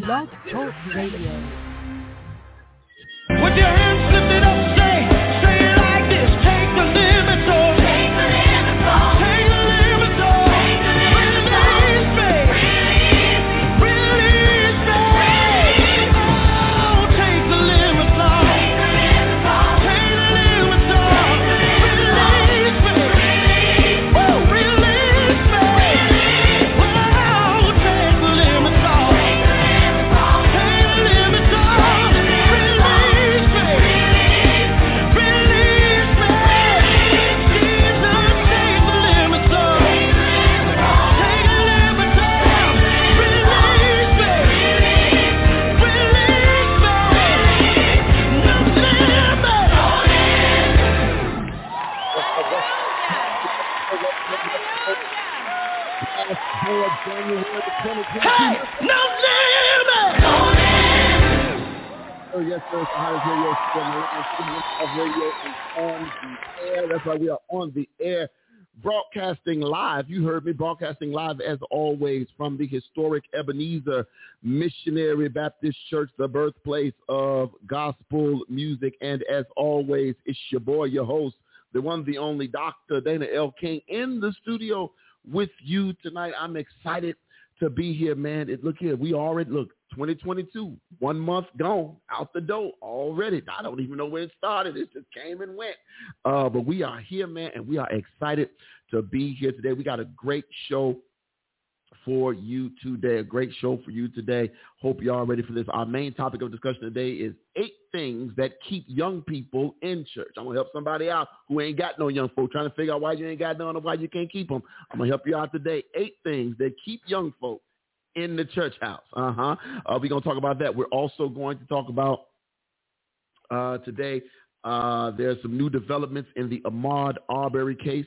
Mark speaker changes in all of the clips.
Speaker 1: Blog Talk Radio.
Speaker 2: With your hands lifted up, say, say it like this. Take the limits off. Take the limits off. Take the oh. limits off. Take the limits off. Release me. Release me. Release me. Oh, take the limits off. Take the limits off. Take the oh. limits off. Release me. Oh, release me. Oh, take the limits off. Take the limits off. Take the limits off. Release me. Release me. Jesus, take the limits off. Take the limits off. Release me. Release me. No limit. Hey, no limit. No limit.
Speaker 3: Oh, yes, sir. It's the hottest radio show in the land. City of Radio is on the air. That's why we are on the air. Broadcasting live. You heard me broadcasting live as always from the historic Ebenezer Missionary Baptist Church, the birthplace of gospel music. And as always, it's your boy, your host, the one, the only Dr. Dana L. King in the studio with you tonight. I'm excited to be here, man. It, look here, we already look 2022, one month gone out the door already. I don't even know where it started. It just came and went. Uh, but we are here, man, and we are excited to be here today. We got a great show for you today. A great show for you today. Hope y'all are ready for this. Our main topic of discussion today is eight things that keep young people in church. I'm gonna help somebody out who ain't got no young folk trying to figure out why you ain't got none or why you can't keep them. I'm gonna help you out today. Eight things that keep young folk in the church house. Uh-huh. Uh, we're gonna talk about that. We're also going to talk about uh, today. Uh, there's some new developments in the Ahmad Arbery case.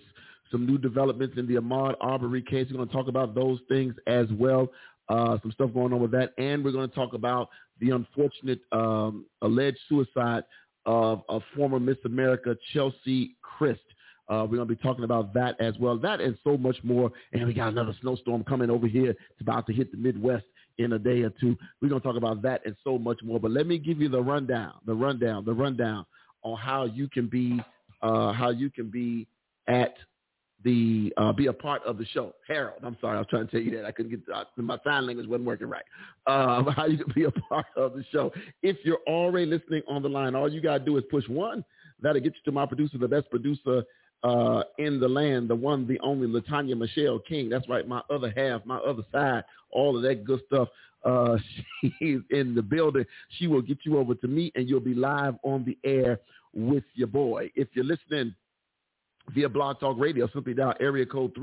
Speaker 3: Some new developments in the Ahmad Arbery case. We're going to talk about those things as well. Uh, some stuff going on with that, and we're going to talk about the unfortunate um, alleged suicide of a former Miss America, Chelsea Christ. Uh, we're going to be talking about that as well. That and so much more. And we got another snowstorm coming over here. It's about to hit the Midwest in a day or two. We're going to talk about that and so much more. But let me give you the rundown, the rundown, the rundown on how you can be, uh, how you can be at the uh, be a part of the show. Harold, I'm sorry, I was trying to tell you that I couldn't get uh, my sign language wasn't working right. Um, how you can be a part of the show if you're already listening on the line. All you gotta do is push one. That'll get you to my producer, the best producer uh, in the land, the one, the only Latanya Michelle King. That's right, my other half, my other side, all of that good stuff. Uh, she's in the building. She will get you over to me, and you'll be live on the air with your boy. If you're listening via Blog Talk Radio. Simply dial area code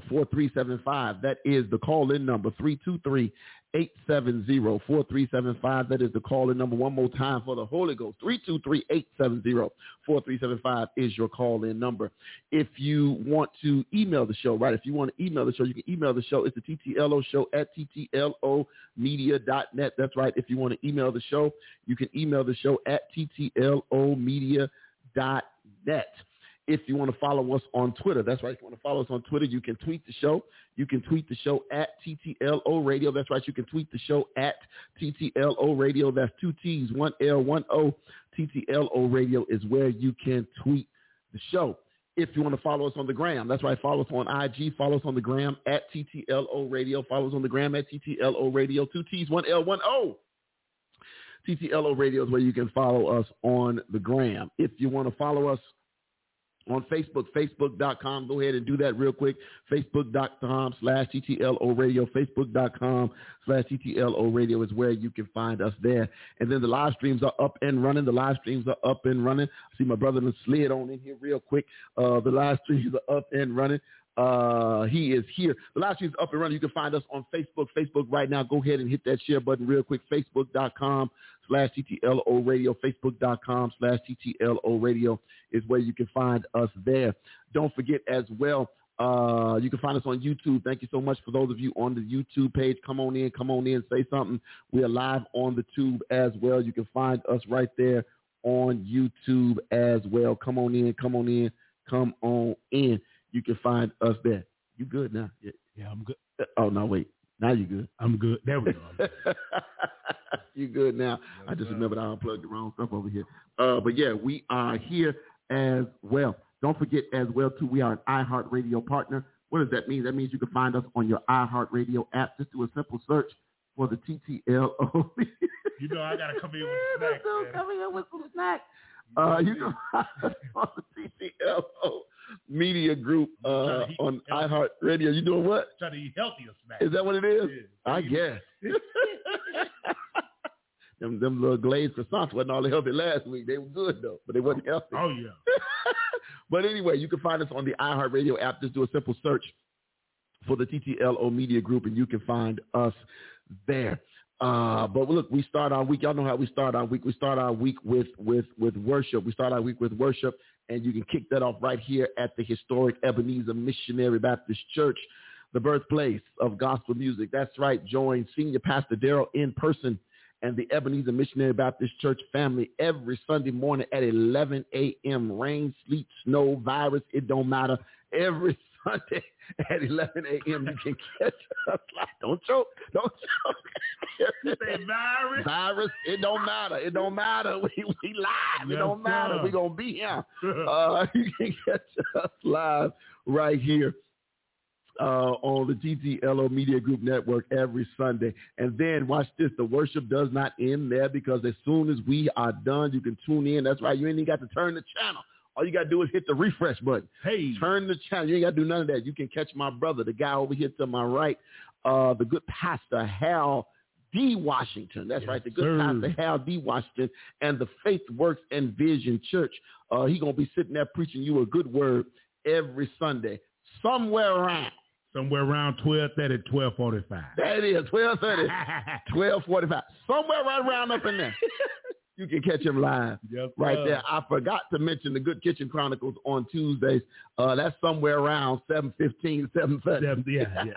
Speaker 3: 323-870-4375. That is the call-in number, 323-870-4375. That is the call-in number one more time for the Holy Ghost. 323-870-4375 is your call-in number. If you want to email the show, right, if you want to email the show, you can email the show. It's the TTLO show at TTLOmedia.net. That's right. If you want to email the show, you can email the show at TTLOmedia.net net. If you want to follow us on Twitter, that's right. If you want to follow us on Twitter, you can tweet the show. You can tweet the show at TTLO Radio. That's right. You can tweet the show at TTLO Radio. That's two T's, one L, one O. TTLO Radio is where you can tweet the show. If you want to follow us on the gram, that's right. Follow us on IG. Follow us on the gram at TTLO Radio. Follow us on the gram at TTLO Radio. Two T's, one L, one O. TTLO Radio is where you can follow us on the gram. If you want to follow us on Facebook, facebook.com, go ahead and do that real quick. Facebook.com slash TTLO Radio. Facebook.com slash TTLO Radio is where you can find us there. And then the live streams are up and running. The live streams are up and running. I see my brother done slid on in here real quick. Uh, the live streams are up and running. Uh, he is here. The live stream is up and running. You can find us on Facebook. Facebook right now. Go ahead and hit that share button real quick. Facebook.com slash TTLO radio. Facebook.com slash TTLO radio is where you can find us there. Don't forget as well, uh, you can find us on YouTube. Thank you so much for those of you on the YouTube page. Come on in, come on in, say something. We are live on the tube as well. You can find us right there on YouTube as well. Come on in, come on in, come on in. You can find us there. You good now? Yeah.
Speaker 4: Yeah, I'm good.
Speaker 3: Oh no, wait. Now you good.
Speaker 4: I'm good. There we go.
Speaker 3: you good now. I just remembered I unplugged the wrong stuff over here. Uh, but yeah, we are here as well. Don't forget as well too, we are an iHeartRadio partner. What does that mean? That means you can find us on your iHeartRadio app. Just do a simple search for the TTLO.
Speaker 4: You know I gotta come in with the
Speaker 3: This
Speaker 4: snacks,
Speaker 3: dude
Speaker 4: man.
Speaker 3: coming in with some snacks. Uh, you can find us on the TTLO Media Group uh,
Speaker 4: Trying to eat-
Speaker 3: on iHeartRadio. You doing what?
Speaker 4: Try to eat healthier snacks.
Speaker 3: Is that what it is?
Speaker 4: Yeah.
Speaker 3: I guess. them them little glazed croissants wasn't all healthy last week. They were good though, but they wasn't healthy.
Speaker 4: Oh yeah.
Speaker 3: But anyway, you can find us on the iHeartRadio app. Just do a simple search for the TTLO Media Group, and you can find us there. Uh, but look, we start our week. Y'all know how we start our week. We start our week with with with worship. We start our week with worship, and you can kick that off right here at the historic Ebenezer Missionary Baptist Church, the birthplace of gospel music. That's right. Join Senior Pastor Daryl in person and the Ebenezer Missionary Baptist Church family every Sunday morning at 11 a.m. Rain, sleet, snow, virus, it don't matter. Every Sunday at 11 a.m. you can catch us. live. Don't choke. Don't choke.
Speaker 4: Say virus.
Speaker 3: virus, it don't matter. It don't matter. We, we live. It
Speaker 4: Yes,
Speaker 3: don't matter.
Speaker 4: sir.
Speaker 3: we going to be here uh, you can catch us live right here uh, on the GTLO Media Group Network every Sunday. And then watch this. The worship does not end there because as soon as we are done, you can tune in. That's right. You ain't even got to turn the channel. All you got to do is hit the refresh button.
Speaker 4: hey.
Speaker 3: Turn the channel. You ain't got to do none of that. You can catch my brother, the guy over here to my right, uh, the good pastor Hal D. Washington. That's
Speaker 4: Yes,
Speaker 3: right, the good
Speaker 4: sir.
Speaker 3: pastor Hal D. Washington and the Faith Works and Vision Church. Uh, he gonna be sitting there preaching you a good word every Sunday, somewhere around.
Speaker 4: Somewhere around twelve thirty, twelve forty five.
Speaker 3: That is twelve thirty. 1245, somewhere right around up in there. you can catch him live
Speaker 4: Yes,
Speaker 3: right
Speaker 4: sir.
Speaker 3: there. I forgot to mention the Good Kitchen Chronicles on Tuesdays. Uh, that's somewhere around 715, 730.
Speaker 4: Yeah, yeah,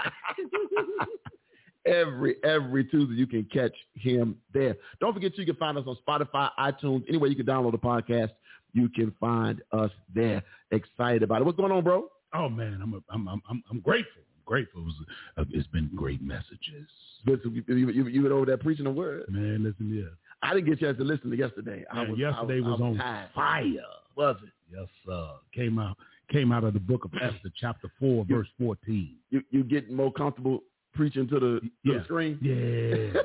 Speaker 4: yeah.
Speaker 3: every every Tuesday you can catch him there. Don't forget you can find us on Spotify, iTunes, anywhere you can download the podcast. You can find us there. Excited about it. What's going on, bro?
Speaker 4: Oh man, I'm a, I'm I'm I'm I'm grateful. I'm grateful. It was, uh, it's been great messages.
Speaker 3: This- You, you, you- you been over there preaching the word.
Speaker 4: Man, listen here.
Speaker 3: I didn't get a chance to listen to yesterday. I
Speaker 4: Man,
Speaker 3: was,
Speaker 4: yesterday
Speaker 3: I was,
Speaker 4: was
Speaker 3: I was
Speaker 4: on
Speaker 3: tired.
Speaker 4: fire.
Speaker 3: Was it?
Speaker 4: Yes, sir. Came out came out of the book of Esther, chapter four, verse fourteen.
Speaker 3: You you getting more comfortable preaching to the, to
Speaker 4: Yeah.
Speaker 3: the screen?
Speaker 4: Yeah. It-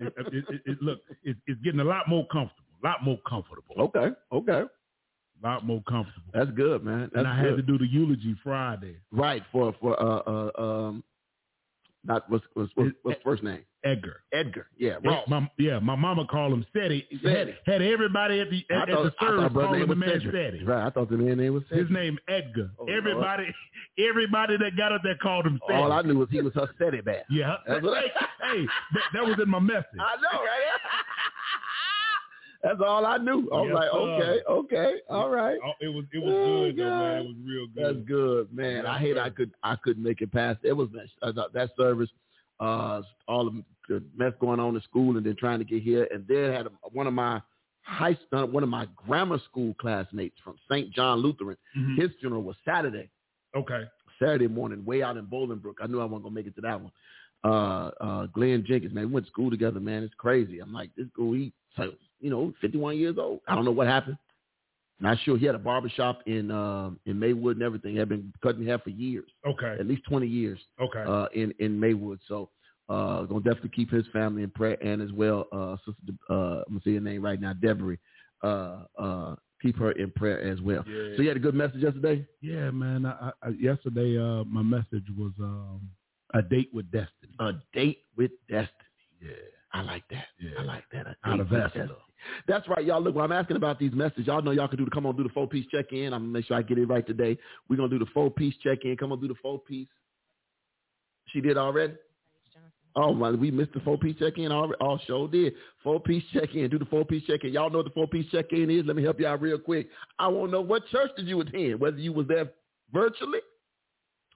Speaker 4: it- it- it- look, it, it's getting a lot more comfortable. A lot more comfortable.
Speaker 3: Okay, okay,
Speaker 4: A lot more comfortable.
Speaker 3: that's good, man. That's
Speaker 4: and I
Speaker 3: good.
Speaker 4: had to do the eulogy Friday.
Speaker 3: right for for uh, uh um, not what's what's what's, what's first name
Speaker 4: Edgar.
Speaker 3: Edgar. Yeah, Ross.
Speaker 4: My, yeah, my mama called him Steady. Had,
Speaker 3: Steady.
Speaker 4: had everybody at the
Speaker 3: I
Speaker 4: at, at
Speaker 3: thought- I
Speaker 4: the
Speaker 3: thought
Speaker 4: service
Speaker 3: brother
Speaker 4: calling
Speaker 3: name
Speaker 4: the
Speaker 3: was
Speaker 4: man
Speaker 3: Cedric.
Speaker 4: Steady.
Speaker 3: Right, I thought the man name was
Speaker 4: His
Speaker 3: Cedric.
Speaker 4: name Edgar.
Speaker 3: Oh,
Speaker 4: everybody, everybody that got up there called him Steady.
Speaker 3: All I knew was he was her steady back.
Speaker 4: yeah.
Speaker 3: That's what I-
Speaker 4: hey, hey, that, that was in my message.
Speaker 3: I know, right? That's all I knew. I was
Speaker 4: Yes,
Speaker 3: like,
Speaker 4: sir.
Speaker 3: okay, okay, all right.
Speaker 4: Oh, it was it was
Speaker 3: Oh,
Speaker 4: good though,
Speaker 3: God.
Speaker 4: man. It was real
Speaker 3: That's
Speaker 4: good.
Speaker 3: good, man. I
Speaker 4: Yes,
Speaker 3: hate
Speaker 4: sir.
Speaker 3: I could I couldn't make it past. It was that, that- that service, uh, all of the mess going on in school, and then trying to get here, and then had a, one of my high school, one of my grammar school classmates from St. John Lutheran.
Speaker 4: Mhm.
Speaker 3: His funeral was Saturday.
Speaker 4: Okay.
Speaker 3: Saturday morning, way out in Bolingbrook. I knew I wasn't gonna make it to that one. Uh, uh, Glenn Jenkins, man, we went to school together, man. It's crazy. I'm like, this dude, he, so, you know, 51 years old. I don't know what happened. Not sure. He had a barber shop in um, in Maywood and everything. Had been cutting hair for years,
Speaker 4: Okay.
Speaker 3: at least 20 years
Speaker 4: Okay.
Speaker 3: uh, in in Maywood. So, uh, gonna definitely keep his family in prayer and as well, uh, sister, De- uh, I'm gonna say her name right now, Deborah. Uh, uh, keep her in prayer as well.
Speaker 4: yeah.
Speaker 3: So you had a good message yesterday.
Speaker 4: yeah, man. I, I, yesterday, uh, my message was um, a date with destiny.
Speaker 3: A date with destiny. Uh,
Speaker 4: yeah.
Speaker 3: I like that.
Speaker 4: Yeah.
Speaker 3: I like that. I
Speaker 4: Out of
Speaker 3: think
Speaker 4: Vassalo.
Speaker 3: That's right, y'all. Look, when I'm asking about these messages, y'all know y'all can do the come on do the four piece check in. I'm gonna make sure I get it right today. We're gonna do the four piece check in. Come on, do the four piece. She did already. Oh my, we missed the four piece check in. already. Oh, show did four piece check in. Do the four piece check in. Y'all know what the four piece check in is. Let me help y'all real quick. I want to know what church did you attend, whether you was there virtually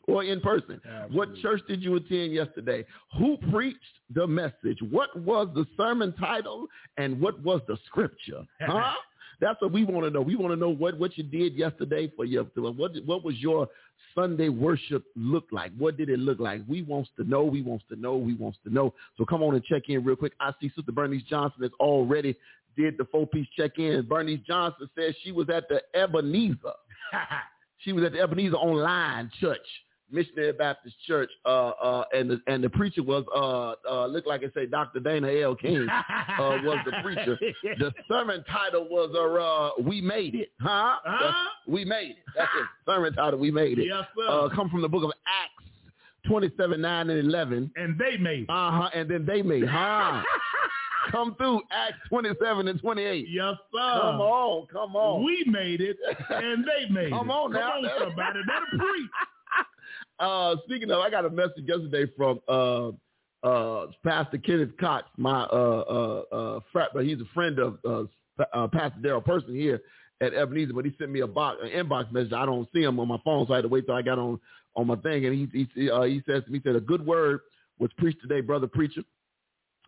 Speaker 3: or in person. What
Speaker 4: Absolutely.
Speaker 3: church did you attend yesterday? Who preached the message? What was the sermon title? And what was the scripture? Huh? That's what we want to know. We want to know what, what you did yesterday for your what what was your Sunday worship look like? What did it look like? We wants to know. We wants to know. We wants to know. So come on and check in real quick. I see Sister Bernice Johnson has already did the four-piece check-in. Bernice Johnson says she was at the Ebenezer. uh, she was at the Ebenezer Online Church, Missionary Baptist Church, uh, uh, and the, and the preacher was uh, uh, looked like it say Dr. Dana L. King uh, was the preacher. The sermon title was uh, uh, "We Made It," huh?
Speaker 4: Huh?
Speaker 3: We made it. That's it. sermon title. We made it.
Speaker 4: Yes, sir.
Speaker 3: Uh, come from the book of Acts, twenty-seven, nine, and eleven.
Speaker 4: and they made it.
Speaker 3: Uh huh. And then they made. Huh. come through Acts twenty-seven and twenty-eight.
Speaker 4: Yes, sir.
Speaker 3: Come on, come on.
Speaker 4: We made it, and they made
Speaker 3: Come
Speaker 4: it.
Speaker 3: on now.
Speaker 4: Come on, somebody. That'll preach.
Speaker 3: uh, speaking of, I got a message yesterday from uh, uh, Pastor Kenneth Cox, my uh, uh, uh, frat, but he's a friend of uh, Pa- uh, Pastor Daryl Person here at Ebenezer. But he sent me a box, an inbox message. I don't see him on my phone, so I had to wait till I got on on my thing. And he he, uh, he says to me, he said a good word was preached today, brother preacher.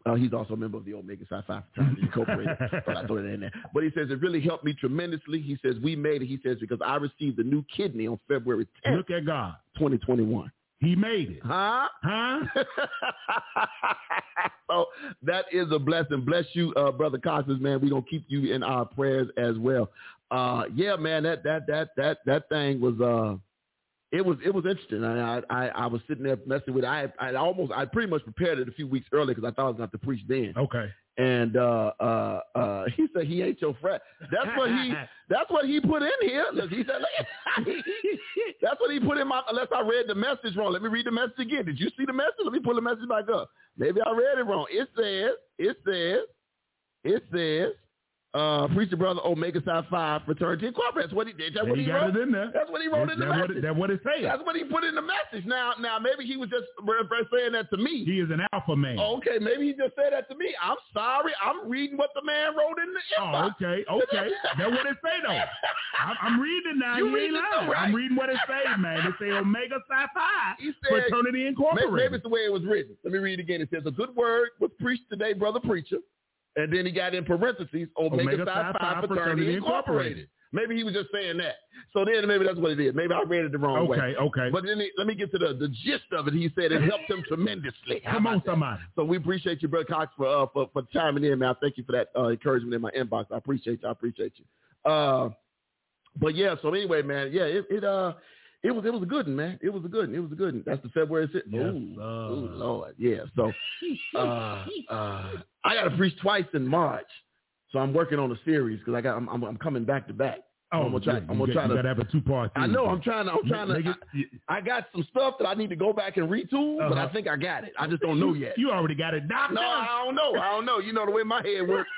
Speaker 3: Uh, he's also a member of the Omega Psi Phi Fraternity Incorporated. but I throw that in there. But he says it really helped me tremendously. He says we made it. He says because I received a new kidney on February 10th,
Speaker 4: Look at God.
Speaker 3: 2021.
Speaker 4: He made it.
Speaker 3: Huh?
Speaker 4: Huh?
Speaker 3: so that is a blessing. Bless you, uh, brother Costas, man. We're gonna keep you in our prayers as well. Uh, yeah, man, that that that that that thing was uh it was it was interesting. I I, I- I was sitting there messing with it. I I almost I pretty much prepared it a few weeks earlier because I thought I was gonna have to preach then.
Speaker 4: Okay.
Speaker 3: And uh, uh, uh, he said he ain't your frat. That's what he that's what he put in here. Look, he said look, that's what he put in my unless I read the message wrong. Let me read the message again. Did you see the message? Let me pull the message back up. Maybe I read it wrong. It says, it says, it says, uh, preacher brother Omega Psi Phi fraternity incorporated. That's what he did. That's
Speaker 4: There
Speaker 3: what
Speaker 4: you
Speaker 3: he
Speaker 4: got
Speaker 3: wrote.
Speaker 4: it in there.
Speaker 3: That's what he wrote in the
Speaker 4: That what
Speaker 3: message.
Speaker 4: it- that what it says.
Speaker 3: That's what he put in the message. Now, now maybe he was just re- re- saying that to me.
Speaker 4: He is an alpha man.
Speaker 3: Okay, maybe he just said that to me. I'm sorry. I'm reading what the man wrote in the
Speaker 4: Oh,
Speaker 3: inbox.
Speaker 4: okay, okay. That what it say though. I'm, I'm reading now.
Speaker 3: You
Speaker 4: You ain't
Speaker 3: reading it
Speaker 4: lying.
Speaker 3: though, right?
Speaker 4: I'm reading what it say, man. It say Omega Psi Phi
Speaker 3: He said,
Speaker 4: Fraternity
Speaker 3: Maybe,
Speaker 4: Incorporated.
Speaker 3: maybe it's the way it was written. Let me read it again. It says, a good word was preached today, brother preacher. And then he got in parentheses, Omega,
Speaker 4: Omega
Speaker 3: Psi Phi
Speaker 4: Phi Phi
Speaker 3: Fraternity
Speaker 4: Fraternity
Speaker 3: Incorporated. Maybe he was just saying that. So then maybe that's what it is. Maybe I read it the wrong way.
Speaker 4: okay, okay.
Speaker 3: But then he, let me get to the, the gist of it. He said it helped him tremendously. How
Speaker 4: Come
Speaker 3: about
Speaker 4: on,
Speaker 3: that?
Speaker 4: somebody.
Speaker 3: So we appreciate you, Brother Cox, for uh, for, for chiming in, man. Thank you for that uh, encouragement in my inbox. I appreciate you. I appreciate you. Uh, but yeah, so anyway, man, yeah, it, it uh it was it was a good one, man. It was a good one. It was a good one. That's the February sixth.
Speaker 4: Yes,
Speaker 3: ooh,
Speaker 4: sir.
Speaker 3: ooh, Lord. Yeah. So uh, uh, I gotta preach twice in March. So I'm working on a series because I got I'm, I'm I'm coming back to back. I'm gonna try-
Speaker 4: yeah,
Speaker 3: I'm gonna
Speaker 4: you got-
Speaker 3: try
Speaker 4: Oh,
Speaker 3: to-
Speaker 4: you gotta have a two part.
Speaker 3: I know I'm trying to I'm trying to I, I got some stuff that I need to go back and retool, but I
Speaker 4: Uh-huh.
Speaker 3: think I got it. I just don't know yet.
Speaker 4: You already got it, doctor.
Speaker 3: No, I don't know. I don't know. You know the way my head works.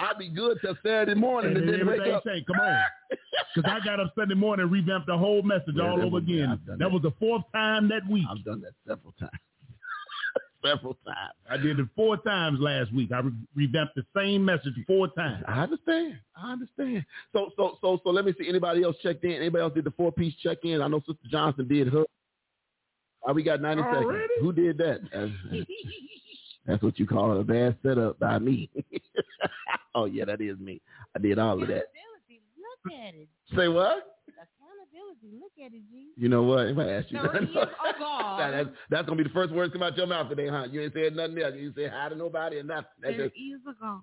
Speaker 3: I'll be good till Saturday morning
Speaker 4: and
Speaker 3: and,
Speaker 4: then
Speaker 3: then wake
Speaker 4: everything
Speaker 3: up.
Speaker 4: changed. Come on. Because I got up Sunday morning and revamped the whole message
Speaker 3: Yeah,
Speaker 4: all
Speaker 3: that
Speaker 4: over
Speaker 3: was- yeah,
Speaker 4: again.
Speaker 3: I've done
Speaker 4: That,
Speaker 3: that.
Speaker 4: was the fourth time that week.
Speaker 3: I've done that several times. several times.
Speaker 4: I did it four times last week. I re- revamped the same message four times.
Speaker 3: I understand. I understand. So so so so let me see anybody else checked in. Anybody else did the four piece check in? I know Sister Johnson did her. Uh, we got 90 seconds.
Speaker 4: Already?
Speaker 3: Who did that? That's, that's what you call a bad setup by me. oh yeah, that is me. I did all of that.
Speaker 1: Accountability, look at it.
Speaker 3: Say what?
Speaker 1: Accountability, look at it, G.
Speaker 3: You know what? If I ask you,
Speaker 1: No, it is, oh
Speaker 3: That-
Speaker 1: God.
Speaker 3: that's, that's gonna be the first words come out your mouth today, huh? You ain't said nothing else. You say hi to nobody or nothing. That's
Speaker 1: There
Speaker 3: just,
Speaker 1: is a God.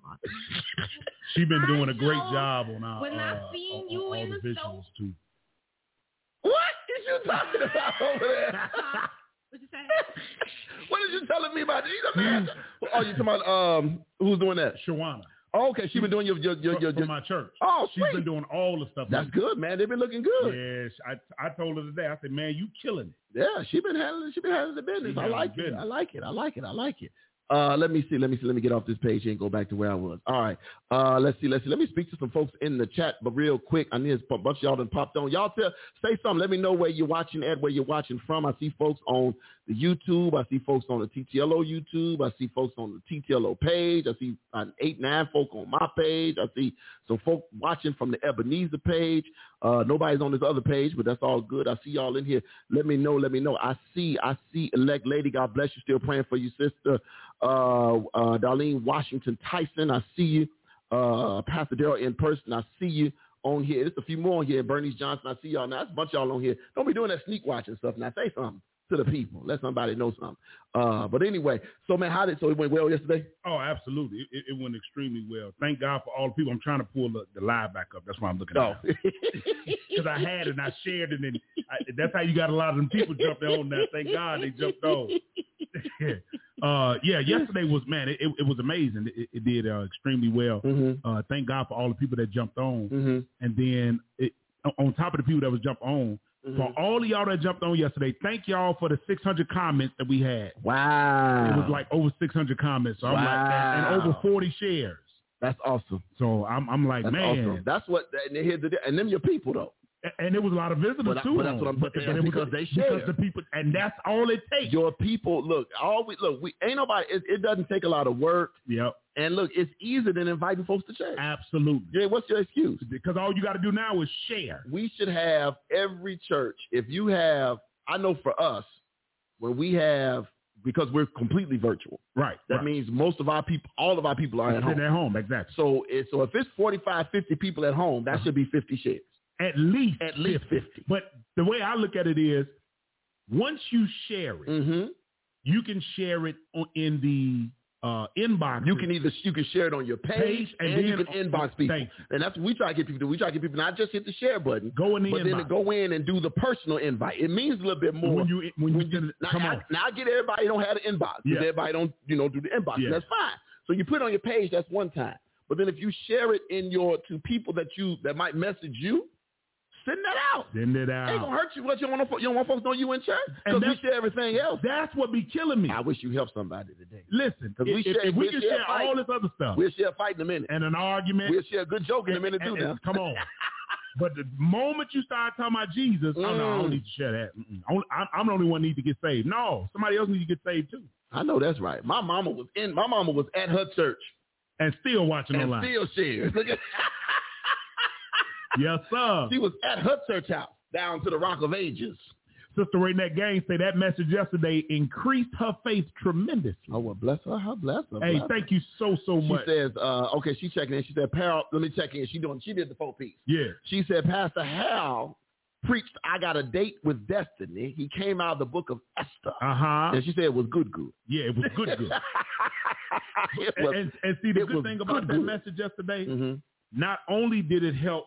Speaker 4: She's been
Speaker 1: I
Speaker 4: doing a great
Speaker 1: know.
Speaker 4: job on our.
Speaker 1: When I
Speaker 4: uh,
Speaker 1: seen
Speaker 4: on-
Speaker 1: you
Speaker 4: on all
Speaker 1: in the
Speaker 4: visuals, too.
Speaker 3: what is you talking about over there?
Speaker 1: What you say?
Speaker 3: what is you telling me about? These are man. oh, you talking about um who's doing that?
Speaker 4: Shawana
Speaker 3: Oh, okay, she been doing your your your,
Speaker 4: from,
Speaker 3: your,
Speaker 4: from
Speaker 3: your
Speaker 4: my church.
Speaker 3: oh
Speaker 4: She's been
Speaker 3: sweet.
Speaker 4: doing all the stuff.
Speaker 3: That's good, man. They've been looking good.
Speaker 4: Yes, I I told her today. I said, man, you killing it.
Speaker 3: Yeah, she been handling she been handling the business.
Speaker 4: She
Speaker 3: I like
Speaker 4: handling
Speaker 3: it.
Speaker 4: business.
Speaker 3: I like it. I like it. I like it. Uh, let me see. Let me see. Let me get off this page here and go back to where I was. All right. Uh, let's see. Let's see. Let me speak to some folks in the chat, but real quick, I need a bunch of y'all done popped on. Y'all tell, say something. Let me know where you're watching at, where you're watching from. I see folks on the YouTube. I see folks on the TTLO YouTube. I see folks on the TTLO page. I see an eight nine folk on my page. I see some folk watching from the Ebenezer page. Uh, nobody's on this other page, but that's all good. I see y'all in here. Let me know. Let me know. I see. I see. Elect lady. God bless you. Still praying for you, sister. Uh, uh, Darlene Washington Tyson. I see you. Uh, Pastor Darrell in person. I see you on here. There's a few more on here. Bernice Johnson, I see y'all now. There's a bunch of y'all on here. Don't be doing that sneak watching stuff. Now say something to the people. Let somebody know something. Uh, but anyway, so man, how did so it went well yesterday?
Speaker 4: Oh, absolutely. It, it, it went extremely well. Thank God for all the people. I'm trying to pull the, the live back up. That's why I'm looking at
Speaker 3: No.
Speaker 4: it. Because I had it and I shared it. And I, that's how you got a lot of them people jumping on that. Thank God they jumped on. uh, yeah, yesterday was, man, it, it, it was amazing. It, it did uh, extremely well.
Speaker 3: mm-hmm.
Speaker 4: Uh, thank God for all the people that jumped on.
Speaker 3: Mm-hmm.
Speaker 4: And then it, on- on top of the people that was jumped on, for
Speaker 3: Mm.
Speaker 4: all of y'all that jumped on yesterday, thank y'all for the 600 comments that we had.
Speaker 3: Wow.
Speaker 4: It was like over 600 comments. So I'm like, and, and
Speaker 3: Wow.
Speaker 4: over 40 shares.
Speaker 3: that's awesome.
Speaker 4: So I'm, I'm like,
Speaker 3: That's
Speaker 4: man.
Speaker 3: awesome. That's what and, here's the, and them your people though.
Speaker 4: A- And it was a lot of visitors
Speaker 3: But I-
Speaker 4: too.
Speaker 3: but that's what I'm- but they-
Speaker 4: it was-
Speaker 3: because they
Speaker 4: because
Speaker 3: share.
Speaker 4: the people, and that's all it takes.
Speaker 3: Your people look, all we look, we ain't nobody it, it doesn't take a lot of work.
Speaker 4: Yep,
Speaker 3: And look, it's easier than inviting folks to church.
Speaker 4: absolutely.
Speaker 3: Yeah, what's your excuse?
Speaker 4: Because all you got to do now is share.
Speaker 3: we should have every church. If you have, I know for us, when we have, because we're completely virtual,
Speaker 4: Right.
Speaker 3: that
Speaker 4: right.
Speaker 3: means most of our people, all of our people are at
Speaker 4: Sitting
Speaker 3: home.
Speaker 4: at home, exactly.
Speaker 3: So, it, so if it's 45, 50 people at home, that should be 50 shares.
Speaker 4: At least,
Speaker 3: At least 50.
Speaker 4: But the way I look at it is, once you share it,
Speaker 3: Mm-hmm.
Speaker 4: you can share it on, in the uh, inbox.
Speaker 3: You can either you can share it on your page,
Speaker 4: Page
Speaker 3: and,
Speaker 4: and
Speaker 3: you
Speaker 4: then-
Speaker 3: can inbox people,
Speaker 4: Thank
Speaker 3: and that's what we try to get people to. do. We try to get people not just hit the share button,
Speaker 4: go in the
Speaker 3: but then to
Speaker 4: inbox.
Speaker 3: go in and do the personal invite. It means a little bit more
Speaker 4: when you when you,
Speaker 3: when
Speaker 4: send it-
Speaker 3: Now,
Speaker 4: come
Speaker 3: I,
Speaker 4: on,
Speaker 3: now I get everybody don't have an inbox. 'cause
Speaker 4: Yeah.
Speaker 3: Everybody don't, you know, do the inbox.
Speaker 4: Yeah.
Speaker 3: And that's fine. So you put it on your page, that's one time. But then if you share it in your to people that you that might message you, send that out.
Speaker 4: send it
Speaker 3: Ain't
Speaker 4: out.
Speaker 3: gonna hurt you. What you don't want? fo- You don't want folks to know you in church because
Speaker 4: And
Speaker 3: we
Speaker 4: that's-
Speaker 3: share everything else.
Speaker 4: That's what be killing me.
Speaker 3: I wish you helped somebody today.
Speaker 4: Listen,
Speaker 3: 'Cause
Speaker 4: if,
Speaker 3: we
Speaker 4: if-
Speaker 3: share-
Speaker 4: if we
Speaker 3: we
Speaker 4: can
Speaker 3: share
Speaker 4: share
Speaker 3: fight.
Speaker 4: all this other stuff
Speaker 3: We'll share a fight in a minute.
Speaker 4: Oh. and an argument,
Speaker 3: We'll share a good joke in a minute
Speaker 4: and-
Speaker 3: too.
Speaker 4: and-
Speaker 3: Now,
Speaker 4: and come on. but the moment you start talking about Jesus, oh no, I
Speaker 3: Mm.
Speaker 4: don't need to share that. Mm-mm. I don't- I'm, I'm the only one need to get saved. No, somebody else need to get saved too,
Speaker 3: I know that's right. My mama was in. My mama was at her church
Speaker 4: and still watching
Speaker 3: and
Speaker 4: online.
Speaker 3: still shared. Look at,
Speaker 4: yes, sir.
Speaker 3: she was at her church house down to the Rock of Ages.
Speaker 4: Sister Renette Gang say that message yesterday increased her faith tremendously.
Speaker 3: Oh well, bless her. Her bless her.
Speaker 4: Hey,
Speaker 3: bless her.
Speaker 4: thank you so so
Speaker 3: She
Speaker 4: much.
Speaker 3: says, uh, okay, she's checking in. She said, Pal, let me check in. She doing she did the four piece.
Speaker 4: yeah,
Speaker 3: She said, Pastor Hal preached I got a date with destiny. He came out of the book of Esther.
Speaker 4: uh huh.
Speaker 3: And she said it was good good.
Speaker 4: Yeah, it was good, good.
Speaker 3: it
Speaker 4: and,
Speaker 3: was
Speaker 4: and, and see, the
Speaker 3: it was
Speaker 4: good thing about
Speaker 3: good,
Speaker 4: that
Speaker 3: good.
Speaker 4: message yesterday,
Speaker 3: Mhm,
Speaker 4: not only did it help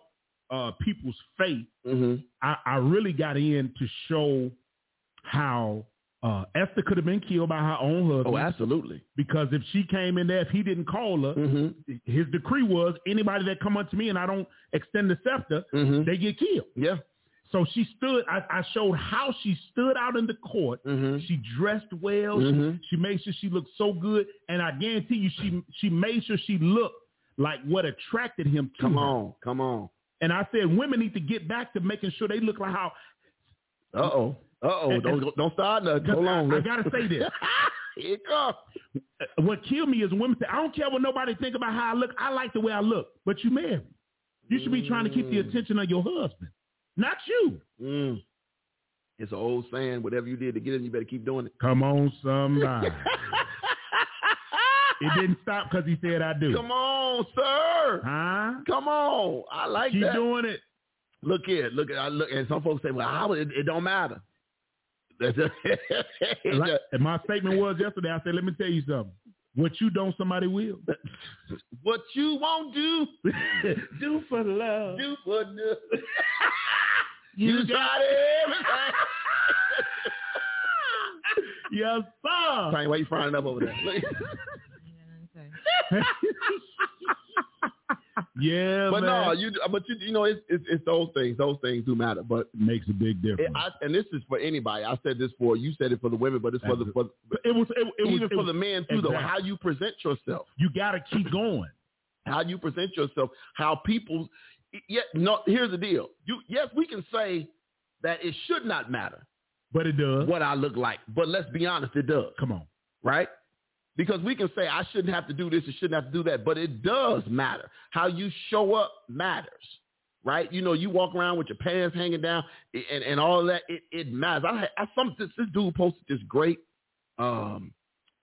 Speaker 4: uh, people's faith,
Speaker 3: mhm,
Speaker 4: I, I really got in to show how uh, Esther could have been killed by her own husband.
Speaker 3: Oh, absolutely.
Speaker 4: because if she came in there, if he didn't call her,
Speaker 3: Mhm,
Speaker 4: his decree was anybody that come unto me and I don't extend the scepter,
Speaker 3: mhm.
Speaker 4: they get killed.
Speaker 3: Yeah.
Speaker 4: So she stood. I, I showed how she stood out in the court.
Speaker 3: Mhm.
Speaker 4: She dressed well.
Speaker 3: Mhm.
Speaker 4: She, she made sure she looked so good, and I guarantee you, she she made sure she looked like what attracted him to
Speaker 3: Come
Speaker 4: her.
Speaker 3: on, come on.
Speaker 4: And I said, women need to get back to making sure they look like how.
Speaker 3: Uh oh. Uh oh.
Speaker 4: Mm-hmm. And-
Speaker 3: Don't
Speaker 4: and-
Speaker 3: go- don't start nothing.
Speaker 4: 'cause
Speaker 3: Hold on.
Speaker 4: I, I
Speaker 3: let's-
Speaker 4: gotta say this.
Speaker 3: Here it comes.
Speaker 4: what killed me is when women say, I don't care what nobody think about how I look. I like the way I look. But you married. You should be trying to keep the
Speaker 3: Mm.
Speaker 4: attention of your husband, not you.
Speaker 3: Mm. It's an old saying, whatever you did to get in, you better keep doing it.
Speaker 4: Come on, somebody. it didn't stop because he said I do.
Speaker 3: Come on, sir.
Speaker 4: Huh?
Speaker 3: Come on. I like
Speaker 4: Keep
Speaker 3: that.
Speaker 4: doing it.
Speaker 3: look here, look I look and some folks say, Well, I would, it, it don't matter. That's a,
Speaker 4: Like- and my statement was yesterday, I said, let me tell you something. What you don't, somebody will.
Speaker 3: what you won't do,
Speaker 4: do for love.
Speaker 3: do for no. You, got everything.
Speaker 4: Yes, sir.
Speaker 3: Tiny, why you frying up over there? Look-
Speaker 4: yeah,
Speaker 3: but
Speaker 4: man.
Speaker 3: no, you but you you know it's, it's it's those things. Those things do matter. But
Speaker 4: makes a big
Speaker 3: it,
Speaker 4: difference.
Speaker 3: I, and this is for anybody. I said this for you said it for the women, but it's for the for,
Speaker 4: it was. It, it
Speaker 3: even
Speaker 4: was, it
Speaker 3: for
Speaker 4: was-
Speaker 3: the men too. Though
Speaker 4: Exactly.
Speaker 3: how you present yourself.
Speaker 4: You got to keep going.
Speaker 3: how you present yourself, how people. Yet, no. Here's the deal. You yes, we can say that it should not matter
Speaker 4: But it does.
Speaker 3: what I look like, but let's be honest, it does,
Speaker 4: Come on.
Speaker 3: right? Because we can say I shouldn't have to do this, I shouldn't have to do that, but it does matter. How you show up matters, right? You know, you walk around with your pants hanging down and, and all that. It, it matters. I, had- I some this, this dude posted this great. um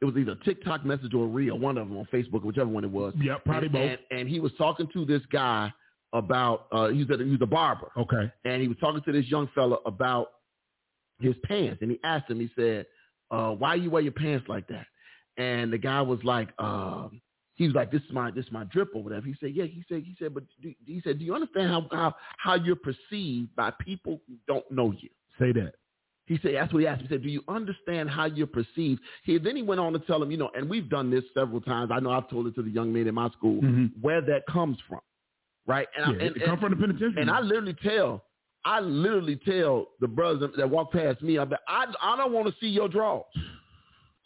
Speaker 3: It was either a TikTok message or a reel, one of them on Facebook, whichever one it was
Speaker 4: Yeah, probably
Speaker 3: and,
Speaker 4: both.
Speaker 3: And, and he was talking to this guy about uh, he was at, he was a barber,
Speaker 4: Okay.
Speaker 3: and he was talking to this young fella about his pants, and he asked him, he said, uh, "Why you wear your pants like that?" And the guy was like, um, "He was like, this is my this is my drip or whatever." He said, "Yeah." He said, "He said, but do, he said, do you understand how, how how you're perceived by people who don't know you?"
Speaker 4: Say that.
Speaker 3: He said, that's what he asked me. He said, do you understand how you're perceived? He, then he went on to tell him, you know, and we've done this several times. I know I've told it to the young men in my school
Speaker 4: Mhm.
Speaker 3: where that comes from, right?
Speaker 4: Yeah,
Speaker 3: Mm-hmm. And, I, and,
Speaker 4: it come
Speaker 3: and,
Speaker 4: from the penitentiary.
Speaker 3: and I literally tell, I literally tell the brothers that walk past me, I'm like, I, I don't want to see your draws.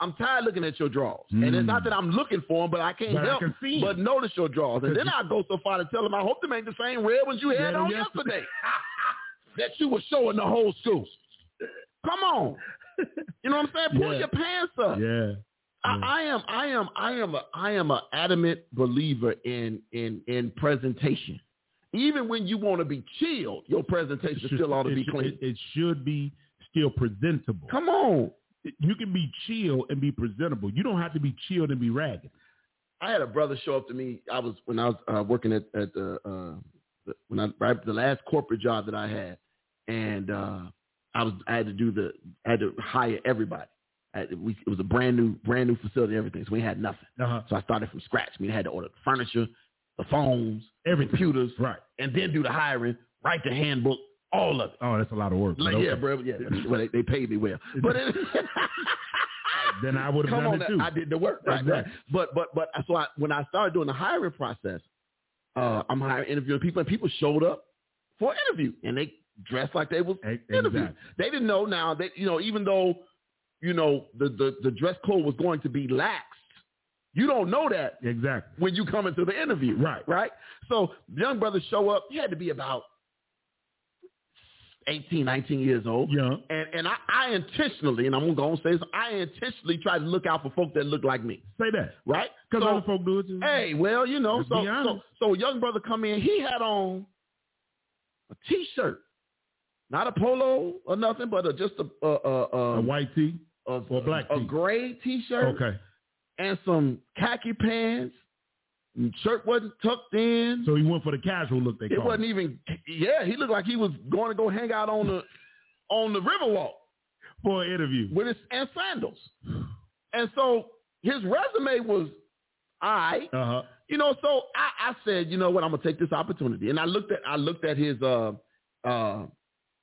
Speaker 3: I'm tired looking at your draws. And it's not
Speaker 4: Mm.
Speaker 3: that I'm looking for them, but I can't
Speaker 4: But I
Speaker 3: help
Speaker 4: can see 'em.
Speaker 3: but notice your draws. And then I go so far to tell them, I hope them ain't the same red ones you had
Speaker 4: Had 'em
Speaker 3: on
Speaker 4: yesterday."
Speaker 3: yesterday that you were showing the whole school. Come on. You know what I'm saying? Pull
Speaker 4: Yeah.
Speaker 3: your pants up.
Speaker 4: yeah. yeah.
Speaker 3: I, I am I am I am a I am a adamant believer in in in presentation. Even when you want to be chilled, your presentation
Speaker 4: It should-
Speaker 3: still ought to
Speaker 4: it
Speaker 3: be
Speaker 4: should-
Speaker 3: clean.
Speaker 4: It, it should be still presentable.
Speaker 3: Come on.
Speaker 4: You can be chill and be presentable. You don't have to be chilled and be ragged.
Speaker 3: I had a brother show up to me. I was when I was uh, working at at the, uh, the when I right, the last corporate job that I had, and uh, I was I had to do the I had to hire everybody. I, we, it was a brand new brand new facility, and everything. So we had nothing.
Speaker 4: Uh-huh.
Speaker 3: So I started from scratch. We had to order the furniture, the phones,
Speaker 4: Everything.
Speaker 3: computers,
Speaker 4: Right.
Speaker 3: and then do the hiring, write the handbook, all of it.
Speaker 4: Oh, that's a lot of work. but
Speaker 3: Like, yeah,
Speaker 4: okay.
Speaker 3: bro, yeah. Well, they, they paid me well, but it,
Speaker 4: Then I would have
Speaker 3: Come
Speaker 4: done
Speaker 3: on, now,
Speaker 4: it too.
Speaker 3: I did the work, right,
Speaker 4: That's
Speaker 3: right.
Speaker 4: right.
Speaker 3: But but but so I, when I started doing the hiring process, uh, I'm hiring interviewing people, and people showed up for interview, and they dressed like they was
Speaker 4: E-
Speaker 3: interview.
Speaker 4: Exactly.
Speaker 3: They didn't know now that you know, even though you know the the, the dress code was going to be laxed, you don't know that
Speaker 4: Exactly.
Speaker 3: when you come into the interview,
Speaker 4: Right.
Speaker 3: right? So the young brothers show up. He had to be about 18, 19 years old.
Speaker 4: Yeah.
Speaker 3: And and I, I intentionally, and I'm gonna go on and say this, I intentionally try to look out for folk that look like me,
Speaker 4: Say that.
Speaker 3: right?
Speaker 4: Because
Speaker 3: So,
Speaker 4: other folk do it too.
Speaker 3: hey, well, you know,
Speaker 4: Let's
Speaker 3: so
Speaker 4: be
Speaker 3: so
Speaker 4: honest.
Speaker 3: so a young brother come in, he had on a t-shirt, not a polo or nothing, but a, just a a a,
Speaker 4: A
Speaker 3: a,
Speaker 4: white tee.
Speaker 3: a,
Speaker 4: or a black
Speaker 3: a
Speaker 4: tee.
Speaker 3: gray t-shirt,
Speaker 4: Okay.
Speaker 3: and some khaki pants. and Shirt wasn't tucked in.
Speaker 4: So he went for the casual look. They
Speaker 3: It
Speaker 4: call
Speaker 3: wasn't even. Yeah, he looked like he was going to go hang out on the on the Riverwalk
Speaker 4: for an interview.
Speaker 3: with his and sandals. And so his resume was, all right,
Speaker 4: Uh huh.
Speaker 3: you know. So I, I said, you know what, I'm gonna take this opportunity. And I looked at I looked at his uh uh.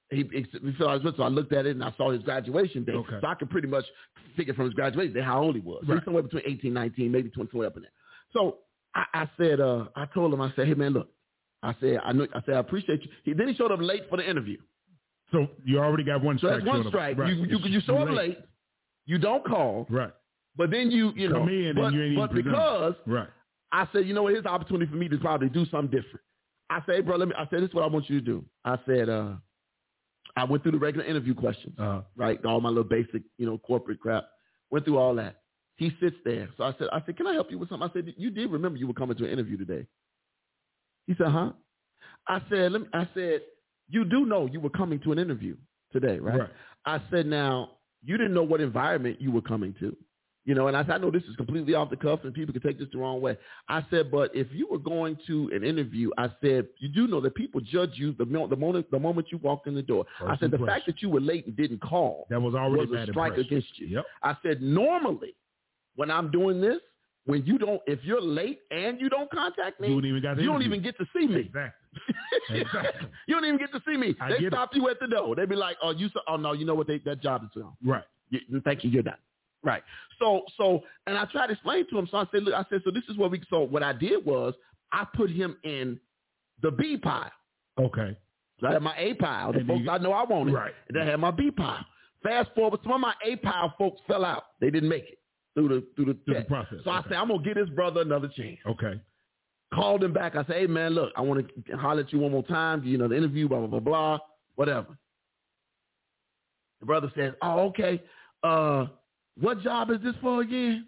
Speaker 3: He, he filled out his resume. so I looked at it and I saw his graduation date.
Speaker 4: Okay.
Speaker 3: So I could pretty much figure from his graduation date how old he was. So he's
Speaker 4: Right.
Speaker 3: somewhere between 18, 19, maybe 20, somewhere up in there. So I, I said, uh, I told him, I said, hey man, look, I said, I know, I said, I appreciate you. He, then he showed up late for the interview.
Speaker 4: So you already got one
Speaker 3: So
Speaker 4: strike.
Speaker 3: that's one
Speaker 4: showing up.
Speaker 3: strike.
Speaker 4: Right.
Speaker 3: You, you you show up late, you don't call,
Speaker 4: Right.
Speaker 3: but then you you know.
Speaker 4: Come in and
Speaker 3: but
Speaker 4: you ain't even
Speaker 3: but
Speaker 4: presented.
Speaker 3: because
Speaker 4: Right.
Speaker 3: I said, you know what, here's the opportunity for me to probably do something different. I said, hey, bro, let me. I said, this is what I want you to do. I said, uh, I went through the regular interview questions,
Speaker 4: Uh,
Speaker 3: right? All my little basic, you know, corporate crap. Went through all that. He sits there. So I said, I said, can I help you with something? I said, you did remember you were coming to an interview today. He said, huh? I said, let me, I said, you do know you were coming to an interview today, right?
Speaker 4: Right.
Speaker 3: I said, now, you didn't know what environment you were coming to. You know, and I said, I know this is completely off the cuff and people can take this the wrong way. I said, but if you were going to an interview, I said, you do know that people judge you the, mo- the moment the moment you walked in the door. I
Speaker 4: First
Speaker 3: said, the
Speaker 4: impression.
Speaker 3: fact that you were late and didn't call
Speaker 4: That was already
Speaker 3: was a
Speaker 4: bad
Speaker 3: strike
Speaker 4: impression.
Speaker 3: against you.
Speaker 4: Yep.
Speaker 3: I said, normally when I'm doing this, when you don't, if you're late and you don't contact me,
Speaker 4: You wouldn't even got. the
Speaker 3: you don't
Speaker 4: interview.
Speaker 3: even get to see me.
Speaker 4: Exactly. exactly.
Speaker 3: you don't even get to see me.
Speaker 4: I
Speaker 3: they
Speaker 4: get it.
Speaker 3: stop you at the door. They be like, "Oh, you? So, oh no, you know what? They, that job is gone.
Speaker 4: Right.
Speaker 3: You, thank you. You're done." Right. So, so, and I tried to explain to him. So I said, "Look, I said, so this is what we. So what I did was I put him in the B pile.
Speaker 4: Okay.
Speaker 3: So I had my A pile. The
Speaker 4: And
Speaker 3: folks
Speaker 4: you-
Speaker 3: I know I wanted.
Speaker 4: Right.
Speaker 3: And I had my B pile. Fast forward, some of my A pile folks fell out. They didn't make it through the through the,
Speaker 4: Through the
Speaker 3: test.
Speaker 4: process.
Speaker 3: So I
Speaker 4: okay.
Speaker 3: said, I'm gonna give this brother another chance
Speaker 4: Okay.
Speaker 3: called him back. I said, hey, man, look, I want to holler at you one more time. You know, the interview, blah, blah, blah, blah, whatever. The brother says, oh, okay. Uh, what job is this for again?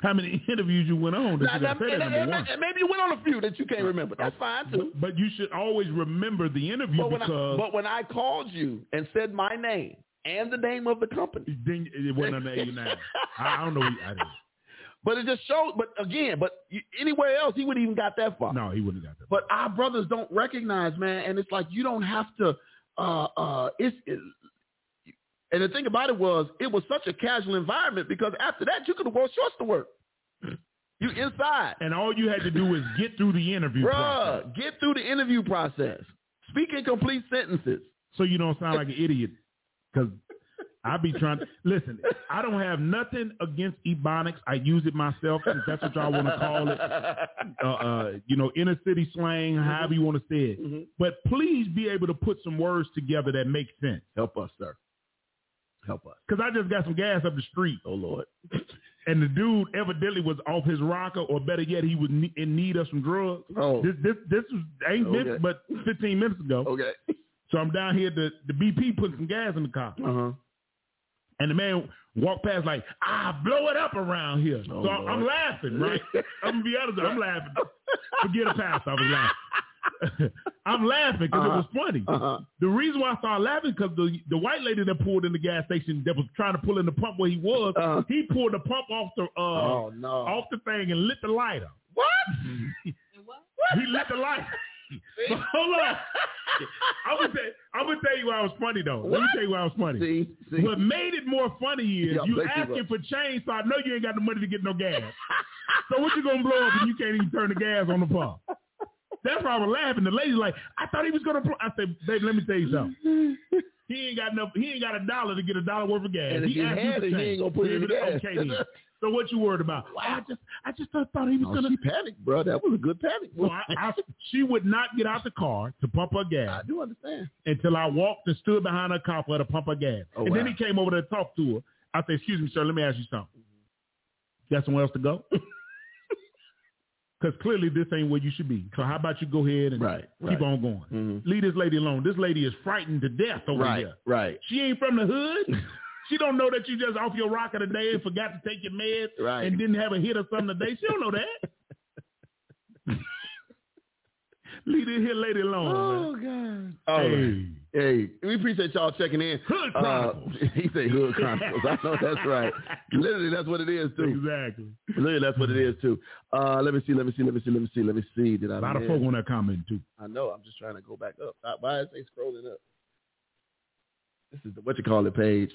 Speaker 4: How many interviews you went on? That
Speaker 3: Now,
Speaker 4: you got
Speaker 3: that-
Speaker 4: say
Speaker 3: and,
Speaker 4: that number
Speaker 3: and-
Speaker 4: one.
Speaker 3: and maybe you went on a few that you can't remember. That's fine, too.
Speaker 4: But you should always remember the interview
Speaker 3: But when, I,
Speaker 4: because
Speaker 3: but when I called you and said my name and the name of the company,
Speaker 4: then it wasn't under 89. I, I don't know. I didn't.
Speaker 3: But it just shows. But again, but you- anywhere else, he would even got that far.
Speaker 4: No, he wouldn't have got that.
Speaker 3: But our brothers don't recognize, man, and it's like you don't have to. Uh, uh, it's it, and the thing about it was it was such a casual environment because after that you could have wore shorts to work. You inside,
Speaker 4: and all you had to do was get through the interview process,
Speaker 3: bruh. Get through the interview process. Speak in complete sentences.
Speaker 4: so you don't sound like an idiot. Because I be trying. listen, I don't have nothing against ebonics. I use it myself. If that's what y'all want to call it. Uh, uh, you know, inner city slang, however you want to say it.
Speaker 3: Mhm.
Speaker 4: But please be able to put some words together that make sense.
Speaker 3: Help us, sir. Help us.
Speaker 4: Because I just got some gas up the street.
Speaker 3: Oh Lord.
Speaker 4: and the dude evidently was off his rocker, or better yet, he was ne- in need of some drugs.
Speaker 3: Oh.
Speaker 4: This this this was ain't this,
Speaker 3: Okay.
Speaker 4: but 15 minutes ago.
Speaker 3: Okay.
Speaker 4: So I'm down here at the the BP putting some gas in the car,
Speaker 3: Uh huh.
Speaker 4: and the man walked past like, "I blow it up around here."
Speaker 3: Oh,
Speaker 4: so I'm, I'm
Speaker 3: Lord.
Speaker 4: laughing, right? I'm gonna be honest, I'm laughing. Forget a past, I was laughing. I'm laughing because
Speaker 3: Uh-huh.
Speaker 4: it was funny.
Speaker 3: Uh huh.
Speaker 4: The reason why I started laughing because the the white lady that pulled in the gas station that was trying to pull in the pump where he was,
Speaker 3: Uh-huh.
Speaker 4: he pulled the pump off the uh,
Speaker 3: Oh no.
Speaker 4: off the thing and lit the light up.
Speaker 3: What?
Speaker 1: And what?
Speaker 4: He lit the light. But hold on. I'm gonna, tell, I'm gonna tell you why I was funny though. Let me
Speaker 3: What?
Speaker 4: tell you why I was funny.
Speaker 3: See, see.
Speaker 4: What made it more funny is
Speaker 3: Yeah, thank
Speaker 4: you
Speaker 3: you,
Speaker 4: asking
Speaker 3: bro.
Speaker 4: for change, so I know you ain't got the money to get no gas. so what you gonna blow up and you can't even turn the gas on the pump? That's why I was laughing. The lady's like, I thought he was gonna. Blow. I said, babe, let me tell you something. He ain't got enough. He ain't got a dollar to get a dollar worth of gas.
Speaker 3: And if he
Speaker 4: asked you
Speaker 3: had
Speaker 4: for
Speaker 3: it, he
Speaker 4: change.
Speaker 3: ain't gonna put it in the gas.
Speaker 4: Okay, then. so what you worried about? I just, I just thought thought he was
Speaker 3: No,
Speaker 4: gonna.
Speaker 3: Oh, she panicked, bro. That was a good panic.
Speaker 4: So I, I, she would not get out the car to pump her
Speaker 3: I
Speaker 4: gas
Speaker 3: do understand.
Speaker 4: until I walked and stood behind her car for her to pump her gas.
Speaker 3: Oh,
Speaker 4: and then
Speaker 3: wow.
Speaker 4: he came over to talk to her. I said, excuse me, sir, let me ask you something. Got somewhere else to go? Because clearly this ain't where you should be. So how about you go ahead and
Speaker 3: Right,
Speaker 4: keep
Speaker 3: right.
Speaker 4: on going? Leave this lady alone. This lady is frightened to death over
Speaker 3: Right,
Speaker 4: here.
Speaker 3: right,
Speaker 4: She ain't from the hood. She don't know that you just off your rocker today and forgot to take your meds
Speaker 3: right.
Speaker 4: and didn't have a hit or something today. She don't know that. Leave this here lady alone.
Speaker 3: Oh, God.
Speaker 4: man.
Speaker 3: Hey. hey, we appreciate y'all checking in.
Speaker 4: Hood
Speaker 3: Uh,
Speaker 4: Chronicles.
Speaker 3: he say hood chronicles. I know that's right. Literally, that's what it is too.
Speaker 4: exactly.
Speaker 3: Literally, that's what it is too. Uh, let me see. Let me see. Let me see. Let me see. Let me see. Did I?
Speaker 4: A lot of
Speaker 3: miss-
Speaker 4: folk on that comment too.
Speaker 3: I know. I'm just trying to go back up. Why- Why is they scrolling up? This is the what you call it page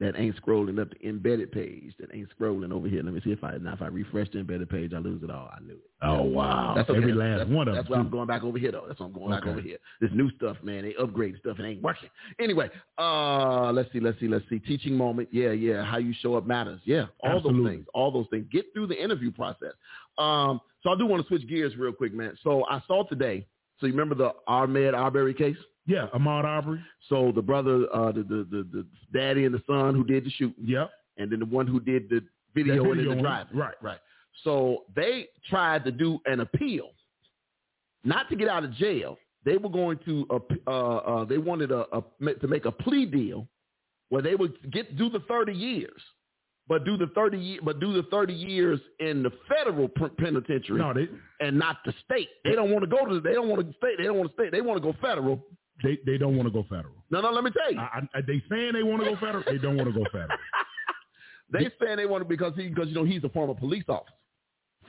Speaker 3: that ain't scrolling up. The embedded page that ain't scrolling over here. Let me see if I now if I refresh the embedded page, I lose it all. I knew it.
Speaker 4: Oh wow.
Speaker 3: That's okay.
Speaker 4: Every
Speaker 3: That's-
Speaker 4: last
Speaker 3: that's,
Speaker 4: one of
Speaker 3: That's why I'm
Speaker 4: them.
Speaker 3: going back over here though. That's why I'm going back
Speaker 4: Okay.
Speaker 3: over here. This new stuff, man. They upgrade stuff. It ain't working. Anyway, uh, let's see, let's see, let's see. Teaching moment. Yeah, yeah. How you show up matters. Yeah, all
Speaker 4: Absolutely.
Speaker 3: those things. All those things. Get through the interview process. Um, so I do want to switch gears real quick, man. So I saw today. So you remember the Ahmed Arbery case?
Speaker 4: Yeah, Ahmad Aubrey.
Speaker 3: So the brother, uh, the, the the the daddy and the son who did the shooting,
Speaker 4: Yep.
Speaker 3: and then the one who did the
Speaker 4: That
Speaker 3: video, and then
Speaker 4: video
Speaker 3: the
Speaker 4: one.
Speaker 3: driving.
Speaker 4: Right, right.
Speaker 3: So they tried to do an appeal, not to get out of jail. They were going to uh, uh, uh, they wanted a, a ma- to make a plea deal where they would get do the thirty years, but do the thirty ye- but do the thirty years in the federal p- penitentiary
Speaker 4: No, they
Speaker 3: and not the state. They don't want to go to they don't want to state they don't want to state they want to go federal.
Speaker 4: they, they don't want to go federal.
Speaker 3: No, no, let me tell you.
Speaker 4: I, I, they saying they want to go federal. They don't want to go federal.
Speaker 3: they saying they want to because he because you know he's a former police officer.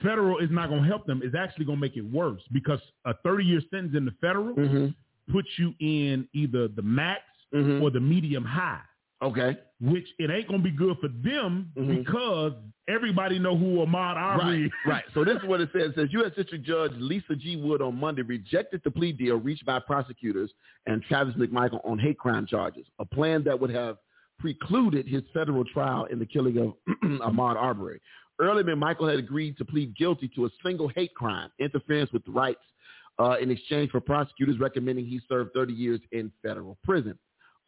Speaker 4: Federal is not going to help them. It's actually going to make it worse because a 30-year sentence in the federal
Speaker 3: Mm-hmm.
Speaker 4: puts you in either the max
Speaker 3: Mm-hmm.
Speaker 4: or the medium high.
Speaker 3: Okay.
Speaker 4: which it ain't gonna be good for them
Speaker 3: Mhm.
Speaker 4: because everybody know who Ahmad Aubrey
Speaker 3: Right,
Speaker 4: is.
Speaker 3: right. So this is what it says. It says U.S. District Judge Lisa G. Wood on Monday rejected the plea deal reached by prosecutors and Travis McMichael on hate crime charges, a plan that would have precluded his federal trial in the killing of Ahmaud Arbery. Earlier, McMichael had agreed to plead guilty to a single hate crime, interference with rights, uh, in exchange for prosecutors recommending he serve 30 years in federal prison.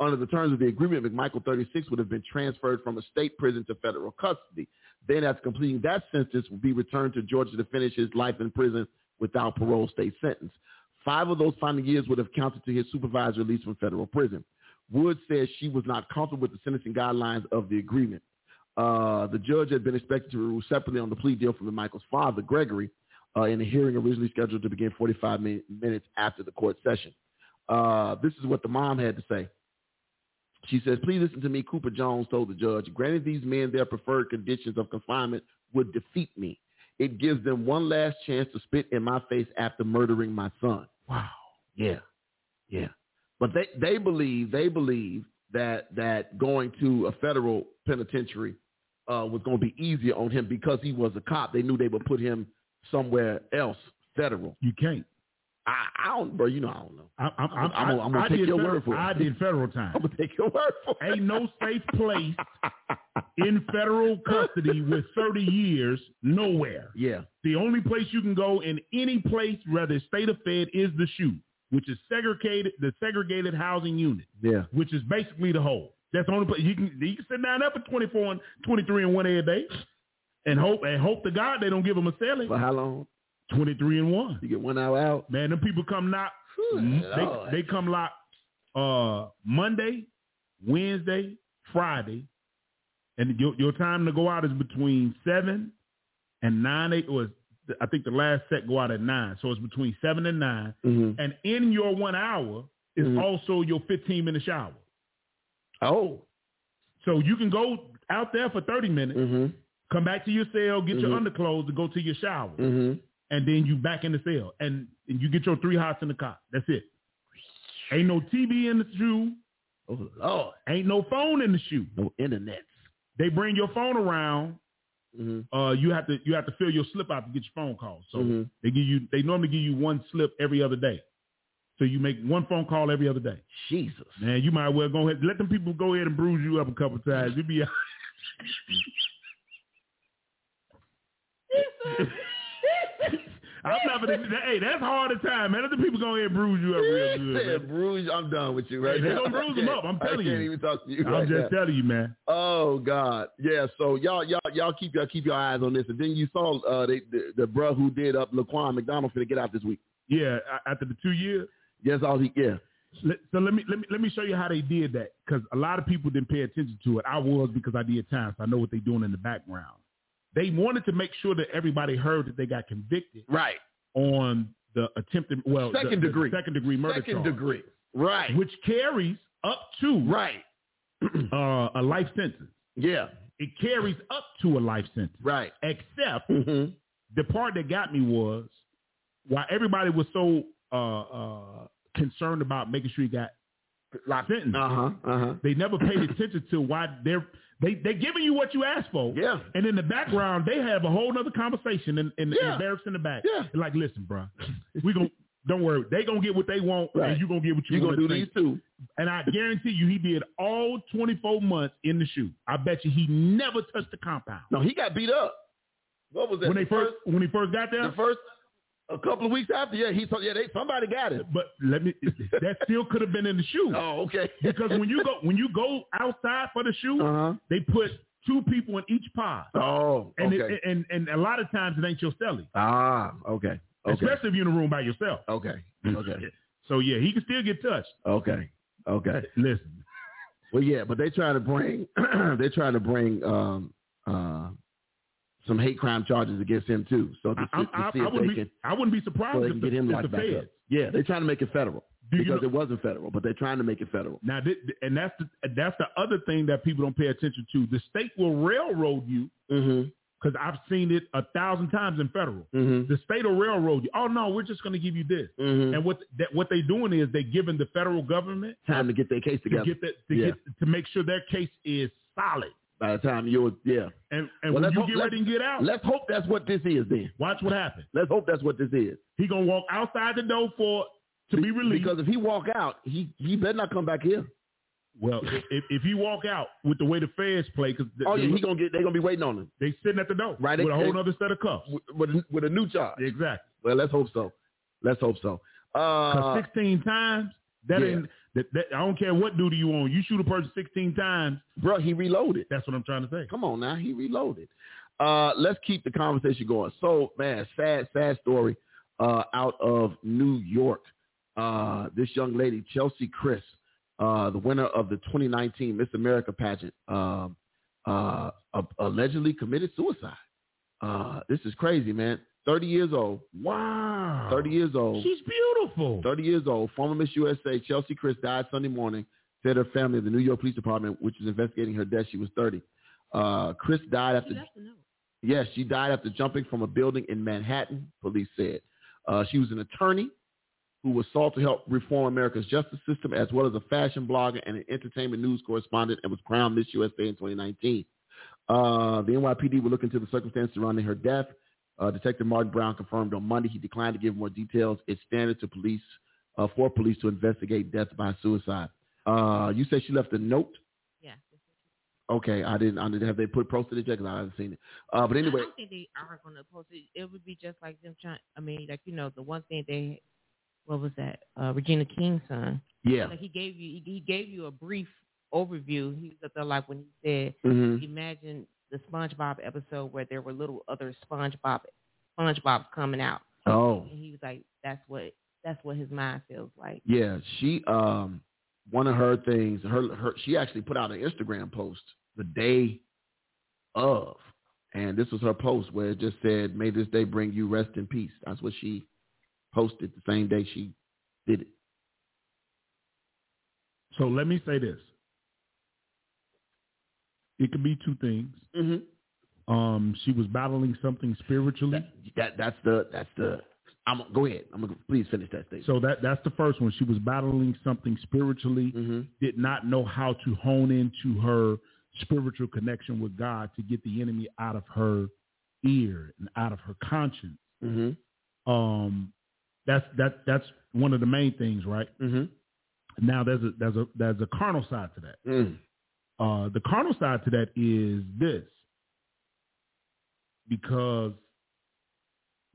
Speaker 3: Under the terms of the agreement, McMichael 36 would have been transferred from a state prison to federal custody. Then, after completing that sentence, would be returned to Georgia to finish his life in prison without parole state sentence. Five of those final years would have counted to his supervised release from federal prison. Wood says she was not comfortable with the sentencing guidelines of the agreement. Uh, the judge had been expected to rule separately on the plea deal from Michael's father, Gregory, uh, in a hearing originally scheduled to begin 45 min- minutes after the court session. Uh, this is what the mom had to say. She says, please listen to me. Cooper Jones told the judge, granting these men their preferred conditions of confinement would defeat me. It gives them one last chance to spit in my face after murdering my son. Wow. Yeah. Yeah. But they, they believe, they believe that, that going to a federal penitentiary uh, was going to be easier on him because he was a cop. They knew they would put him somewhere else federal.
Speaker 4: You can't.
Speaker 3: I, I don't, bro, you know, I don't know.
Speaker 4: I, I'm, I'm,
Speaker 3: I'm gonna- I'm gonna
Speaker 4: I
Speaker 3: take
Speaker 4: did
Speaker 3: your
Speaker 4: federal,
Speaker 3: word for it.
Speaker 4: I did federal time.
Speaker 3: I'm going to take your word for it.
Speaker 4: Ain't no safe place in federal custody with 30 years nowhere.
Speaker 3: Yeah.
Speaker 4: The only place you can go in any place, whether it's state or fed, is the shoe, which is segregated, the segregated housing unit,
Speaker 3: Yeah.
Speaker 4: which is basically the hole. That's the only place you can you can sit down there for 24 and 23 and one every day, and hope and hope to God they don't give them a selling.
Speaker 3: For how long?
Speaker 4: 23 and one,
Speaker 3: You get one hour out.
Speaker 4: man. Them people come knock.
Speaker 3: Lord.
Speaker 4: They, they come lock uh, Monday, Wednesday, Friday, and your, your time to go out is between seven and nine. Eight was I think the last set go out at nine, so it's between seven and nine.
Speaker 3: Mhm.
Speaker 4: And in your one hour is
Speaker 3: Mhm.
Speaker 4: also your fifteen minute shower.
Speaker 3: Oh.
Speaker 4: So you can go out there for thirty minutes,
Speaker 3: Mhm.
Speaker 4: come back to your cell, get your
Speaker 3: Mhm.
Speaker 4: underclothes, and go to your shower,
Speaker 3: Mhm.
Speaker 4: and then you back in the cell, and, and you get your three hots in the cot. That's it. Ain't no TV in the shoe.
Speaker 3: Oh Lord.
Speaker 4: Ain't no phone in the shoe.
Speaker 3: No internet.
Speaker 4: They bring your phone around.
Speaker 3: Mhm.
Speaker 4: Uh, you have to you have to fill your slip out to get your phone call. So
Speaker 3: Mhm.
Speaker 4: they give you they normally give you one slip every other day. So you make one phone call every other day.
Speaker 3: Jesus.
Speaker 4: Man, you might well go ahead let them people go ahead and bruise you up a couple times. You be I'm not gonna hey, that's hard to time, man. Let the people go ahead and bruise you up real good.
Speaker 3: Yeah,
Speaker 4: man.
Speaker 3: Bruce, I'm done with you right
Speaker 4: Hey, they
Speaker 3: now.
Speaker 4: gonna bruise 'em
Speaker 3: I
Speaker 4: up, I'm
Speaker 3: can't-
Speaker 4: telling
Speaker 3: I can't
Speaker 4: you.
Speaker 3: even talk to you.
Speaker 4: I'm
Speaker 3: right
Speaker 4: just
Speaker 3: now.
Speaker 4: telling you, man.
Speaker 3: Oh God, yeah. So y'all, y'all, y'all keep y'all keep your eyes on this. And then you saw uh, they, the the bruh who did up Laquan McDonald finna get out this week.
Speaker 4: Yeah, a- after the two years.
Speaker 3: Yes, all he. Yeah.
Speaker 4: Let- So let me let me let me show you how they did that because a lot of people didn't pay attention to it. I was because I did time, so I know what they're doing in the background. They wanted to make sure that everybody heard that they got convicted
Speaker 3: Right.
Speaker 4: on the attempted well the-
Speaker 3: Second
Speaker 4: the
Speaker 3: degree.
Speaker 4: second degree murder
Speaker 3: Second
Speaker 4: charge,
Speaker 3: degree. Right.
Speaker 4: which carries up to
Speaker 3: Right.
Speaker 4: uh, a life sentence.
Speaker 3: Yeah.
Speaker 4: It carries up to a life sentence,
Speaker 3: Right.
Speaker 4: except
Speaker 3: hmm
Speaker 4: the part that got me was why everybody was so uh, uh, concerned about making sure he got life sentence.
Speaker 3: Uh huh. Uh huh.
Speaker 4: They never paid attention to why they're they they giving you what you asked for.
Speaker 3: Yeah.
Speaker 4: And in the background, they have a whole nother conversation in, in, in
Speaker 3: Yeah.
Speaker 4: the barracks in the back.
Speaker 3: Yeah.
Speaker 4: They're Like, listen, bro, we gonna don't worry. They gonna get what they want,
Speaker 3: Right.
Speaker 4: and you gonna get what you,
Speaker 3: You gonna do
Speaker 4: want.
Speaker 3: these two?
Speaker 4: And I guarantee you, he did all 24 months in the shoe. I bet you he never touched the compound
Speaker 3: No, he got beat up. What was that?
Speaker 4: when they
Speaker 3: the
Speaker 4: first when he first got there.
Speaker 3: the first a couple of weeks after, yeah, he told yeah, they somebody got him.
Speaker 4: but let me, that still could have been in the shoe
Speaker 3: Oh, okay.
Speaker 4: because when you go when you go outside for the shoe,
Speaker 3: Uh
Speaker 4: they put two people in each pod.
Speaker 3: huh. Oh,
Speaker 4: And,
Speaker 3: okay.
Speaker 4: it, and and a lot of times it ain't your celly,
Speaker 3: ah, okay. Okay.
Speaker 4: especially if you're in a room by yourself.
Speaker 3: Okay. Okay.
Speaker 4: So yeah, he can still get touched.
Speaker 3: Okay. Okay.
Speaker 4: Listen,
Speaker 3: Well, yeah, but they try to bring they try to bring um uh some hate crime charges against him too. So to,
Speaker 4: I,
Speaker 3: see-
Speaker 4: I,
Speaker 3: to
Speaker 4: I,
Speaker 3: see
Speaker 4: I
Speaker 3: if they
Speaker 4: wouldn't be
Speaker 3: can
Speaker 4: I wouldn't be
Speaker 3: so
Speaker 4: surprised
Speaker 3: they
Speaker 4: if
Speaker 3: can
Speaker 4: the,
Speaker 3: get him
Speaker 4: if the
Speaker 3: locked back up.
Speaker 4: feds.
Speaker 3: Yeah, they're trying to make it federal
Speaker 4: Do you
Speaker 3: because
Speaker 4: know-
Speaker 3: it wasn't federal, but they're trying to make it federal.
Speaker 4: Now, thi- and that's the, that's the other thing that people don't pay attention to. The state will railroad you
Speaker 3: Mm-hmm.
Speaker 4: because I've seen it a thousand times in federal.
Speaker 3: Mm-hmm.
Speaker 4: The state will railroad you. Oh no, we're just going to give you this.
Speaker 3: Mm-hmm.
Speaker 4: And what that what they're doing is they're giving the federal government
Speaker 3: Time to get their case
Speaker 4: to
Speaker 3: together.
Speaker 4: get that to
Speaker 3: Yeah.
Speaker 4: get to make sure their case is solid.
Speaker 3: By the time you're yeah,
Speaker 4: And and
Speaker 3: Well,
Speaker 4: when
Speaker 3: let's
Speaker 4: you
Speaker 3: hope-
Speaker 4: get
Speaker 3: let's-
Speaker 4: ready and get out,
Speaker 3: let's hope that's what this is then.
Speaker 4: watch what happens.
Speaker 3: Let's hope that's what this is.
Speaker 4: He gonna walk outside the door for to be released.
Speaker 3: Because if he walk out, he he better not come back here.
Speaker 4: well, if, if he walk out with the way the feds play, because
Speaker 3: Oh yeah, he gonna get. They gonna be waiting on him
Speaker 4: they sitting at the door
Speaker 3: Right,
Speaker 4: with a
Speaker 3: they-
Speaker 4: whole other set of cuffs.
Speaker 3: with- with with a new charge.
Speaker 4: Exactly.
Speaker 3: Well, let's hope so. Let's hope so.
Speaker 4: 'Cause
Speaker 3: Uh,
Speaker 4: 16 times that
Speaker 3: yeah.
Speaker 4: ain't that, that I don't care what duty you on. You shoot a person 16 times.
Speaker 3: bro, he reloaded.
Speaker 4: That's what I'm trying to say.
Speaker 3: Come on now, he reloaded. Uh, let's keep the conversation going. So man, sad sad story uh, out of New York. Uh, this young lady, Chelsea Chris, uh, the winner of the 2019 Miss America pageant, um, uh, a- allegedly committed suicide. Uh, this is crazy, man. 30 years old.
Speaker 4: Wow.
Speaker 3: 30 years old.
Speaker 4: She's beautiful.
Speaker 3: 30 years old, former Miss USA Chelsea Chris died Sunday morning said her family of the New York Police Department, which was investigating her death. She was 30. Uh, Chris died
Speaker 1: She
Speaker 3: after
Speaker 1: left a note.
Speaker 3: Yes, she died after jumping from a building in Manhattan, police said. Uh, she was an attorney who was sought to help reform America's justice system, as well as a fashion blogger and an entertainment news correspondent, and was crowned Miss USA in 2019. Uh, the NYPD will look into the circumstances surrounding her death. Uh, Detective Martin Brown confirmed on Monday he declined to give more details. It's standard to police uh, for police to investigate deaths by suicide. Uh, you said she left a note.
Speaker 1: Yeah.
Speaker 3: Okay, I didn't. I didn't have they put posted it yet 'cause I haven't seen it. Uh, but anyway,
Speaker 1: I don't think they are going to post it. It would be just like them trying. I mean, like you know, the one thing they, what was that? Uh, Regina King's son.
Speaker 3: yeah.
Speaker 1: Like he gave you, he gave you a brief overview. He was up there like when he said,
Speaker 3: hmm
Speaker 1: imagine the SpongeBob episode where there were little other SpongeBob, SpongeBob coming out,
Speaker 3: Oh,
Speaker 1: and he was like, that's what, that's what his mind feels like.
Speaker 3: yeah. She um one of her things. Her her she actually put out an Instagram post the day of, and this was her post where it just said, "May this day bring you rest in peace." That's what she posted the same day she did it.
Speaker 4: So let me say this. It could be two things.
Speaker 3: Mm-hmm.
Speaker 4: Um, she was battling something spiritually.
Speaker 3: That, that that's the that's the. I'm go ahead. I'm gonna please finish that statement.
Speaker 4: So that that's the first one. She was battling something spiritually.
Speaker 3: mm-hmm.
Speaker 4: Did not know how to hone into her spiritual connection with God to get the enemy out of her ear and out of her conscience.
Speaker 3: Mm-hmm.
Speaker 4: Um, that's that that's one of the main things, right?
Speaker 3: Mm-hmm.
Speaker 4: Now there's a there's a there's a carnal side to that.
Speaker 3: Mm.
Speaker 4: Uh, the carnal side to that is this, because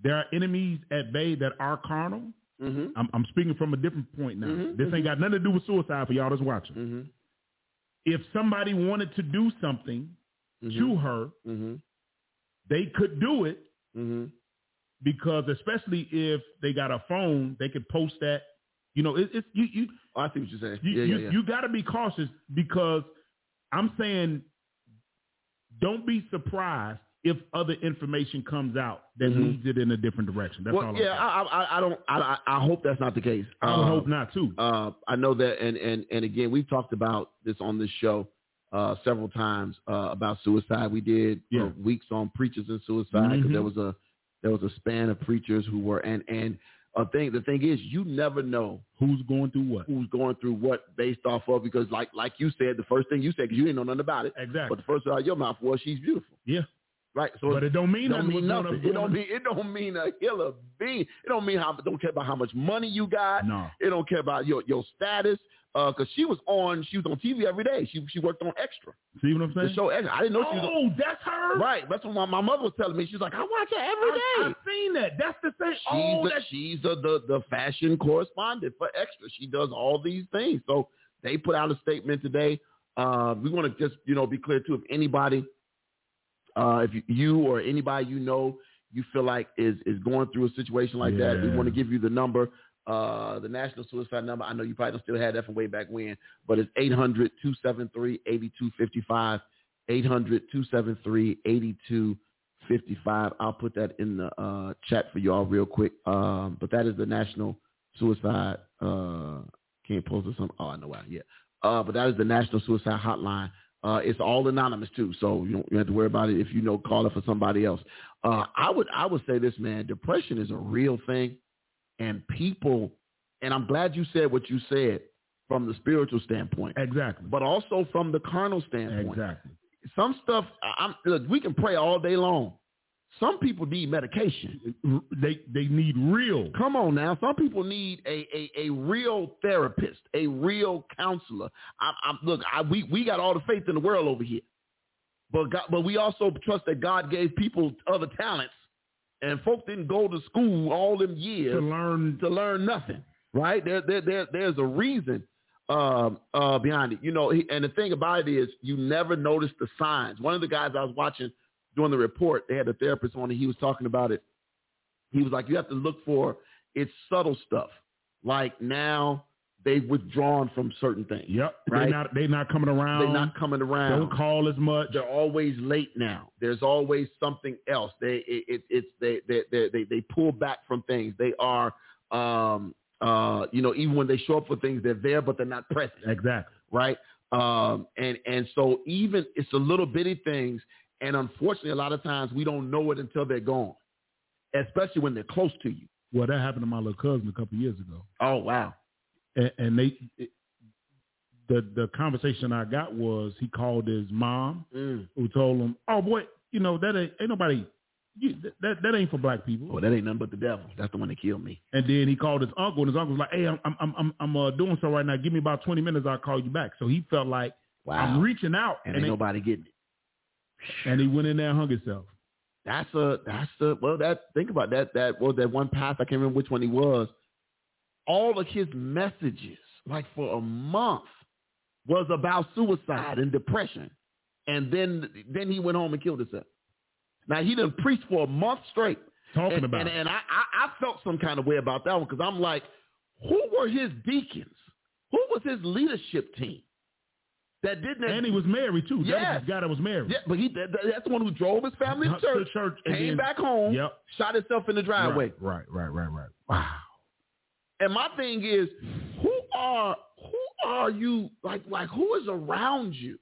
Speaker 4: there are enemies at bay that are carnal.
Speaker 3: Mm-hmm.
Speaker 4: I'm, I'm speaking from a different point now.
Speaker 3: Mhm,
Speaker 4: This ain't got nothing to do with suicide for y'all that's watching.
Speaker 3: Mm-hmm.
Speaker 4: If somebody wanted to do something to her,
Speaker 3: Mm-hmm.
Speaker 4: they could do it
Speaker 3: Mm-hmm.
Speaker 4: because, especially if they got a phone, they could post that. You know, it, it's you you
Speaker 3: Oh, I see what you're saying.
Speaker 4: you,
Speaker 3: yeah,
Speaker 4: you,
Speaker 3: yeah, yeah.
Speaker 4: you got to be cautious because I'm saying don't be surprised if other information comes out that
Speaker 3: Mhm.
Speaker 4: leads it in a different direction. That's all.
Speaker 3: well,
Speaker 4: I'm
Speaker 3: yeah,
Speaker 4: saying.
Speaker 3: I, I, I don't. I, I I hope that's not the case.
Speaker 4: I, would
Speaker 3: Uh,
Speaker 4: hope not too.
Speaker 3: uh, I know that, and, and, and again, we've talked about this on this show uh, several times uh, about suicide. We did for
Speaker 4: Yeah.
Speaker 3: weeks on preachers and suicide 'cause
Speaker 4: Mhm.
Speaker 3: there was a there was a span of preachers who were and and a thing. The thing is, you never know
Speaker 4: Who's going through what?
Speaker 3: who's going through what based off of because, like like you said, the first thing you said 'cause you didn't know nothing about it,
Speaker 4: Exactly.
Speaker 3: but the first thing out of your mouth was she's beautiful.
Speaker 4: Yeah.
Speaker 3: Right. So
Speaker 4: But it don't mean
Speaker 3: it don't
Speaker 4: nothing.
Speaker 3: mean
Speaker 4: what's going
Speaker 3: nothing.
Speaker 4: up-
Speaker 3: It don't mean it don't mean a hill of bean. It don't mean how don't care about how much money you got.
Speaker 4: No.
Speaker 3: It don't care about your your status. Uh, cause she was on she was on TV every day. She she worked on Extra,
Speaker 4: See what I'm
Speaker 3: the
Speaker 4: saying?
Speaker 3: show Extra. I didn't know she was
Speaker 4: oh, that's her.
Speaker 3: on, right. That's what my, my mother was telling me. She was like, I watch her every
Speaker 4: I,
Speaker 3: day.
Speaker 4: have seen that. That's the thing.
Speaker 3: She's
Speaker 4: Oh,
Speaker 3: a,
Speaker 4: that's
Speaker 3: she's a, the the fashion correspondent for Extra. She does all these things. So they put out a statement today. Uh, we want to just you know be clear too. If anybody, uh, if you- you or anybody you know you feel like is is going through a situation like that, we
Speaker 4: Yeah.
Speaker 3: want to give you the number. Uh, the national suicide number. I know you probably don't still had that from way back when, but it's 800-273-8255. 800-273-8255. 55. I'll put that in the uh, chat for y'all real quick. Um, but that is the National Suicide. Uh, can't post or something. Oh, I know why. Yeah. Uh, but that is the National Suicide Hotline. Uh, it's all anonymous too, so you don't you don't have to worry about it if you know calling for somebody else. Uh, I would I would say this, man. Depression is a real thing, and people. And I'm glad you said what you said from the spiritual standpoint,
Speaker 4: exactly.
Speaker 3: but also from the carnal standpoint
Speaker 4: Exactly.
Speaker 3: some stuff I- I'm look, we can pray all day long. Some people need medication.
Speaker 4: They they need real.
Speaker 3: Come on now. Some people need a a, a real therapist, a real counselor. I, I'm look, I, we we got all the faith in the world over here, but God, but we also trust that God gave people other talents, and folk didn't go to school all them
Speaker 4: To
Speaker 3: years
Speaker 4: learn
Speaker 3: to learn nothing, right? There, there, there there's a reason um, uh, behind it, you know. He, and the thing about it is, you never notice the signs. One of the guys I was watching doing the report, they had a therapist on, and he was talking about it. He was like, you have to look for it's subtle stuff, like now they've withdrawn from certain things.
Speaker 4: Yep.
Speaker 3: Right.
Speaker 4: They not they not coming around.
Speaker 3: They're not coming around
Speaker 4: don't call as much.
Speaker 3: they're always late now. There's always something else. They it, it, it's they they, they they they pull back from things. They are um uh you know even when they show up for things they're there but they're not present.
Speaker 4: Exactly.
Speaker 3: right? Um, and and so even it's the little bitty things, and unfortunately, a lot of times we don't know it until they're gone, especially when they're close to you.
Speaker 4: Well, that happened to my little cousin a couple years ago,
Speaker 3: Oh wow,
Speaker 4: and, and they it, the the conversation I got was he called his mom
Speaker 3: mm.
Speaker 4: who told him, "Oh boy, you know that ain't, ain't nobody." You, that that ain't for black people.
Speaker 3: well that ain't nothing but the devil. That's the one that killed me.
Speaker 4: And then he called his uncle, and his uncle was like, "Hey, I'm I'm I'm I'm- I'm uh, doing so right now. Give me about twenty minutes. I'll call you back." So he felt like I'm
Speaker 3: Wow,
Speaker 4: reaching out,
Speaker 3: and
Speaker 4: and
Speaker 3: ain't
Speaker 4: they-
Speaker 3: nobody getting it.
Speaker 4: and he went in there and hung himself.
Speaker 3: That's a that's a well that think about that that well that one pass I can't remember which one he was. All of his messages, like for a month, was about suicide and depression, and then then he went home and killed himself. Now he didn't preach for a month straight,
Speaker 4: Talking
Speaker 3: and,
Speaker 4: about
Speaker 3: and,
Speaker 4: it.
Speaker 3: and I, I I felt some kind of way about that one because I'm like, who were his deacons? Who was his leadership team that didn't?
Speaker 4: and he was married too. That
Speaker 3: Yes.
Speaker 4: was the guy that was married.
Speaker 3: yeah, but he that, that's the one who drove his family to
Speaker 4: Huh, to
Speaker 3: church,
Speaker 4: church and
Speaker 3: came
Speaker 4: then-
Speaker 3: back home
Speaker 4: Yep.
Speaker 3: shot himself in the driveway.
Speaker 4: Right, right, right, right, right. Wow.
Speaker 3: And my thing is, who are who are you like like who is around you?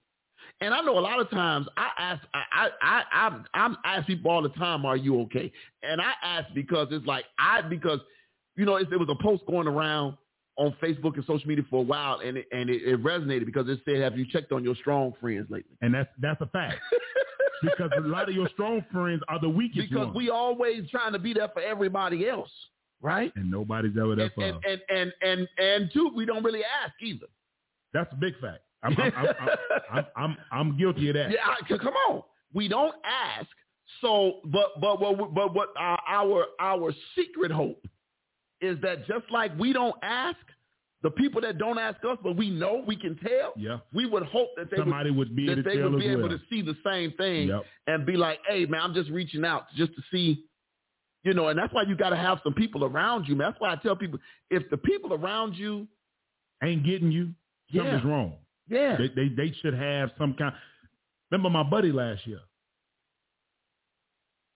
Speaker 3: And I know a lot of times I ask I I I I'm, I'm asked people all the time, are you okay? And I ask because it's like I because you know it's, it was a post going around on Facebook and social media for a while, and it, and it, it resonated because it said, have you checked on your strong friends lately?
Speaker 4: And that's that's a fact because a lot of your strong friends are the weakest
Speaker 3: Because
Speaker 4: ones,
Speaker 3: we always trying to be there for everybody else, right?
Speaker 4: and nobody's ever there
Speaker 3: And
Speaker 4: for.
Speaker 3: and,
Speaker 4: us.
Speaker 3: and and and and two, we don't really ask either.
Speaker 4: That's a big fact. I'm I'm, I'm, I'm, I'm, I'm, I'm guilty of that.
Speaker 3: Yeah, I, c- come on. We don't ask. So, but but what but what our our our secret hope is that just like we don't ask, the people that don't ask us, but we know we can tell.
Speaker 4: Yeah.
Speaker 3: We would hope that they
Speaker 4: Somebody would be
Speaker 3: would,
Speaker 4: able
Speaker 3: that
Speaker 4: to
Speaker 3: they
Speaker 4: tell
Speaker 3: would
Speaker 4: as
Speaker 3: be able
Speaker 4: well.
Speaker 3: to see the same thing
Speaker 4: Yep.
Speaker 3: and be like, "Hey, man, I'm just reaching out just to see." You know, and that's why you got to have some people around you. Man. That's why I tell people if the people around you,
Speaker 4: Ain't getting you.
Speaker 3: yeah,
Speaker 4: Something's wrong.
Speaker 3: yeah,
Speaker 4: They, they they should have some kind. Remember my buddy last year.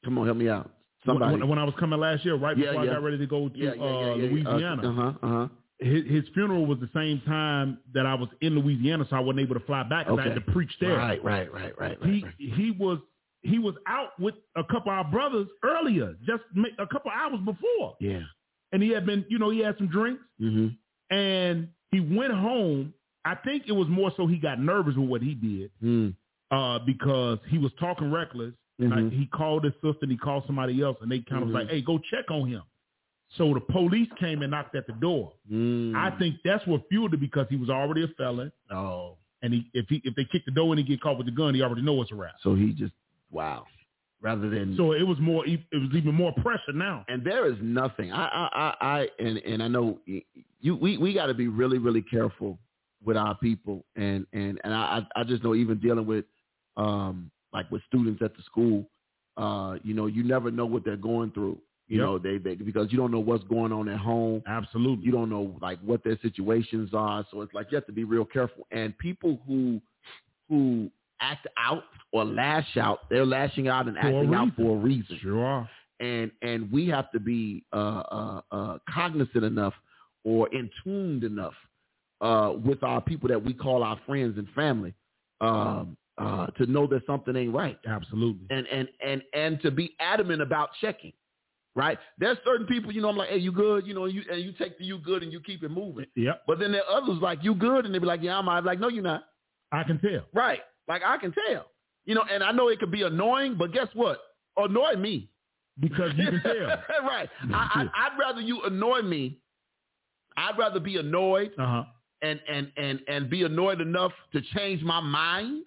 Speaker 3: come on, help me out,
Speaker 4: When-
Speaker 3: somebody.
Speaker 4: When, when I was coming last year, right
Speaker 3: Yeah,
Speaker 4: before
Speaker 3: yeah.
Speaker 4: I got ready to go to
Speaker 3: yeah, yeah, yeah,
Speaker 4: uh,
Speaker 3: yeah,
Speaker 4: Louisiana,
Speaker 3: Uh huh, uh huh.
Speaker 4: his, his funeral was the same time that I was in Louisiana, so I wasn't able to fly back 'cause I had
Speaker 3: Okay.
Speaker 4: to preach there.
Speaker 3: Right, right, right, right, right.
Speaker 4: he
Speaker 3: right.
Speaker 4: he was he was out with a couple of our brothers earlier, just ma- a couple hours before,
Speaker 3: Yeah.
Speaker 4: and he had been you know he had some drinks
Speaker 3: Mm-hmm.
Speaker 4: and he went home. I think it was more so he got nervous with what he did
Speaker 3: Mm.
Speaker 4: uh, because he was talking reckless. Like,
Speaker 3: Mhm.
Speaker 4: he called his sister and he called somebody else, and they kind of
Speaker 3: Mhm.
Speaker 4: was like, "Hey, go check on him." So the police came and knocked at the door.
Speaker 3: Mm.
Speaker 4: I think that's what fueled it because he was already a felon,
Speaker 3: Oh.
Speaker 4: and he if he if they kick the door and he get caught with the gun, he already know it's a wrap.
Speaker 3: So he just wow. Rather than
Speaker 4: So it was more e-, it was even more pressure now.
Speaker 3: and there is nothing. I I I, I and and I know y- you. We we got to be really really careful with our people. And and and I I I just know even dealing with um like with students at the school, uh you know you never know what they're going through. You
Speaker 4: Yep.
Speaker 3: know they they because you don't know what's going on at home.
Speaker 4: Absolutely.
Speaker 3: you don't know like what their situations are so it's like you have to be real careful and people who who act out or lash out they're lashing out and
Speaker 4: a
Speaker 3: acting out
Speaker 4: reason.
Speaker 3: for a reason
Speaker 4: Sure are.
Speaker 3: and and we have to be uh, uh, uh, cognizant enough or in tuned enough uh, with our people that we call our friends and family um, uh, to know that something ain't right
Speaker 4: Absolutely.
Speaker 3: and and and and to be adamant about checking right there's certain people you know i'm like hey you good you know you and you take the you good and you keep it moving
Speaker 4: Yep.
Speaker 3: but then there are others like you good and they be like yeah i'm all right." like no you're not
Speaker 4: I can tell.
Speaker 3: right like i can tell you know and i know it could be annoying but guess what annoy me
Speaker 4: Because you can tell.
Speaker 3: right I, I i'd rather you annoy me i'd rather be annoyed
Speaker 4: Uh-huh.
Speaker 3: and and and and be annoyed enough to change my mind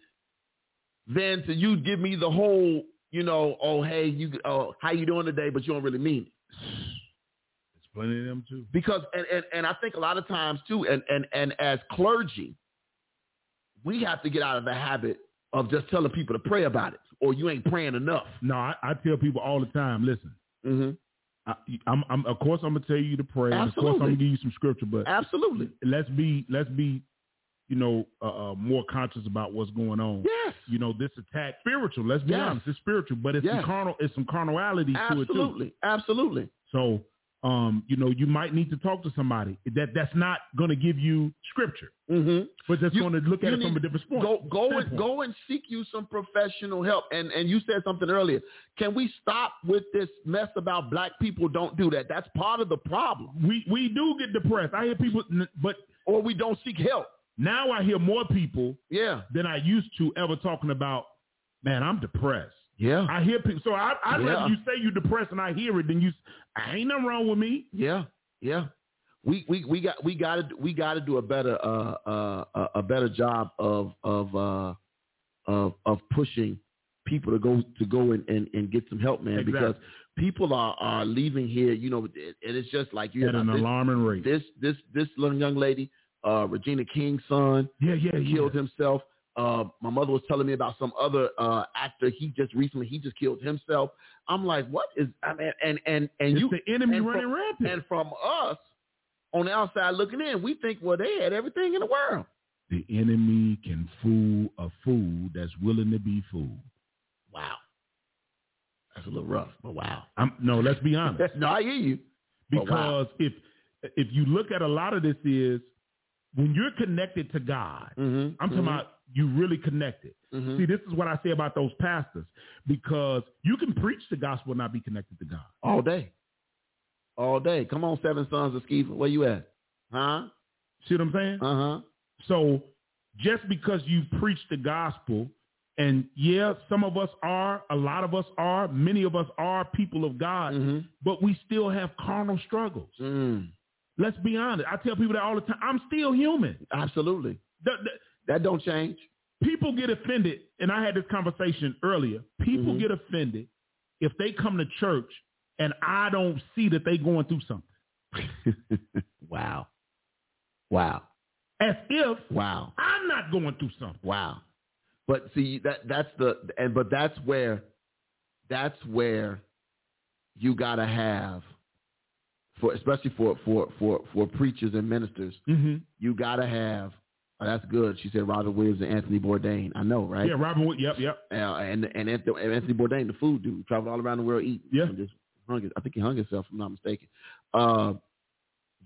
Speaker 3: than to you give me the whole you know oh hey you oh how you doing today but you don't really mean it
Speaker 4: There's plenty of them too.
Speaker 3: because and and, and i think a lot of times too and and and as clergy we have to get out of the habit of just telling people to pray about it or you ain't praying enough
Speaker 4: No, I, I tell people all the time, listen,
Speaker 3: mm-hmm.
Speaker 4: I, I'm, I'm, of course I'm gonna tell you to pray. and Of course I'm
Speaker 3: Absolutely.
Speaker 4: gonna give you some scripture, but
Speaker 3: absolutely
Speaker 4: let's be let's be, you know, uh, uh, more conscious about what's going on.
Speaker 3: yes
Speaker 4: You know, this attack spiritual. Let's be
Speaker 3: Yes.
Speaker 4: honest, it's spiritual, but it's
Speaker 3: Yes.
Speaker 4: some carnal, it's some carnality to it too.
Speaker 3: absolutely absolutely
Speaker 4: So um, you know, you might need to talk to somebody. That that's not going to give you scripture,
Speaker 3: Mm-hmm.
Speaker 4: but that's
Speaker 3: You-
Speaker 4: going to look at
Speaker 3: you
Speaker 4: it from
Speaker 3: need-
Speaker 4: a different point.
Speaker 3: Go go and
Speaker 4: Standpoint.
Speaker 3: go and seek you some professional help. And and you said something earlier. Can we stop with this mess about black people don't do that? That's part of the problem.
Speaker 4: We we do get depressed. I hear people, n- but
Speaker 3: Or we don't seek help.
Speaker 4: now I hear more people
Speaker 3: Yeah.
Speaker 4: than I used to ever talking about. Man, I'm depressed.
Speaker 3: Yeah.
Speaker 4: I hear people. So I I would
Speaker 3: Yeah.
Speaker 4: rather you say you're depressed and I hear it than you. s- Ain't nothing wrong with me.
Speaker 3: Yeah, yeah. We we we got we got to we got to do a better uh, uh uh, a better job of of uh of of pushing people to go to go and and, and get some help, man.
Speaker 4: Exactly.
Speaker 3: Because people are are leaving here, you know, and it's just like you
Speaker 4: At an
Speaker 3: know
Speaker 4: alarming rate.
Speaker 3: this this this little young lady, uh Regina King's son,
Speaker 4: yeah, yeah, yeah.
Speaker 3: killed himself. Uh, my mother was telling me about some other uh, actor. He just recently he just killed himself. I'm like, what is? I mean, and and and
Speaker 4: It's
Speaker 3: you
Speaker 4: the enemy
Speaker 3: and
Speaker 4: running rampant.
Speaker 3: and from us on the outside looking in, we think, well, they had everything in the world.
Speaker 4: the enemy can fool a fool that's willing to be fooled.
Speaker 3: Wow. That's a little rough, but wow.
Speaker 4: I'm, no, let's be honest.
Speaker 3: no, I hear you.
Speaker 4: because
Speaker 3: But Oh, wow.
Speaker 4: if if you look at a lot of this is when you're connected to God,
Speaker 3: Mm-hmm.
Speaker 4: I'm talking about you really connected. See, this is what I say about those pastors because you can preach the gospel and not be connected to God.
Speaker 3: all day. All day. Come on, Seven Sons of Skeever. Where you at? Huh?
Speaker 4: See what I'm saying?
Speaker 3: Uh-huh.
Speaker 4: So just because you preach the gospel, and yeah, some of us are, a lot of us are, many of us are people of God,
Speaker 3: Mm-hmm.
Speaker 4: but we still have carnal struggles.
Speaker 3: Mm.
Speaker 4: Let's be honest. I tell people that all the time. I'm still human.
Speaker 3: Absolutely.
Speaker 4: The- the-
Speaker 3: That don't change.
Speaker 4: people get offended, and I had this conversation earlier. People
Speaker 3: Mhm.
Speaker 4: get offended if they come to church and I don't see that they going through something.
Speaker 3: wow. Wow.
Speaker 4: As if
Speaker 3: Wow.
Speaker 4: I'm not going through something.
Speaker 3: Wow. But see that that's the and but that's where that's where you gotta have for especially for for for for preachers and ministers,
Speaker 4: Mm-hmm.
Speaker 3: you gotta have oh, that's good. She said Robert Williams and Anthony Bourdain. I know, right?
Speaker 4: Yeah, Robin Wood. Yep, yep.
Speaker 3: Uh, and and Anthony, and Anthony Bourdain, the food dude, traveled all around the world eating.
Speaker 4: Yeah.
Speaker 3: And just hung his- I think he hung himself, if I'm not mistaken. Uh,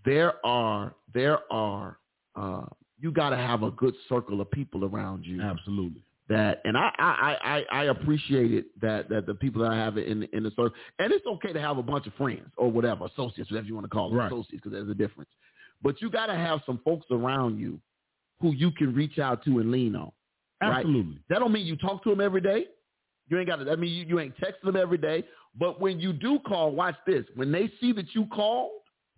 Speaker 3: there are there are uh, you gotta have a good circle of people around you
Speaker 4: Absolutely.
Speaker 3: that and I I, I, I I appreciate it that that the people that I have in in the circle and it's okay to have a bunch of friends or whatever associates whatever you want to call them
Speaker 4: Right.
Speaker 3: associates because there's a difference, but you got to have some folks around you who you can reach out to and lean on. Right.
Speaker 4: Absolutely.
Speaker 3: That don't mean you talk to them every day. You ain't got to. That mean you, you ain't texting them every day. But when you do call, watch this. When they see that you called,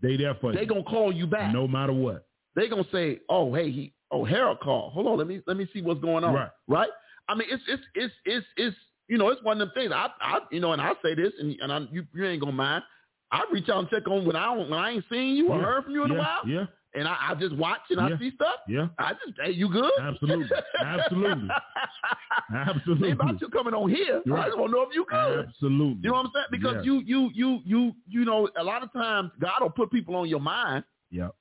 Speaker 4: They there for
Speaker 3: they
Speaker 4: you,
Speaker 3: gonna call you back.
Speaker 4: no matter what.
Speaker 3: They gonna say, "Oh, hey, he, oh, Harold called. Hold on, let me let me see what's going on."
Speaker 4: Right.
Speaker 3: right? I mean, it's it's it's it's it's you know, it's one of them things. I I you know, and I say this, and and I, you you ain't gonna mind. I reach out and check on when I don't, when I ain't seen you or
Speaker 4: Yeah.
Speaker 3: heard from you in a
Speaker 4: yeah,
Speaker 3: while,
Speaker 4: yeah,
Speaker 3: and I, I just watch and
Speaker 4: Yeah.
Speaker 3: I see stuff.
Speaker 4: yeah.
Speaker 3: I just hey, you good?
Speaker 4: Absolutely. Absolutely.
Speaker 3: Ain't about
Speaker 4: Absolutely.
Speaker 3: you coming on here.
Speaker 4: Right.
Speaker 3: I just want to know if you good.
Speaker 4: Absolutely.
Speaker 3: You know what I'm saying? Because
Speaker 4: Yes.
Speaker 3: you you you you you know, a lot of times God will put people on your mind
Speaker 4: Yep.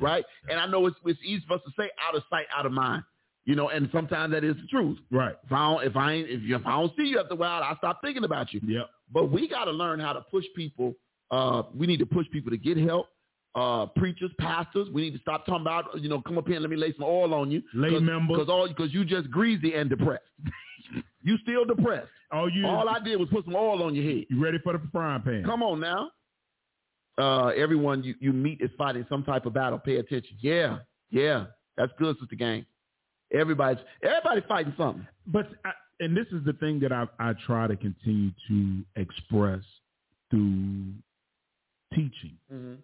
Speaker 3: right? And I know it's, it's easy for us to say out of sight, out of mind, you know. And sometimes that is the truth.
Speaker 4: Right.
Speaker 3: If I don't, if I ain't, if, you, if I don't see you after a while, I stop thinking about you.
Speaker 4: Yep.
Speaker 3: But we got to learn how to push people. Uh, we need to push people to get help. Uh, preachers, pastors, we need to stop talking about you know, come up here and let me lay some oil on you,
Speaker 4: Lay members.
Speaker 3: because all because you just greasy and depressed. you still depressed.
Speaker 4: All Oh, you
Speaker 3: All I did was put some oil on your head.
Speaker 4: you ready for the frying pan?
Speaker 3: Come on now. Uh, everyone you, you meet is fighting some type of battle. Pay attention. Yeah, yeah. That's good, Sister Gang. Everybody's everybody fighting something.
Speaker 4: But I, and this is the thing that I I try to continue to express through teaching.
Speaker 3: Mm-hmm.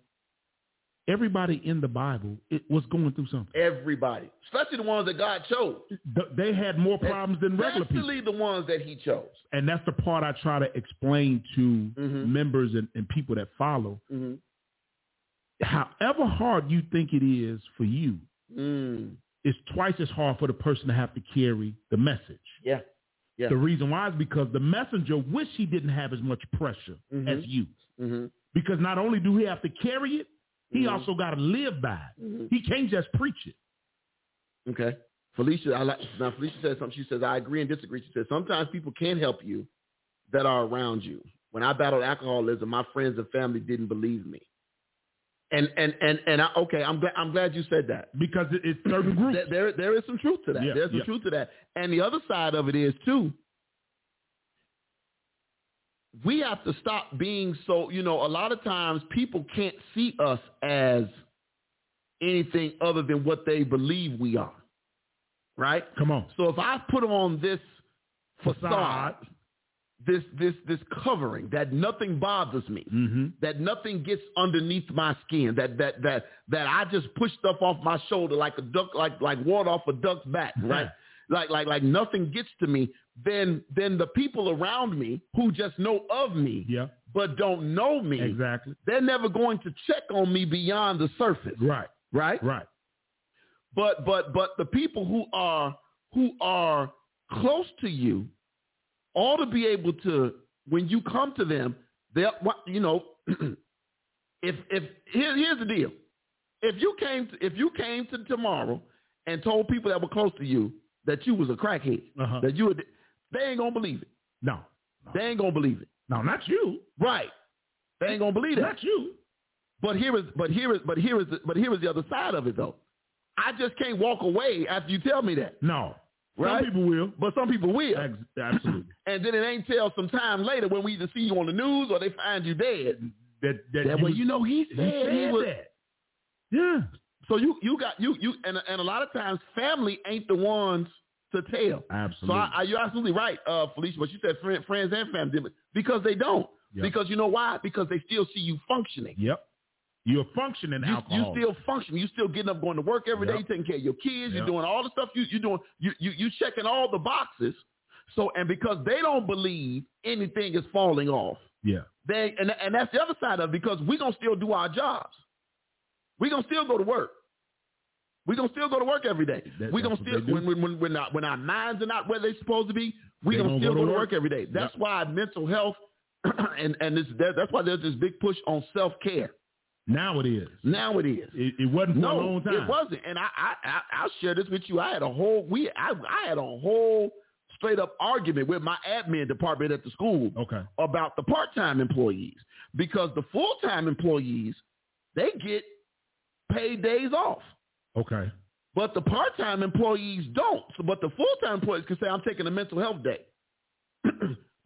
Speaker 4: Everybody in the Bible it was going through something.
Speaker 3: Everybody. Especially the ones that God chose.
Speaker 4: Th- They had more problems than regular people,
Speaker 3: Especially the ones that he chose.
Speaker 4: and that's the part I try to explain to
Speaker 3: Mhm.
Speaker 4: members and, and people that follow.
Speaker 3: Mm-hmm.
Speaker 4: However hard you think it is for you,
Speaker 3: Mm.
Speaker 4: it's twice as hard for the person to have to carry the message.
Speaker 3: Yeah. Yeah.
Speaker 4: The reason why is because the messenger wish he didn't have as much pressure
Speaker 3: Mhm.
Speaker 4: as you.
Speaker 3: Mm-hmm.
Speaker 4: Because not only do he have to carry it, he
Speaker 3: Mhm.
Speaker 4: also got to live by it.
Speaker 3: Mm-hmm.
Speaker 4: He can't just preach it.
Speaker 3: Okay. Felicia, I like now Felicia said something. She says, I agree and disagree. She says sometimes people can help you that are around you. When I battled alcoholism, my friends and family didn't believe me. And and and and I, okay, I'm glad I'm glad you said that.
Speaker 4: because it, it's certain groups.
Speaker 3: There- There there is some truth to that.
Speaker 4: Yeah,
Speaker 3: There's some
Speaker 4: yeah.
Speaker 3: truth to that. And the other side of it is too. We have to stop being so, you know, a lot of times people can't see us as anything other than what they believe we are. Right?
Speaker 4: Come on.
Speaker 3: So if I put on this facade, this this this covering that nothing bothers me,
Speaker 4: Mm-hmm.
Speaker 3: that nothing gets underneath my skin, that that that that I just push stuff off my shoulder like a duck, like like water off a duck's back, right? like like like nothing gets to me. Then then the people around me who just know of me
Speaker 4: Yeah.
Speaker 3: but don't know me,
Speaker 4: Exactly.
Speaker 3: they're never going to check on me beyond the surface,
Speaker 4: Right.
Speaker 3: right?
Speaker 4: Right.
Speaker 3: But but but the people who are who are close to you ought to be able to when you come to them, they you know if if here, here's the deal. If you came to, if you came to tomorrow and told people that were close to you that you was a crackhead,
Speaker 4: Uh-huh.
Speaker 3: that you were, they ain't gonna believe it.
Speaker 4: No.
Speaker 3: They ain't gonna believe it.
Speaker 4: No, not you.
Speaker 3: Right. They ain't gonna believe that.
Speaker 4: Not you.
Speaker 3: But here is but here is but here is but here is the other side of it though. I just can't walk away after you tell me that.
Speaker 4: No.
Speaker 3: Right?
Speaker 4: Some people will.
Speaker 3: But some people will.
Speaker 4: Ex- absolutely.
Speaker 3: And then it ain't till some time later when we either see you on the news or they find you dead.
Speaker 4: That that,
Speaker 3: That
Speaker 4: you,
Speaker 3: way you know he
Speaker 4: he
Speaker 3: said he
Speaker 4: said
Speaker 3: was-
Speaker 4: that. Yeah.
Speaker 3: So you you got you you and and a lot of times family ain't the ones to tell. So
Speaker 4: Absolutely.
Speaker 3: I, I, you're absolutely right, uh, Felicia. But you said friend, friends and family but- because they don't.
Speaker 4: Yeah.
Speaker 3: Because you know why? Because they still see you functioning.
Speaker 4: yep. You're functioning
Speaker 3: You, you
Speaker 4: alcohol.
Speaker 3: still function. You still getting up, going to work every day,
Speaker 4: Yep.
Speaker 3: taking care of your kids. You're
Speaker 4: Yep.
Speaker 3: doing all the stuff you you're doing. You you you checking all the boxes. So and because they don't believe anything is falling off,
Speaker 4: yeah.
Speaker 3: they and and that's the other side of it because we gonna still do our jobs. We gonna still go to work. We gonna still go to work every day.
Speaker 4: That-
Speaker 3: we gonna
Speaker 4: that's what
Speaker 3: still
Speaker 4: they do.
Speaker 3: when when when when our, when our minds are not where they're supposed to be. We
Speaker 4: They
Speaker 3: gonna, still go to work. every day.
Speaker 4: Yep.
Speaker 3: That's why mental health and and this that, that's why there's this big push on self care.
Speaker 4: Now it is.
Speaker 3: Now it is.
Speaker 4: It, it wasn't for
Speaker 3: No,
Speaker 4: a long time.
Speaker 3: it wasn't. And I, I, I, I'll share this with you. I had a whole we, I, I had a whole straight up argument with my admin department at the school
Speaker 4: Okay.
Speaker 3: about the part time employees because the full time employees they get paid days off,
Speaker 4: Okay.
Speaker 3: but the part time employees don't. So, but the full time employees can say, "I'm taking a mental health day."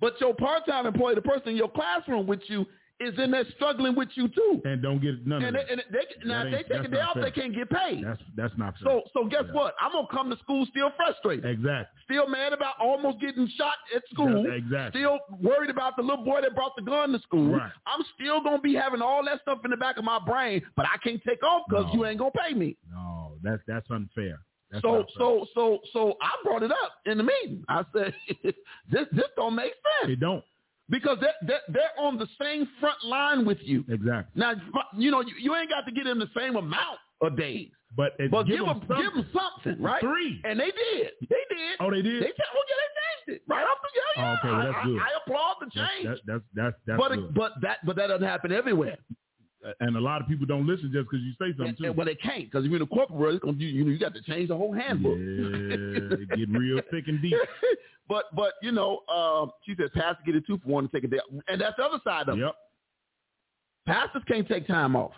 Speaker 3: but your part time employee, the person in your classroom with you, is in there struggling with you too.
Speaker 4: And don't get none
Speaker 3: And
Speaker 4: of
Speaker 3: they,
Speaker 4: that.
Speaker 3: and they, now
Speaker 4: That
Speaker 3: if they
Speaker 4: ain't-
Speaker 3: take a
Speaker 4: that's
Speaker 3: day
Speaker 4: not
Speaker 3: off,
Speaker 4: fair.
Speaker 3: they can't get paid.
Speaker 4: That's that's not fair.
Speaker 3: So so guess
Speaker 4: Yeah.
Speaker 3: what? I'm gonna come to school still frustrated,
Speaker 4: exactly.
Speaker 3: still mad about almost getting shot at school,
Speaker 4: That's- exactly.
Speaker 3: still worried about the little boy that brought the gun to school.
Speaker 4: Right.
Speaker 3: I'm still gonna be having all that stuff in the back of my brain, but I can't take off because
Speaker 4: No.
Speaker 3: you ain't gonna pay me.
Speaker 4: No, that's that's unfair. That's
Speaker 3: so
Speaker 4: not fair.
Speaker 3: so so so I brought it up in the meeting. I said this this don't make sense
Speaker 4: it don't
Speaker 3: because they're, they're they're on the same front line with you.
Speaker 4: exactly.
Speaker 3: Now you know you, you ain't got to get them the same amount of days,
Speaker 4: But, it,
Speaker 3: but
Speaker 4: give,
Speaker 3: give them
Speaker 4: something.
Speaker 3: give them something, right?
Speaker 4: Three.
Speaker 3: And they did. They did.
Speaker 4: Oh, they did.
Speaker 3: They cha- well, yeah, they changed it right off the yeah, yeah.
Speaker 4: Oh, okay, well, that's
Speaker 3: I,
Speaker 4: good.
Speaker 3: I, I applaud the
Speaker 4: That's-
Speaker 3: change.
Speaker 4: That, that's that's that's
Speaker 3: but
Speaker 4: good.
Speaker 3: but that but that doesn't happen everywhere.
Speaker 4: and a lot of people don't listen just because you say something
Speaker 3: And,
Speaker 4: too.
Speaker 3: and, well, they can't because if you're in a corporate world, it's gonna, you you know you got to change the whole handbook.
Speaker 4: yeah, it getting real thick and deep.
Speaker 3: but but you know, um, she says pastor get a two for one and take a day, and that's the other side of it.
Speaker 4: Yep.
Speaker 3: Pastors can't take time off.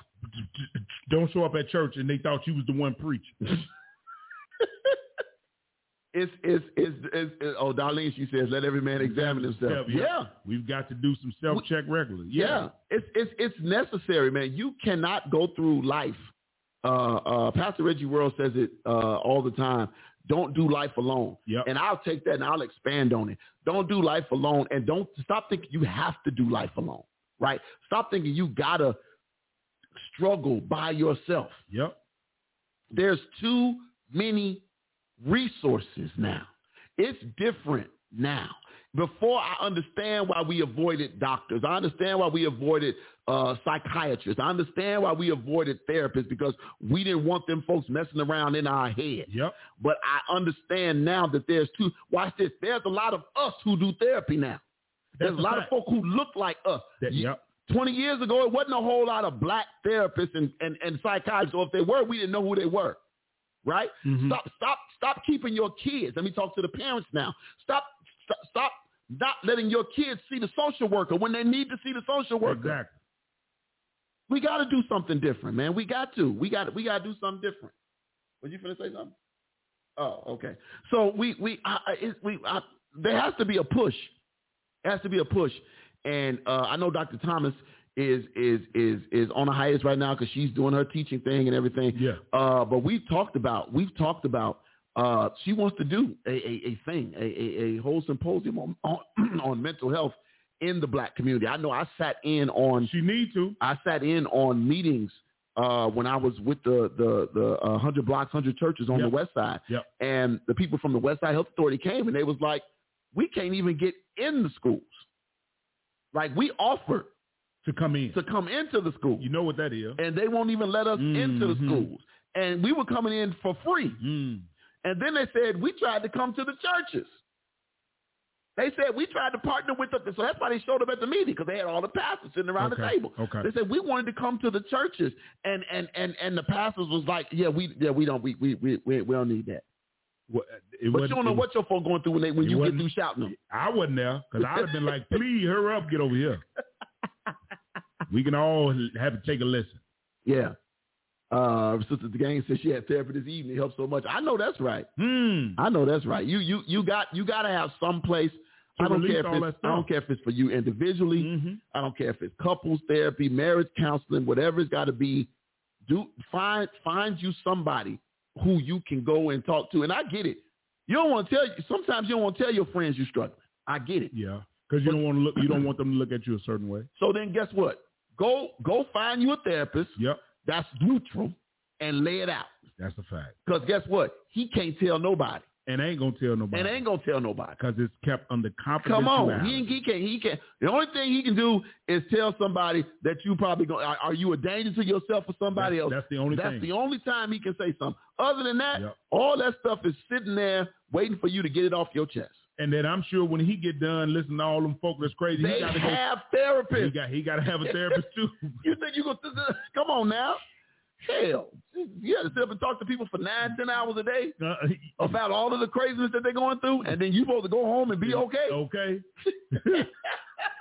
Speaker 4: Don't show up at church and they thought you was the one preaching.
Speaker 3: It's it's it's, it's, it's oh Darlene, she says let every man examine himself.
Speaker 4: Yeah.
Speaker 3: yeah.
Speaker 4: We've got to do some self check regularly. Yeah.
Speaker 3: it's it's it's necessary, man. You cannot go through life. Uh, uh, Pastor Reggie World says it uh, all the time. Don't do life alone.
Speaker 4: Yep.
Speaker 3: And I'll take that and I'll expand on it. Don't do life alone, and don't stop thinking you have to do life alone. Right? Stop thinking you gotta struggle by yourself.
Speaker 4: Yep.
Speaker 3: There's too many resources now. It's different now. Before I understand why we avoided doctors, I understand why we avoided uh, psychiatrists, I understand why we avoided therapists because we didn't want them folks messing around in our head.
Speaker 4: Yep.
Speaker 3: But I understand now that there's two. Watch this. There's a lot of us who do therapy now. There's
Speaker 4: That's
Speaker 3: a lot
Speaker 4: fact.
Speaker 3: of folk who look like us.
Speaker 4: That- yep.
Speaker 3: 20 years ago, it wasn't a whole lot of black therapists and, and, and psychiatrists. Or if they were, we didn't know who they were. Right?
Speaker 4: Mhm.
Speaker 3: Stop, stop, stop keeping your kids. Let me talk to the parents now. Stop, stop, stop not letting your kids see the social worker when they need to see the social worker.
Speaker 4: Exactly.
Speaker 3: We got to do something different, man. We got to. We got. We got to do something different. Were you finna say something? Oh, okay. So we we I, I- it, we I, there has to be a push. Has to be a push, and uh, I know Dr. Thomas is is is is on a hiatus right now because she's doing her teaching thing and everything.
Speaker 4: Yeah.
Speaker 3: Uh, but we've talked about we've talked about uh, she wants to do a, a, a thing, a, a, a whole symposium on, on on mental health in the black community. I know I sat in on
Speaker 4: She need to.
Speaker 3: I sat in on meetings uh, when I was with the the the uh, hundred blocks, hundred churches on
Speaker 4: Yep.
Speaker 3: the west side,
Speaker 4: Yep.
Speaker 3: and the people from the West Side Health Authority came and they was like, we can't even get in the schools. Like we offered
Speaker 4: To come in.
Speaker 3: to come into the schools,
Speaker 4: You know what that is.
Speaker 3: and they won't even let us into the
Speaker 4: Mhm.
Speaker 3: schools, and we were coming in for free.
Speaker 4: Mm.
Speaker 3: And then they said, we tried to come to the churches. They said, we tried to partner with the, so that's why they showed up at the meeting because they had all the pastors sitting around the
Speaker 4: Okay,
Speaker 3: table.
Speaker 4: okay.
Speaker 3: They said, we wanted to come to the churches. And, and, and, and the pastors was like, yeah, we, yeah, we don't, we, we, we, we we don't need that.
Speaker 4: Well, it
Speaker 3: But you
Speaker 4: wasn't-
Speaker 3: don't know
Speaker 4: it
Speaker 3: what your folk going through when they, when
Speaker 4: it
Speaker 3: you get
Speaker 4: wasn't-
Speaker 3: through shouting them.
Speaker 4: I wasn't there because I'd have been like, please hurry up, get over here. we can all have to take a lesson.
Speaker 3: Yeah. Uh, Sister Gang said she had therapy this evening. It helped so much. I know that's right.
Speaker 4: Hmm.
Speaker 3: I know that's right. You, you, you got, you got to have some place.
Speaker 4: To
Speaker 3: I don't
Speaker 4: release
Speaker 3: care if
Speaker 4: all
Speaker 3: it's,
Speaker 4: that
Speaker 3: I don't
Speaker 4: stuff.
Speaker 3: care if it's for you individually.
Speaker 4: Mhm.
Speaker 3: I don't care if it's couples therapy, marriage counseling, whatever it's got to be. Do find find you somebody who you can go and talk to. And I get it. You don't want to tell. Sometimes you don't want to tell your friends you're struggling. I get it.
Speaker 4: Yeah, because you don't want to look. You don't want them to look at you a certain way.
Speaker 3: So then guess what? Go go find you a therapist
Speaker 4: Yep,
Speaker 3: that's neutral and lay it out.
Speaker 4: that's a fact.
Speaker 3: Cause guess what? He can't tell nobody,
Speaker 4: And ain't gonna tell nobody.
Speaker 3: and ain't gonna tell nobody.
Speaker 4: because it's kept under confidentiality.
Speaker 3: Come on, he, he can't. He can't. The only thing he can do is tell somebody that you probably going. Are, are you a danger to yourself or somebody
Speaker 4: That's-
Speaker 3: else?
Speaker 4: That's the only
Speaker 3: That's
Speaker 4: thing.
Speaker 3: the only time he can say something. Other than that,
Speaker 4: Yep.
Speaker 3: all that stuff is sitting there waiting for you to get it off your chest.
Speaker 4: and then I'm sure when he get done listening to all them folk that's crazy,
Speaker 3: They
Speaker 4: he got to go.
Speaker 3: have
Speaker 4: He
Speaker 3: therapists.
Speaker 4: got he got to have a therapist too.
Speaker 3: you think you gonna come on now? Hell, you got to sit up and talk to people for nine, ten hours a day
Speaker 4: Uh,
Speaker 3: about all of the craziness that they're going through, and then you supposed to go home and be okay.
Speaker 4: okay.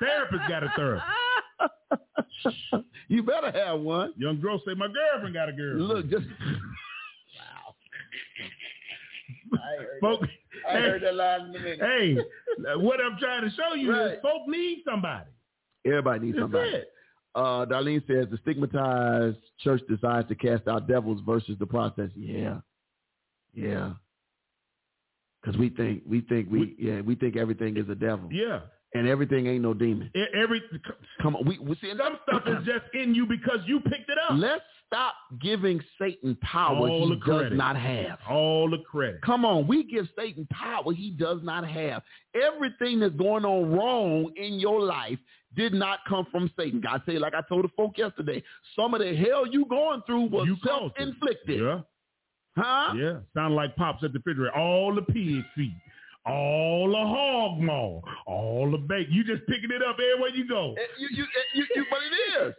Speaker 4: therapist got a therapist.
Speaker 3: you better have one.
Speaker 4: Young girl say my girlfriend got a girl.
Speaker 3: Look, just
Speaker 4: folk.
Speaker 3: I heard that line in a minute.
Speaker 4: Hey, what I'm trying to show you
Speaker 3: Right.
Speaker 4: is folk need somebody.
Speaker 3: Everybody needs
Speaker 4: That's
Speaker 3: somebody.
Speaker 4: it.
Speaker 3: Uh, Darlene says the stigmatized church decides to cast out devils versus the process. Yeah, yeah. Because we think we think we, yeah we think everything is a devil
Speaker 4: Yeah,
Speaker 3: and everything ain't no demon.
Speaker 4: E- every
Speaker 3: Come on, we, we see
Speaker 4: some stuff is just in you because you picked it up.
Speaker 3: Let's stop giving Satan power
Speaker 4: All
Speaker 3: he
Speaker 4: the
Speaker 3: does
Speaker 4: credit.
Speaker 3: not have.
Speaker 4: All the credit.
Speaker 3: Come on, we give Satan power he does not have. Everything that's going on wrong in your life did not come from Satan. God say, like I told the folk yesterday, some of the hell you going through was
Speaker 4: You caused it.
Speaker 3: self-inflicted.
Speaker 4: Yeah.
Speaker 3: Huh?
Speaker 4: Yeah, sound like pops at the refrigerator. All the pig feet, all the hog maw, all the bacon. You just picking it up everywhere you go.
Speaker 3: Eh, You, you, eh, you, you, but it is.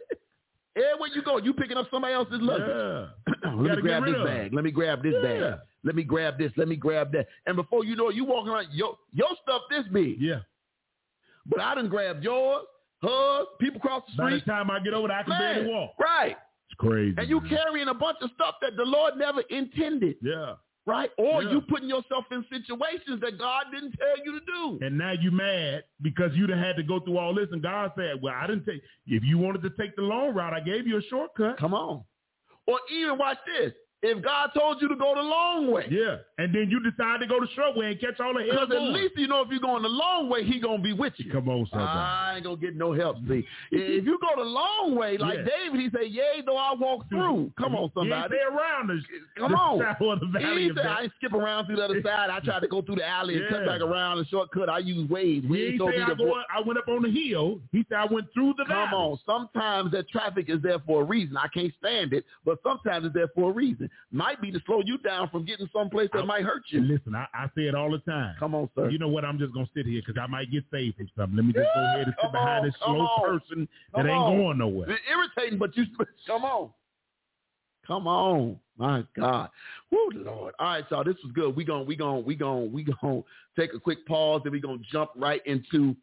Speaker 3: Everywhere you go, you picking up somebody else's luggage.
Speaker 4: Yeah,
Speaker 3: Let me
Speaker 4: Gotta
Speaker 3: grab
Speaker 4: get rid
Speaker 3: this
Speaker 4: of it.
Speaker 3: bag. Let me grab this
Speaker 4: Yeah.
Speaker 3: bag. Let me grab this. Let me grab that. And before you know it, you walking around, your, your stuff this big.
Speaker 4: yeah.
Speaker 3: But I done grabbed yours, hers, people across the
Speaker 4: By the
Speaker 3: street.
Speaker 4: time I get over there, I can barely
Speaker 3: Man,
Speaker 4: walk.
Speaker 3: Right.
Speaker 4: It's crazy.
Speaker 3: And you
Speaker 4: man.
Speaker 3: carrying a bunch of stuff that the Lord never intended,
Speaker 4: Yeah,
Speaker 3: right? Or
Speaker 4: Yeah.
Speaker 3: you putting yourself in situations that God didn't tell you to do.
Speaker 4: and now you mad because you done had to go through all this, and God said, "Well, I didn't take. If you wanted to take the long route, I gave you a shortcut."
Speaker 3: Come on. Or even watch this. If God told you to go the long way,
Speaker 4: Yeah, and then you decide to go the short way and catch all the hell.
Speaker 3: because at
Speaker 4: going.
Speaker 3: least you know if you're going the long way, he gonna be with you.
Speaker 4: come on, somebody.
Speaker 3: I ain't gonna get no help. See, if you go the long way, like
Speaker 4: Yeah. Hmm.
Speaker 3: David, he said, "Yea, though I walk through." Come on, somebody.
Speaker 4: Stay around us.
Speaker 3: Come on.
Speaker 4: the valley
Speaker 3: He
Speaker 4: of
Speaker 3: said,
Speaker 4: death.
Speaker 3: I ain't skip around through the other side. I tried to go through the alley and cut
Speaker 4: Yeah.
Speaker 3: back around and shortcut. I use Waze.
Speaker 4: He
Speaker 3: Waze
Speaker 4: ain't
Speaker 3: told
Speaker 4: say
Speaker 3: me
Speaker 4: I,
Speaker 3: to
Speaker 4: go, I went up on the hill. He said I went through the
Speaker 3: Come
Speaker 4: valley.
Speaker 3: on. Sometimes that traffic is there for a reason. I can't stand it, but sometimes it's there for a reason. Might be to slow you down from getting someplace that
Speaker 4: I-
Speaker 3: might hurt you.
Speaker 4: Listen, I, I say it all the time.
Speaker 3: Come on, sir.
Speaker 4: You know what? I'm just gonna sit here because I might get saved from something. Let me just go
Speaker 3: Yeah,
Speaker 4: ahead and
Speaker 3: come
Speaker 4: sit behind
Speaker 3: on,
Speaker 4: this
Speaker 3: come
Speaker 4: slow
Speaker 3: on,
Speaker 4: person
Speaker 3: come
Speaker 4: that ain't
Speaker 3: on.
Speaker 4: going nowhere.
Speaker 3: It's irritating, but you come on. Come on. My God. Woo Lord. All right, y'all. This was good. We gon' we gon' we gon' we gon' take a quick pause and we gonna jump right into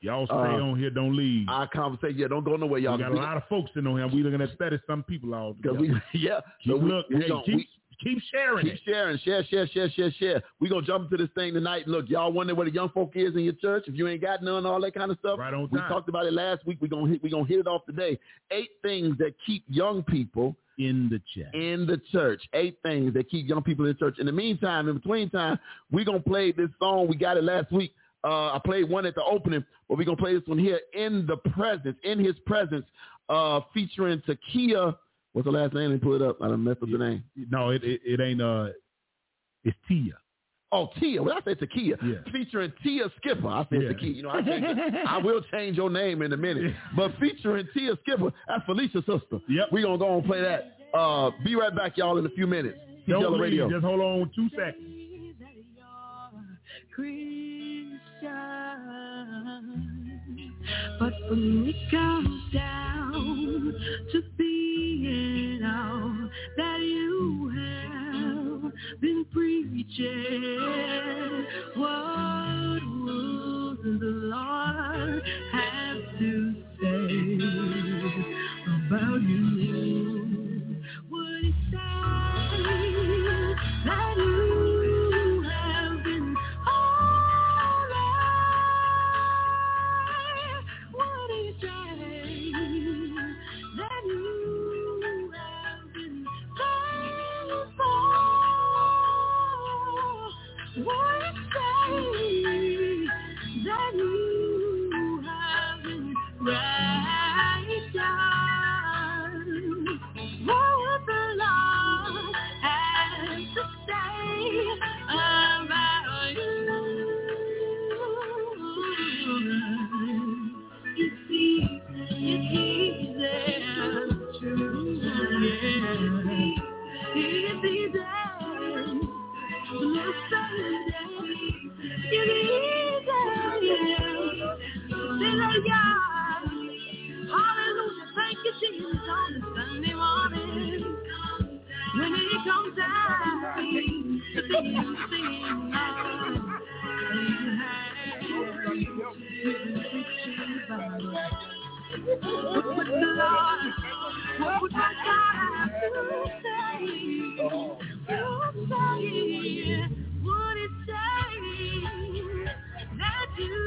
Speaker 4: Y'all stay
Speaker 3: Uh,
Speaker 4: on here, don't leave.
Speaker 3: Our conversation, yeah, don't go nowhere, y'all.
Speaker 4: we got a lot of folks in on here. We looking at thirty some people all
Speaker 3: Because
Speaker 4: together.
Speaker 3: we, yeah,
Speaker 4: keep
Speaker 3: so we,
Speaker 4: look,
Speaker 3: we
Speaker 4: hey,
Speaker 3: gonna-
Speaker 4: keep
Speaker 3: we-
Speaker 4: keep sharing
Speaker 3: Keep
Speaker 4: it.
Speaker 3: sharing, share, share, share, share, share. We gonna jump into this thing tonight. Look, y'all wonder where the young folk is in your church. If you ain't got none, all that kind of stuff.
Speaker 4: Right on
Speaker 3: we
Speaker 4: time.
Speaker 3: talked about it last week. We gonna hit, we gonna hit it off today. Eight things that keep young people
Speaker 4: in the chat.
Speaker 3: in the church. Eight things that keep young people in the church. In the meantime, in between time, we gonna play this song. We got it last week. Uh, I played one at the opening, but we gonna play this one here in the presence, in his presence, uh, featuring Takia. What's her last name? They pull it up. I done messed up the name.
Speaker 4: No, it, it it ain't uh, it's Tia.
Speaker 3: Oh, Tia. When I said Takia,
Speaker 4: Yeah.
Speaker 3: featuring Tia Skipper. I said
Speaker 4: Yeah.
Speaker 3: Takia. You know, I, changed it. I will change your name in a minute. But featuring Tia Skipper, that's Felicia's sister.
Speaker 4: Yep.
Speaker 3: we going to go and play that. Uh, be right back, y'all, in a few minutes.
Speaker 4: Don't
Speaker 3: Yellow
Speaker 4: leave.
Speaker 3: Radio.
Speaker 4: Just hold on two seconds.
Speaker 5: Christian. But when it comes down to being all that you have been preaching, what would the Lord have to say about you? Would he say that you have been all right? Would he say that you have been faithful? Would he say that you have been righteous? What would the Lord have to say about you? It's easy, it's easy to yeah. It's easy to look someday. It's easy to say that God Hallelujah, thank you, Jesus, on a Sunday morning. When it comes out, sing, sing, Lord. What would the Lord, what would my God have to say? To say, would it say that you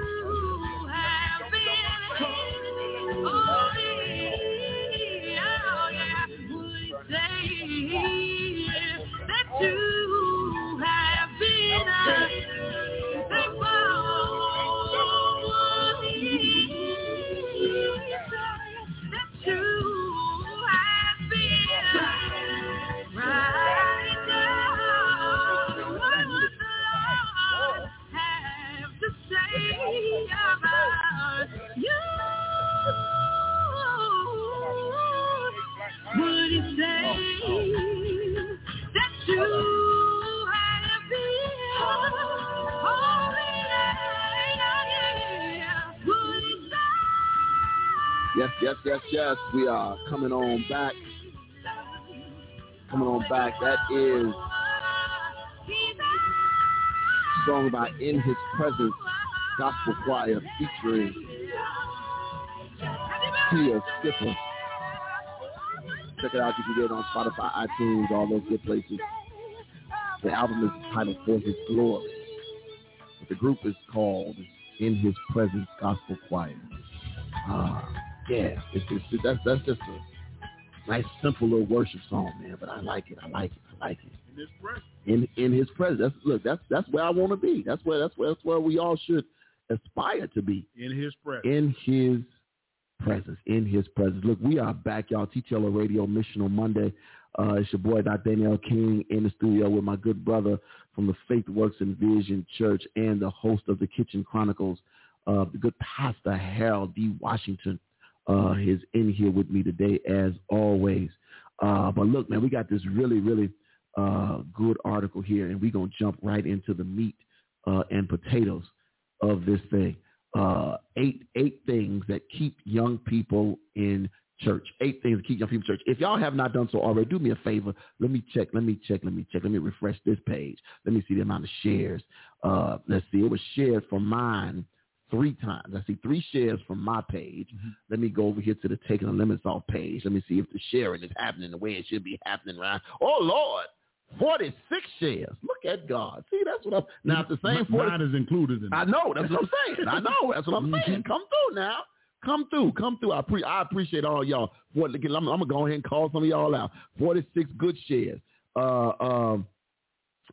Speaker 5: have been? Oh yeah, oh yeah. Would it say that you have been? faithful? Would it say that you have been right now. What would the Lord have to say about you? Would he say that you have been holy? Would he say
Speaker 3: Yes, yes, yes, yes. We are coming on back. Coming on back. That is a song about In His Presence Gospel Choir featuring Tia Skipper. Check it out. You can get it on Spotify, iTunes, all those good places. The album is titled For His Glory. But the group is called In His Presence Gospel Choir. Ah, yeah. It's, it's, that's, that's just a nice, simple little worship song, man. But I like it. I like it. I like it
Speaker 4: In this breath.
Speaker 3: in in his presence. That's, look, that's that's where I want to be. That's where that's where that's where we all should aspire to be
Speaker 4: In his breath.
Speaker 3: in his presence. In his presence. Look, we are back, y'all. TTL Radio Missional Monday. Uh, it's your boy Dr. Daniel King in the studio with my good brother from the Faith Works and Vision Church and the host of the Kitchen Chronicles, uh, the good pastor Harold D. Washington. Uh, is in here with me today as always. Uh, but look, man, we got this really, really uh, good article here, and we're gonna jump right into the meat uh, and potatoes of this thing. Uh, eight eight things that keep young people in church. Eight things that keep young people in church. If y'all have not done so already, do me a favor. Let me check. Let me check. Let me check. Let me refresh this page. Let me see the amount of shares. Uh, let's see. It was shared from mine three times. I see three shares from my page. Let me go over here to the Taking the Limits Off page. Let me see if the sharing is happening the way it should be happening. Right? Oh Lord, forty six shares. Look at God. See, that's what I'm. Now if the same
Speaker 4: M-
Speaker 3: forty
Speaker 4: Mine is included in
Speaker 3: I
Speaker 4: that.
Speaker 3: know. That's what I'm saying. I know. That's what I'm saying. Come through now. Come through. Come through. I, pre- I appreciate all y'all. For, I'm, I'm going to go ahead and call some of y'all out. 46 good shares. Uh, um,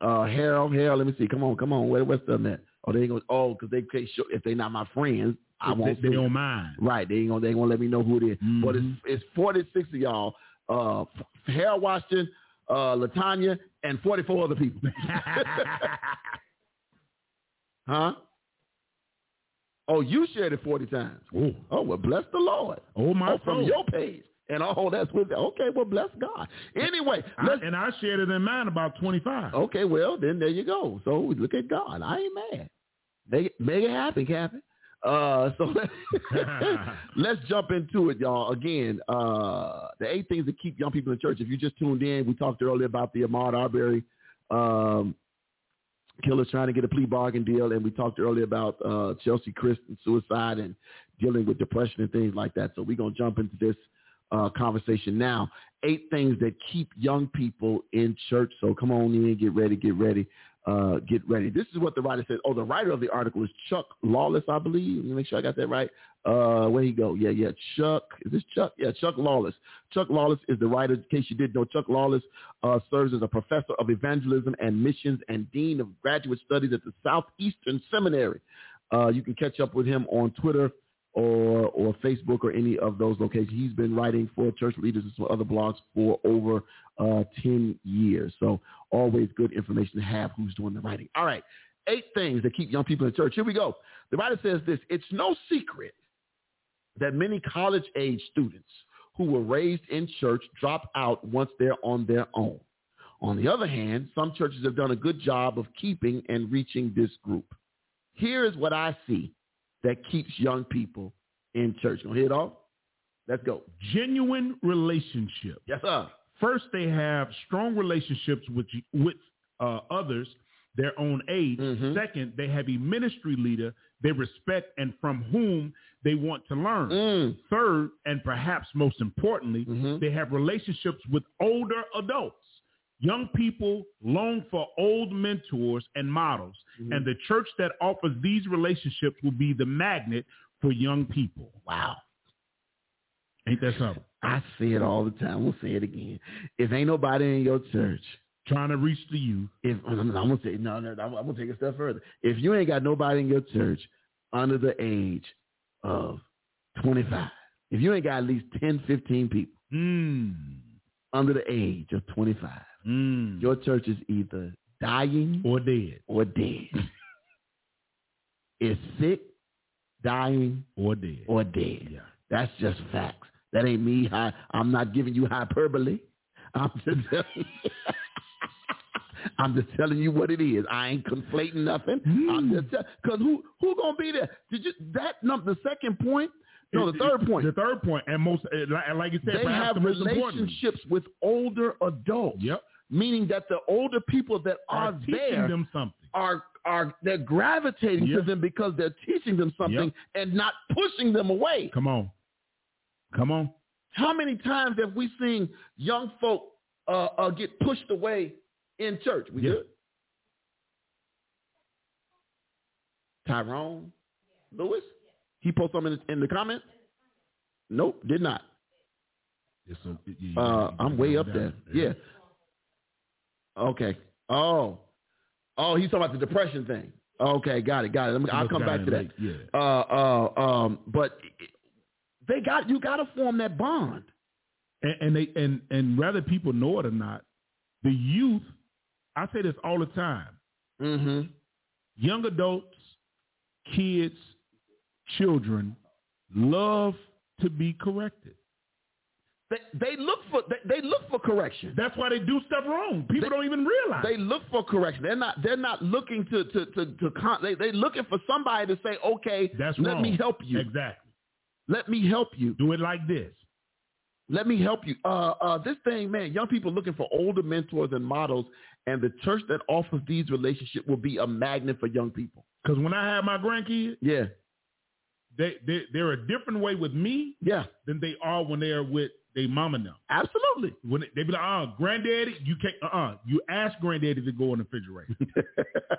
Speaker 3: uh, Harold, Harold, let me see. Come on, come on. Where, what's them at? Oh, they ain't gonna, oh, because they can't show, if they not my friends, I won't do
Speaker 4: They, they
Speaker 3: it.
Speaker 4: don't mind.
Speaker 3: Right. They ain't gonna they ain't gonna let me know who it is.
Speaker 4: Mhm.
Speaker 3: But it's it's forty six of y'all. Uh Harold Washington, uh Latanya, and forty four other people. huh? Oh, you shared it forty times.
Speaker 4: Oh,
Speaker 3: Oh well bless the Lord.
Speaker 4: oh my
Speaker 3: Oh, from
Speaker 4: soul.
Speaker 3: your page. And oh that's with okay, well bless God. Anyway,
Speaker 4: I-
Speaker 3: let's
Speaker 4: and I shared it in mine about 25.
Speaker 3: okay, well then there you go. So look at God. I ain't mad. Make make it happen, Captain. Uh so Let's jump into it, y'all. Again, uh, the eight things that keep young people in church. If you just tuned in, we talked earlier about the Ahmad Arbery um, killers trying to get a plea bargain deal, and we talked earlier about uh, Chelsea Christian suicide and dealing with depression and things like that. So we're gonna jump into this uh, conversation now. Eight things that keep young people in church. So come on in, get ready, get ready. Uh, get ready. This is what the writer said. Oh, the writer of the article is Chuck Lawless, I believe. Let me make sure I got that right. Uh, where he go? Yeah, yeah. Chuck. Is this Chuck? Yeah, Chuck Lawless. Chuck Lawless is the writer. In case you didn't know, Chuck Lawless uh, serves as a professor of evangelism and missions and dean of graduate studies at the Southeastern Seminary. Uh, you can catch up with him on Twitter or or Facebook or any of those locations. He's been writing for church leaders and some other blogs for over uh, ten years. So always good information to have. Who's doing the writing? All right. Eight things that keep young people in church. Here we go. The writer says this. It's no secret that many college age students who were raised in church drop out once they're on their own. On the other hand, some churches have done a good job of keeping and reaching this group. Here is what I see that keeps young people in church. Gonna hear it all? Let's go.
Speaker 4: Genuine relationship.
Speaker 3: Yes, sir.
Speaker 4: First, they have strong relationships with with uh, others their own age.
Speaker 3: Mhm.
Speaker 4: Second, they have a ministry leader they respect and from whom they want to learn.
Speaker 3: Mm.
Speaker 4: Third, and perhaps most importantly,
Speaker 3: Mhm.
Speaker 4: they have relationships with older adults. Young people long for old mentors and models,
Speaker 3: Mhm.
Speaker 4: and the church that offers these relationships will be the magnet for young people.
Speaker 3: Wow.
Speaker 4: Ain't that something?
Speaker 3: I say it all the time. We'll say it again. If ain't nobody in your church,
Speaker 4: Trying to reach the youth.
Speaker 3: if I'm gonna say no, no, I'm, I'm gonna take it a step further. If you ain't got nobody in your church under the age of 25, if you ain't got at least 10, 15 people
Speaker 4: Mm.
Speaker 3: under the age of 25,
Speaker 4: Mm.
Speaker 3: your church is either dying
Speaker 4: or dead
Speaker 3: or dead. it's sick, dying,
Speaker 4: or dead.
Speaker 3: or dead.
Speaker 4: yeah.
Speaker 3: That's just facts. That ain't me. I, I'm not giving you hyperbole. I'm just telling you. I'm just telling you what it is. I ain't conflating nothing. I'm just tell, cause who who gonna be there? Did you that number? The second point? No, the
Speaker 4: It-
Speaker 3: third
Speaker 4: it-
Speaker 3: point.
Speaker 4: The third point, and most, and like and like you said,
Speaker 3: They
Speaker 4: perhaps
Speaker 3: have
Speaker 4: the most important.
Speaker 3: relationships with older adults.
Speaker 4: Yep.
Speaker 3: Meaning that the older people that
Speaker 4: Are
Speaker 3: are
Speaker 4: teaching
Speaker 3: there
Speaker 4: them something.
Speaker 3: are are they're gravitating to
Speaker 4: Yep.
Speaker 3: them because they're teaching them something and not pushing them away.
Speaker 4: Come on, come on.
Speaker 3: How many times have we seen young folk uh, uh, get pushed away in church? We
Speaker 4: Yeah.
Speaker 3: good? Tyrone Lewis? He posted something in the, in the comments? Nope, did not.
Speaker 4: It's a- yeah, yeah,
Speaker 3: Uh,
Speaker 4: yeah,
Speaker 3: I'm
Speaker 4: yeah,
Speaker 3: way
Speaker 4: yeah,
Speaker 3: up there. Yeah. Okay. Oh. Oh, he's talking about the depression thing. Okay, got it, got it. Let me- I'll come back to that.
Speaker 4: Yeah.
Speaker 3: uh, uh, um, but they got you got to form that bond.
Speaker 4: And, and they and and whether people know it or not, the youth. I say this all the time:
Speaker 3: Mm-hmm.
Speaker 4: young adults, kids, children love to be corrected.
Speaker 3: They, they look for they, they look for correction.
Speaker 4: That's why they do stuff wrong. People
Speaker 3: They-
Speaker 4: don't even realize.
Speaker 3: They look for correction. They're not they're not looking to to to, to con- they they looking for somebody to say okay,
Speaker 4: That's
Speaker 3: let
Speaker 4: wrong.
Speaker 3: me help you.
Speaker 4: Exactly.
Speaker 3: Let me help you.
Speaker 4: Do it like this.
Speaker 3: Let me help you. Uh, uh, this thing, man, young people looking for older mentors and models, and the church that offers these relationships will be a magnet for young people.
Speaker 4: Because when I had my grandkids,
Speaker 3: Yeah,
Speaker 4: they, they they're a different way with me
Speaker 3: Yeah,
Speaker 4: than they are when they're with they mama now.
Speaker 3: absolutely.
Speaker 4: When they, they be like, uh, granddaddy, you can't uh uh you ask granddaddy to go in the refrigerator. uh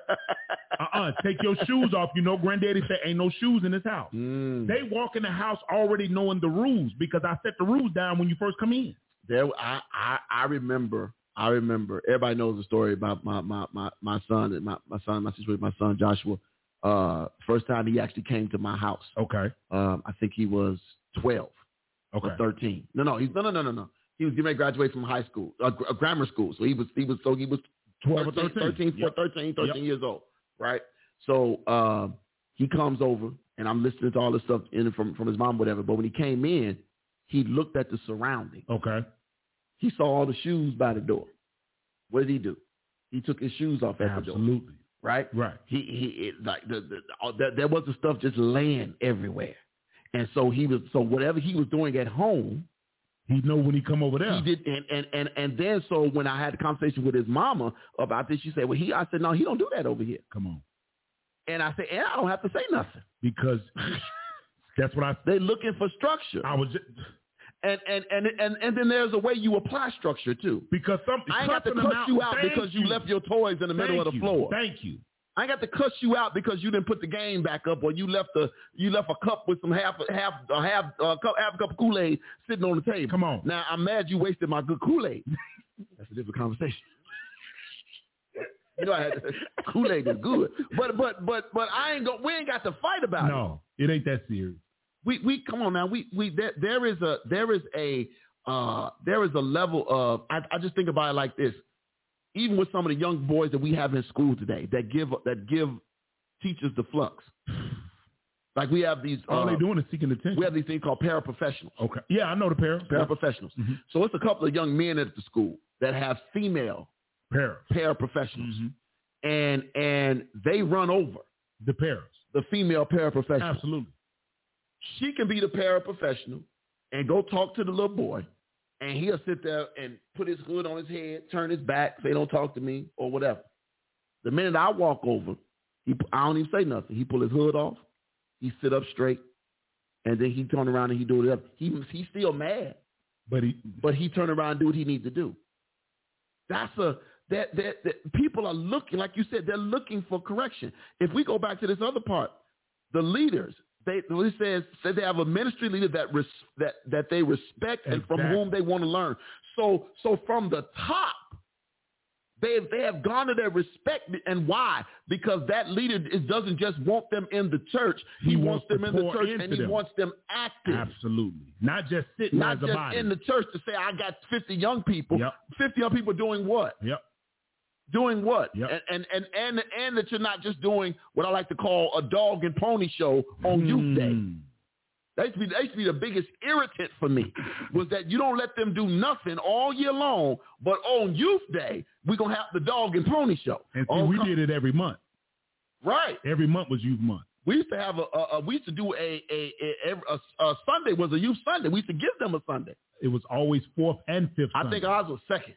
Speaker 4: uh take your shoes off. You know granddaddy say ain't no shoes in this house.
Speaker 3: Mm.
Speaker 4: They walk in the house already knowing the rules because I set the rules down when you first come in.
Speaker 3: there I, I I remember I remember everybody knows the story about my my my, my son and my, my son my situation with my son Joshua uh first time he actually came to my house
Speaker 4: Okay.
Speaker 3: um I think he was 12
Speaker 4: Okay.
Speaker 3: or 13 no no he's no no no no no he was getting ready to graduate from high school uh, gr- uh, grammar school so he was he was so he was
Speaker 4: 12 or
Speaker 3: 13,
Speaker 4: 13.
Speaker 3: 13,
Speaker 4: Yep.
Speaker 3: 13, 13 years old, right? So um, he comes over, and I'm listening to all this stuff in from from his mom, whatever. But when he came in, he looked at the surroundings.
Speaker 4: Okay.
Speaker 3: He saw all the shoes by the door. What did he do? He took his shoes off at the door,
Speaker 4: Absolutely.
Speaker 3: right?
Speaker 4: Right.
Speaker 3: He he it, like the, the, all, there, there was the stuff just laying everywhere, and so he was so whatever he was doing at home,
Speaker 4: He know when he come over there.
Speaker 3: he did, and, and and and then so when I had a conversation with his mama about this, she said, "Well, he," I said, "No, he don't do that over here."
Speaker 4: Come on.
Speaker 3: And I said, and I don't have to say nothing.
Speaker 4: Because that's what I
Speaker 3: They're looking for structure,
Speaker 4: I was just,
Speaker 3: and and and and and then there's a way you apply structure too.
Speaker 4: because some
Speaker 3: I ain't got to
Speaker 4: cussing them
Speaker 3: cuss you out
Speaker 4: Thank
Speaker 3: because you, left your toys in the middle
Speaker 4: Thank
Speaker 3: of the
Speaker 4: you.
Speaker 3: floor.
Speaker 4: Thank you.
Speaker 3: I ain't got to cuss you out because you didn't put the game back up, or you left the you left a cup with some half half uh, half uh, cup, half a cup of Kool Aid sitting on the table.
Speaker 4: Come on.
Speaker 3: Now I'm mad you wasted my good Kool Aid. That's a different conversation. you know I had Kool Aid is good, but but but but I ain't go. We ain't got to fight about it
Speaker 4: No, it ain't that serious.
Speaker 3: we we come on now. We we there, there is a there is a uh there is a level of I, I just think about it like this. Even with some of the young boys that we have in school today that give that give teachers the flux. Like we have these
Speaker 4: All
Speaker 3: uh,
Speaker 4: they Oh, doing is seeking attention.
Speaker 3: we have these things called paraprofessionals.
Speaker 4: okay. Yeah, I know the pair.
Speaker 3: Paraprofessionals.
Speaker 4: Mhm.
Speaker 3: So it's a couple of young men at the school that have female
Speaker 4: Pair.
Speaker 3: paraprofessionals
Speaker 4: Mhm.
Speaker 3: and and they run over
Speaker 4: The pairs.
Speaker 3: the female paraprofessional.
Speaker 4: Absolutely.
Speaker 3: she can be the paraprofessional and go talk to the little boy, and he'll sit there and put his hood on his head, turn his back, say, don't talk to me, or whatever. The minute I walk over, he, I don't even say nothing. He pull his hood off, he sit up straight, and then he turn around and he do it up. He, he's still mad,
Speaker 4: But he,
Speaker 3: but he turn around and do what he needs to do. That's a that, that that people are looking, like you said, they're looking for correction. If we go back to this other part, the leaders, they it says said they have a ministry leader that res, that that they respect and from
Speaker 4: Exactly.
Speaker 3: whom they want to learn. So so from the top, they they have gone to their respect and why? Because that leader is, doesn't just want them in the church. He,
Speaker 4: He
Speaker 3: wants
Speaker 4: wants
Speaker 3: them
Speaker 4: to
Speaker 3: in the
Speaker 4: pour
Speaker 3: church
Speaker 4: into
Speaker 3: and he
Speaker 4: them.
Speaker 3: wants them active
Speaker 4: absolutely. Not just sitting
Speaker 3: not
Speaker 4: as a
Speaker 3: just
Speaker 4: body.
Speaker 3: in the church to say I got 50 young people.
Speaker 4: Yep.
Speaker 3: 50 young people doing what?
Speaker 4: Yep.
Speaker 3: Doing what?
Speaker 4: Yep.
Speaker 3: And, and and and and that you're not just doing what I like to call a dog and pony show on youth day.
Speaker 4: Mm.
Speaker 3: That used, to be, that used to be the biggest irritant for me was that you don't let them do nothing all year long, but on youth day we're gonna have the dog and pony show.
Speaker 4: And see,
Speaker 3: All
Speaker 4: we
Speaker 3: com-
Speaker 4: did it every month.
Speaker 3: right.
Speaker 4: Every month was youth month.
Speaker 3: We used to have a, a, a we used to do a a, a, a a a Sunday was a youth Sunday. We used to give them a Sunday.
Speaker 4: It was always fourth and fifth.
Speaker 3: I
Speaker 4: Sunday.
Speaker 3: think ours was second.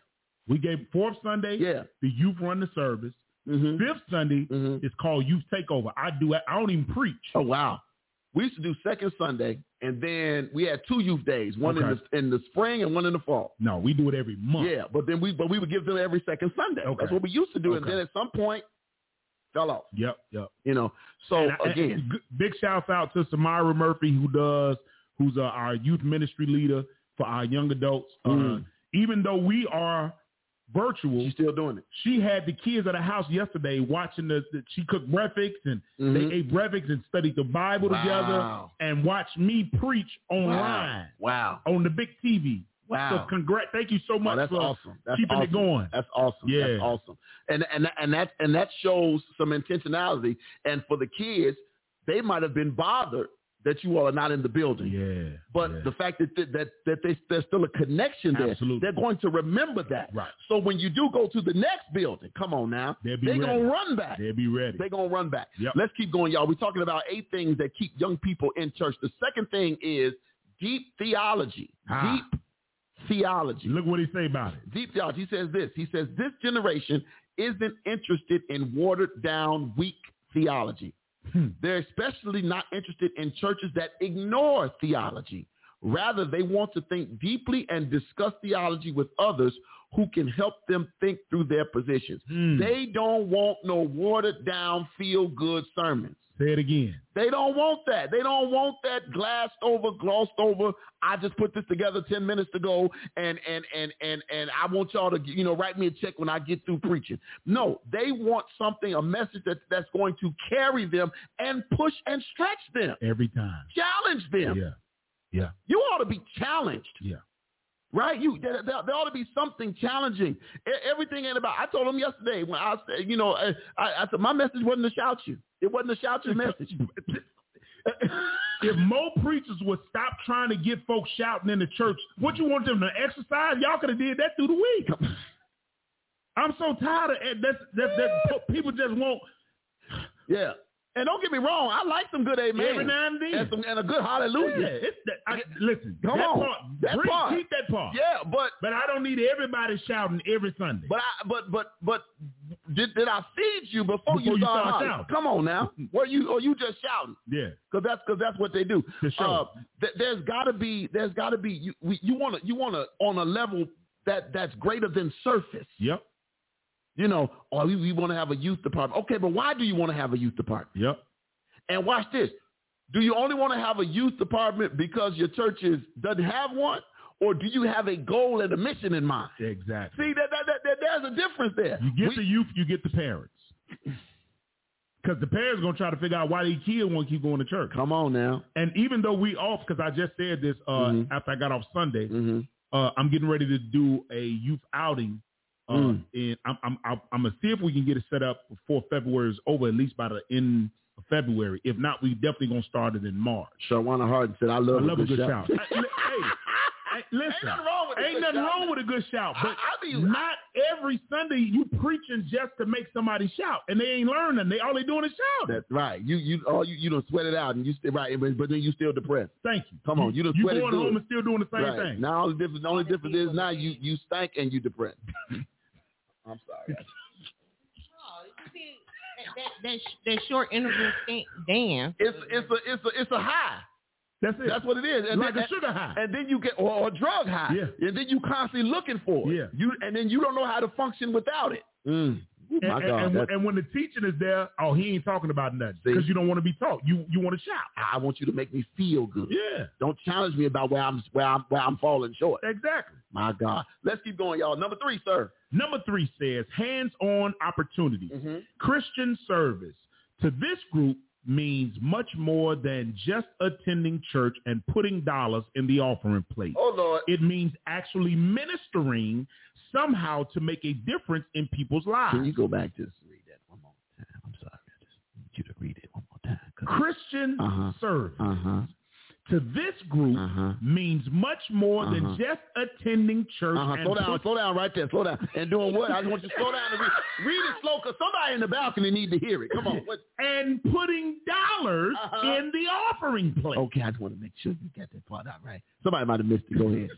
Speaker 4: we gave fourth Sunday.
Speaker 3: Yeah.
Speaker 4: The youth run the service.
Speaker 3: Mm-hmm.
Speaker 4: Fifth Sunday
Speaker 3: Mm-hmm.
Speaker 4: is called youth takeover. I do. I don't even preach.
Speaker 3: Oh wow. We used to do second Sunday, and then we had two youth days, one in
Speaker 4: Okay.
Speaker 3: the in the spring and one in the fall.
Speaker 4: No, we do it every month.
Speaker 3: Yeah, but then we but we would give them every second Sunday.
Speaker 4: Okay.
Speaker 3: That's what we used to do, and
Speaker 4: Okay.
Speaker 3: then at some point, fell off.
Speaker 4: Yep. Yep.
Speaker 3: You know. So
Speaker 4: And I- and
Speaker 3: again,
Speaker 4: g- big shouts out to Samira Murphy, who does, who's uh, our youth ministry leader for our young adults. Uh,
Speaker 3: Mm.
Speaker 4: Even though we are virtual,
Speaker 3: she's still doing it.
Speaker 4: she had the kids at her house yesterday watching the. the she cooked breakfast and
Speaker 3: Mhm.
Speaker 4: they ate breakfast and studied the Bible
Speaker 3: Wow.
Speaker 4: together and watched me preach
Speaker 3: Wow.
Speaker 4: online
Speaker 3: Wow.
Speaker 4: on the big TV.
Speaker 3: Wow.
Speaker 4: So congrats! Thank you so
Speaker 3: Oh,
Speaker 4: much
Speaker 3: that's
Speaker 4: for
Speaker 3: awesome. That's
Speaker 4: keeping
Speaker 3: awesome.
Speaker 4: it going.
Speaker 3: That's awesome.
Speaker 4: Yeah.
Speaker 3: That's awesome. And and and that and that shows some intentionality. And for the kids, they might have been bothered that you all are not in the building.
Speaker 4: Yeah.
Speaker 3: But
Speaker 4: yeah.
Speaker 3: the fact that that that, that they, there's still a connection there,
Speaker 4: Absolutely.
Speaker 3: they're going to remember that.
Speaker 4: Right.
Speaker 3: So when you do go to the next building, come on now,
Speaker 4: They'll be
Speaker 3: they're
Speaker 4: ready.
Speaker 3: gonna run back.
Speaker 4: They'll be ready.
Speaker 3: They're gonna run back.
Speaker 4: Yep.
Speaker 3: Let's keep going, y'all. We're talking about eight things that keep young people in church. The second thing is deep theology.
Speaker 4: Ah.
Speaker 3: Deep theology.
Speaker 4: Look what he say about it.
Speaker 3: Deep theology. He says this. He says this generation isn't interested in watered down, weak theology. They're especially not interested in churches that ignore theology. Rather, they want to think deeply and discuss theology with others who can help them think through their positions.
Speaker 4: Hmm.
Speaker 3: They don't want no watered down, feel good sermons.
Speaker 4: Say it again.
Speaker 3: They don't want that. They don't want that glassed over, glossed over. I just put this together ten minutes ago, and and and and and I want y'all to you know write me a check when I get through preaching. No, they want something, a message that that's going to carry them and push and stretch them,
Speaker 4: Every time.
Speaker 3: challenge them.
Speaker 4: Yeah.
Speaker 3: You ought to be challenged.
Speaker 4: Yeah.
Speaker 3: Right? You there, there, there ought to be something challenging. E- everything ain't about. I told them yesterday when I said, you know, I, I, I said my message wasn't to shout you. It wasn't a shout you message.
Speaker 4: If more preachers would stop trying to get folks shouting in the church, what you want them to exercise? Y'all could have did that through the week. I'm so tired of it. That's, that's, that's, people just want
Speaker 3: Yeah. And don't get me wrong, I like some good amen.
Speaker 4: every now and then.
Speaker 3: and, some, and a good
Speaker 4: Yeah,
Speaker 3: hallelujah.
Speaker 4: it's that, I, listen,
Speaker 3: Come
Speaker 4: that
Speaker 3: on.
Speaker 4: part,
Speaker 3: That
Speaker 4: bring-
Speaker 3: part.
Speaker 4: keep that part.
Speaker 3: Yeah, but
Speaker 4: But I don't need everybody shouting every Sunday.
Speaker 3: but I but but but did, did I feed you before,
Speaker 4: Before you
Speaker 3: start
Speaker 4: start
Speaker 3: hollering?
Speaker 4: shouting.
Speaker 3: Come on now. Were you or you just shouting?
Speaker 4: yeah,
Speaker 3: Cause that's cause that's what they do.
Speaker 4: For sure.
Speaker 3: Uh, th- there's gotta be there's gotta be you we, you wanna you wanna on a level that that's greater than surface.
Speaker 4: yep,
Speaker 3: You know, or we, we want to have a youth department. Okay, but why do you want to have a youth department?
Speaker 4: yep.
Speaker 3: And watch this. Do you only want to have a youth department because your church is, doesn't have one? Or do you have a goal and a mission in mind?
Speaker 4: Exactly.
Speaker 3: See, that, that, that, that- there's a difference there.
Speaker 4: You get
Speaker 3: We-
Speaker 4: the youth, you get the parents. Because the parents going to try to figure out why their kid won't keep going to church.
Speaker 3: Come on now.
Speaker 4: And even though we off, because I just said this uh,
Speaker 3: Mhm.
Speaker 4: after I got off Sunday,
Speaker 3: hmm
Speaker 4: uh, I'm getting ready to do a youth outing. Uh,
Speaker 3: Mm.
Speaker 4: And I'm, I'm, I'm, I'm going to see if we can get it set up before February is over, at least by the end of February. If not, we definitely going to start it in March.
Speaker 3: Shawana Harden said, I love,
Speaker 4: I love a good
Speaker 3: shout.
Speaker 4: shout. I- li- hey, hey, listen,
Speaker 3: Ain't nothing wrong with a
Speaker 4: ain't
Speaker 3: good
Speaker 4: nothing
Speaker 3: shout.
Speaker 4: wrong with a good shout,
Speaker 3: I,
Speaker 4: but
Speaker 3: I be,
Speaker 4: not every Sunday you preaching just to make somebody shout, and they ain't learning. They all they doing is shouting.
Speaker 3: that's right. You, you, all you, you don't sweat it out and you still, right. But, but then you still depressed.
Speaker 4: Thank you.
Speaker 3: Come on, you done
Speaker 4: you
Speaker 3: sweated
Speaker 4: going
Speaker 3: through
Speaker 4: home
Speaker 3: it.
Speaker 4: and still doing the same
Speaker 3: right.
Speaker 4: thing.
Speaker 3: Now the difference, the only difference is now you, you stank and you depressed. I'm sorry.
Speaker 1: That, that, that short interval stand, dance.
Speaker 3: It's, it's a, it's a, it's a high.
Speaker 4: That's it.
Speaker 3: That's what it is. And
Speaker 4: like
Speaker 3: then-
Speaker 4: a sugar high.
Speaker 3: and then you get or, or drug high.
Speaker 4: Yeah.
Speaker 3: And then you constantly looking for it.
Speaker 4: Yeah.
Speaker 3: You and then you don't know how to function without it. Ooh,
Speaker 4: And,
Speaker 3: my
Speaker 4: and-
Speaker 3: God,
Speaker 4: and, when-
Speaker 3: that's-
Speaker 4: and when the teaching is there, oh, he ain't talking about nothing
Speaker 3: See?
Speaker 4: because you don't want to be taught. You you want to shout.
Speaker 3: I want you to make me feel good.
Speaker 4: Yeah,
Speaker 3: Don't challenge me about where I'm where I'm where I'm falling short.
Speaker 4: exactly.
Speaker 3: My God. Let's keep going, y'all. Number three, sir.
Speaker 4: Number three says hands-on opportunities.
Speaker 3: Mm. Mm-hmm.
Speaker 4: Christian service to this group means much more than just attending church and putting dollars in the offering plate.
Speaker 3: Oh Lord.
Speaker 4: It means actually ministering somehow to make a difference in people's
Speaker 3: Can
Speaker 4: lives.
Speaker 3: you go back to this? Read that one more time. I'm sorry. I just need you to read it one more time. 'cause-
Speaker 4: Christian
Speaker 3: Uh-huh.
Speaker 4: service
Speaker 3: Uh-huh.
Speaker 4: to this group
Speaker 3: Uh-huh.
Speaker 4: means much more
Speaker 3: Uh-huh.
Speaker 4: than just attending church
Speaker 3: Uh-huh.
Speaker 4: and
Speaker 3: Slow down,
Speaker 4: put-
Speaker 3: slow down right there. Slow down. And doing what? I just want you to slow down and read. Read it slow because somebody in the balcony need to hear it. Come on. What?
Speaker 4: and putting dollars
Speaker 3: Uh-huh.
Speaker 4: in the offering plate.
Speaker 3: Okay, I just want to make sure you got that part out right. Somebody might have missed it. Go ahead.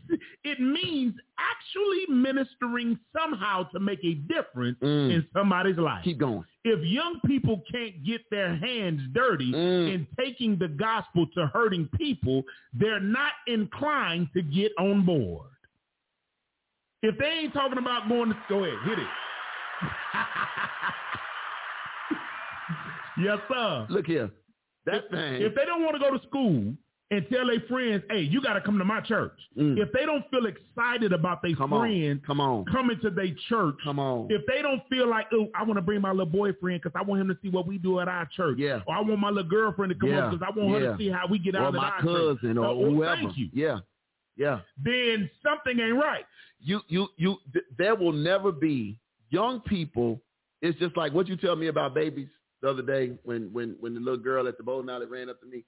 Speaker 4: It means actually ministering somehow to make a difference
Speaker 3: Mm.
Speaker 4: in somebody's life.
Speaker 3: Keep going.
Speaker 4: If young people can't get their hands dirty
Speaker 3: Mm.
Speaker 4: in taking the gospel to hurting people, they're not inclined to get on board. If they ain't talking about going to, go ahead, hit it. yes, sir.
Speaker 3: Look here. That thing.
Speaker 4: If they don't want to go to school and tell their friends, hey, you got to come to my church.
Speaker 3: Mm.
Speaker 4: If they don't feel excited about their
Speaker 3: come on.
Speaker 4: friends
Speaker 3: Come on.
Speaker 4: coming to their church,
Speaker 3: Come on.
Speaker 4: if they don't feel like, oh, I want to bring my little boyfriend because I want him to see what we do at our church.
Speaker 3: Yeah.
Speaker 4: Or Oh, I want my little girlfriend to come
Speaker 3: Yeah.
Speaker 4: up because I want her
Speaker 3: Yeah.
Speaker 4: to see how we get
Speaker 3: Or
Speaker 4: out of
Speaker 3: my
Speaker 4: our church.
Speaker 3: cousin or
Speaker 4: Oh, oh,
Speaker 3: whoever.
Speaker 4: Thank you.
Speaker 3: Yeah. Yeah.
Speaker 4: Then something ain't right.
Speaker 3: You you you th- there will never be young people. It's just like what you tell me about babies the other day when when when the little girl at the bowling alley ran up to me.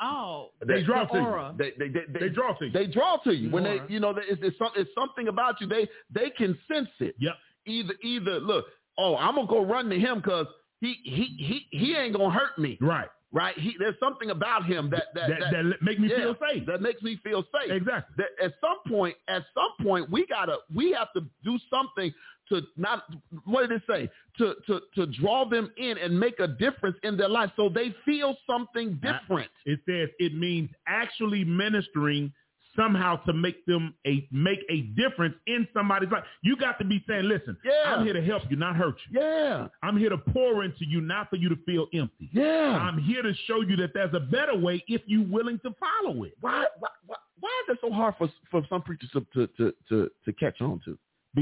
Speaker 1: Oh,
Speaker 4: They draw
Speaker 1: the
Speaker 4: to you.
Speaker 1: aura.
Speaker 3: They they they,
Speaker 4: They draw to you.
Speaker 3: they draw to you when they
Speaker 1: More.
Speaker 3: you know it's, it's, some, it's something about you they they can sense it
Speaker 4: Yep.
Speaker 3: either either look oh i'm gonna go run to him because he he he he ain't gonna hurt me
Speaker 4: Right.
Speaker 3: right he there's something about him that that
Speaker 4: That,
Speaker 3: that,
Speaker 4: that, make me
Speaker 3: yeah,
Speaker 4: feel safe.
Speaker 3: that makes me feel safe
Speaker 4: exactly.
Speaker 3: that at some point at some point we gotta we have to do something to not what did it say to to to draw them in and make a difference in their life so they feel something different
Speaker 4: It says it means actually ministering somehow to make them a make a difference in somebody's life. You got to be saying, listen,
Speaker 3: Yeah.
Speaker 4: I'm here to help you, not hurt you.
Speaker 3: yeah
Speaker 4: I'm here to pour into you, not for you to feel empty.
Speaker 3: yeah
Speaker 4: I'm here to show you that there's a better way if you're willing to follow it.
Speaker 3: why, why why why is it so hard for for some preachers to to to to, to catch on to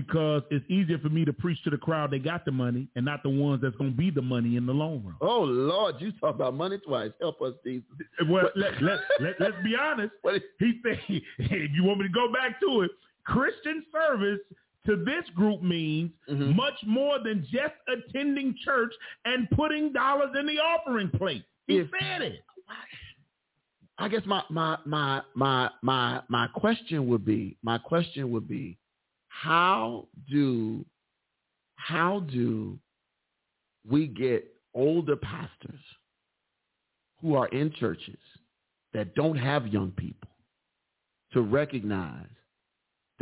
Speaker 4: Because it's easier for me to preach to the crowd that got the money and not the ones that's going to be the money in the long run.
Speaker 3: oh lord you talk about money twice help us jesus
Speaker 4: Well, let, let, let, let's be honest.
Speaker 3: What is-
Speaker 4: He said, if you want me to go back to it, Christian service to this group means
Speaker 3: Mhm.
Speaker 4: much more than just attending church and putting dollars in the offering plate. He
Speaker 3: If-
Speaker 4: said it.
Speaker 3: I guess my my my my my my question would be my question would be how do how do we get older pastors who are in churches that don't have young people to recognize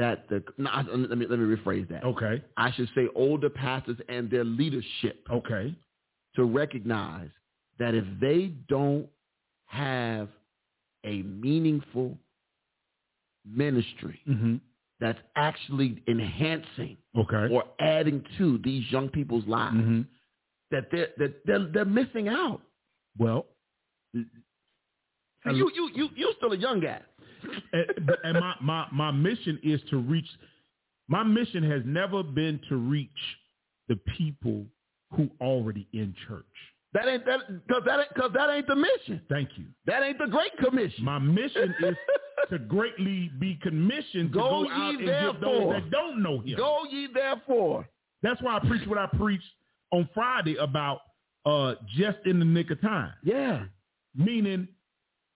Speaker 3: that the no, I- let me let me rephrase that.
Speaker 4: Okay.
Speaker 3: I should say older pastors and their leadership
Speaker 4: Okay.
Speaker 3: to recognize that if they don't have a meaningful ministry
Speaker 4: hmm
Speaker 3: that's actually enhancing
Speaker 4: Okay.
Speaker 3: or adding to these young people's lives,
Speaker 4: hmm
Speaker 3: that they're that they're, they're missing out.
Speaker 4: Well,
Speaker 3: See, you you you you're still a young guy.
Speaker 4: and, Eh, but- and my, my, my mission is to reach my mission has never been to reach the people who already in church
Speaker 3: That ain't that because that ain't because that ain't the mission.
Speaker 4: thank you
Speaker 3: That ain't the Great Commission.
Speaker 4: my mission is to greatly be commissioned
Speaker 3: Go
Speaker 4: to go out
Speaker 3: ye
Speaker 4: and get those
Speaker 3: therefore.
Speaker 4: that don't know him
Speaker 3: Go ye therefore.
Speaker 4: that's why i preach what i preached on friday about uh just in the nick of time
Speaker 3: Yeah.
Speaker 4: meaning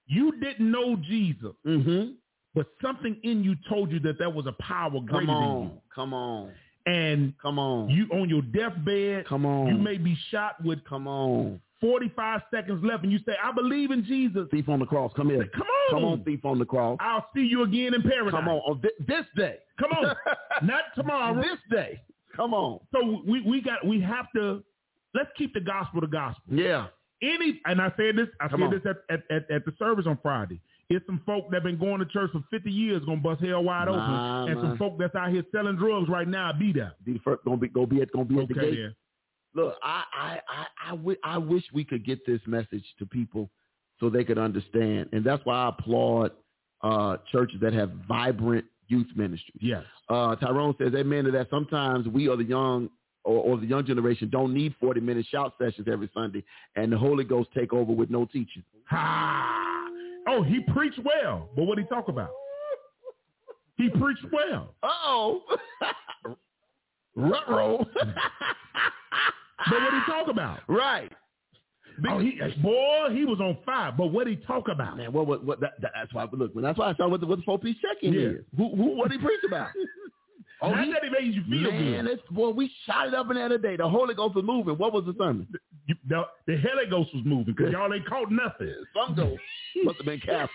Speaker 4: you didn't know jesus
Speaker 3: Mm-hmm.
Speaker 4: but something in you told you that there was a power
Speaker 3: Come
Speaker 4: greater than
Speaker 3: on. Come on.
Speaker 4: you and
Speaker 3: Come on.
Speaker 4: You on your deathbed,
Speaker 3: Come on.
Speaker 4: you may be shot with
Speaker 3: Come on.
Speaker 4: 45 seconds left, and you say, "I believe in Jesus."
Speaker 3: Thief on the cross, come here.
Speaker 4: Come on,
Speaker 3: Come on, thief on the cross.
Speaker 4: I'll see you again in paradise.
Speaker 3: Come on, on thi- this day.
Speaker 4: come on, not tomorrow.
Speaker 3: this day. Come on.
Speaker 4: So we we got we have to let's keep the gospel the gospel.
Speaker 3: Yeah.
Speaker 4: Any and I said this I
Speaker 3: Come
Speaker 4: said
Speaker 3: on.
Speaker 4: this at, at, at, at the service on Friday. It's some folk that been going to church for 50 years gonna bust hell wide open,
Speaker 3: My,
Speaker 4: and some
Speaker 3: my.
Speaker 4: folk that's out here selling drugs right now be there.
Speaker 3: Be first, gonna be gonna be at gonna be at the
Speaker 4: Okay,
Speaker 3: gate.
Speaker 4: then.
Speaker 3: Look, I I I I wi- I wish we could get this message to people so they could understand, and that's why I applaud uh, churches that have vibrant youth ministries.
Speaker 4: yes,
Speaker 3: Uh, Tyrone says, "Amen to that." Sometimes we or the young or, or the young generation don't need forty-minute shout sessions every Sunday, and the Holy Ghost take over with no teaching.
Speaker 4: Ha! Oh, he preached well, but what he talk about? He preached well,
Speaker 3: Uh oh. Ruh-roh.
Speaker 4: but what he talk about?
Speaker 3: right.
Speaker 4: Oh, he, boy, he was on fire, but what he talk about?
Speaker 3: Man, what, what, what that, that- that's why, look, that's why I started with the, with the four-piece check-in
Speaker 4: Yeah.
Speaker 3: is. Who, who, what he preach about? oh,
Speaker 4: Not
Speaker 3: he,
Speaker 4: that he made you feel
Speaker 3: man,
Speaker 4: good.
Speaker 3: it's, boy, we shot it up in there today. The Holy Ghost was moving. What was the sermon?
Speaker 4: You, the, the Holy Ghost was moving because y'all ain't caught nothing.
Speaker 3: Some ghost. Must have been Casper.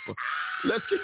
Speaker 3: Let's get,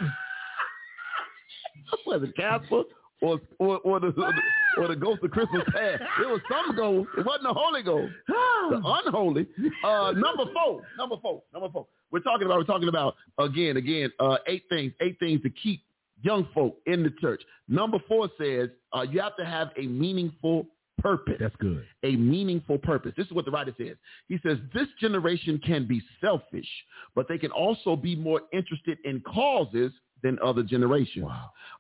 Speaker 3: was it Casper or, or, or, the, or, the, or the ghost of Christmas past? It was some ghost. It wasn't the Holy Ghost. the unholy. Uh, number four, number four, number four. We're talking about, we're talking about again, again, uh, eight things, eight things to keep young folk in the church. Number four says uh, you have to have a meaningful purpose,
Speaker 4: That's good.
Speaker 3: a meaningful purpose. This is what the writer says. He says this generation can be selfish, but they can also be more interested in causes than other generations.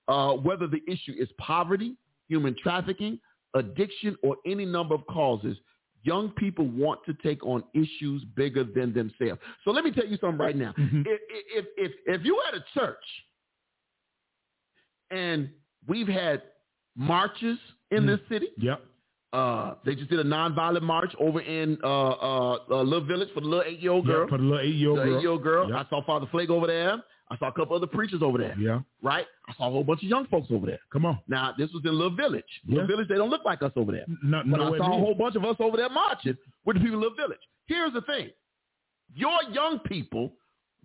Speaker 3: Uh, whether the issue is poverty, human trafficking, addiction, or any number of causes, young people want to take on issues bigger than themselves. So let me tell you something right now.
Speaker 4: Mhm.
Speaker 3: If, if, if, if you had a church and we've had marches in this city,
Speaker 4: Yep.
Speaker 3: uh, they just did a nonviolent march over in uh, uh, uh, Little Village for the little eight-year-old
Speaker 4: Yep,
Speaker 3: girl.
Speaker 4: For the little eight-year-old
Speaker 3: the
Speaker 4: girl.
Speaker 3: eight-year-old girl.
Speaker 4: Yep.
Speaker 3: I saw Father Flake over there. I saw a couple other preachers over there,
Speaker 4: Yeah.
Speaker 3: right? I saw a whole bunch of young folks over there.
Speaker 4: Come on.
Speaker 3: Now, this was in Little Village. Little
Speaker 4: Yeah.
Speaker 3: Village, they don't look like us over there.
Speaker 4: No,
Speaker 3: But
Speaker 4: no
Speaker 3: I saw a whole bunch of us over there marching with the people in Little Village. Here's the thing. Your young people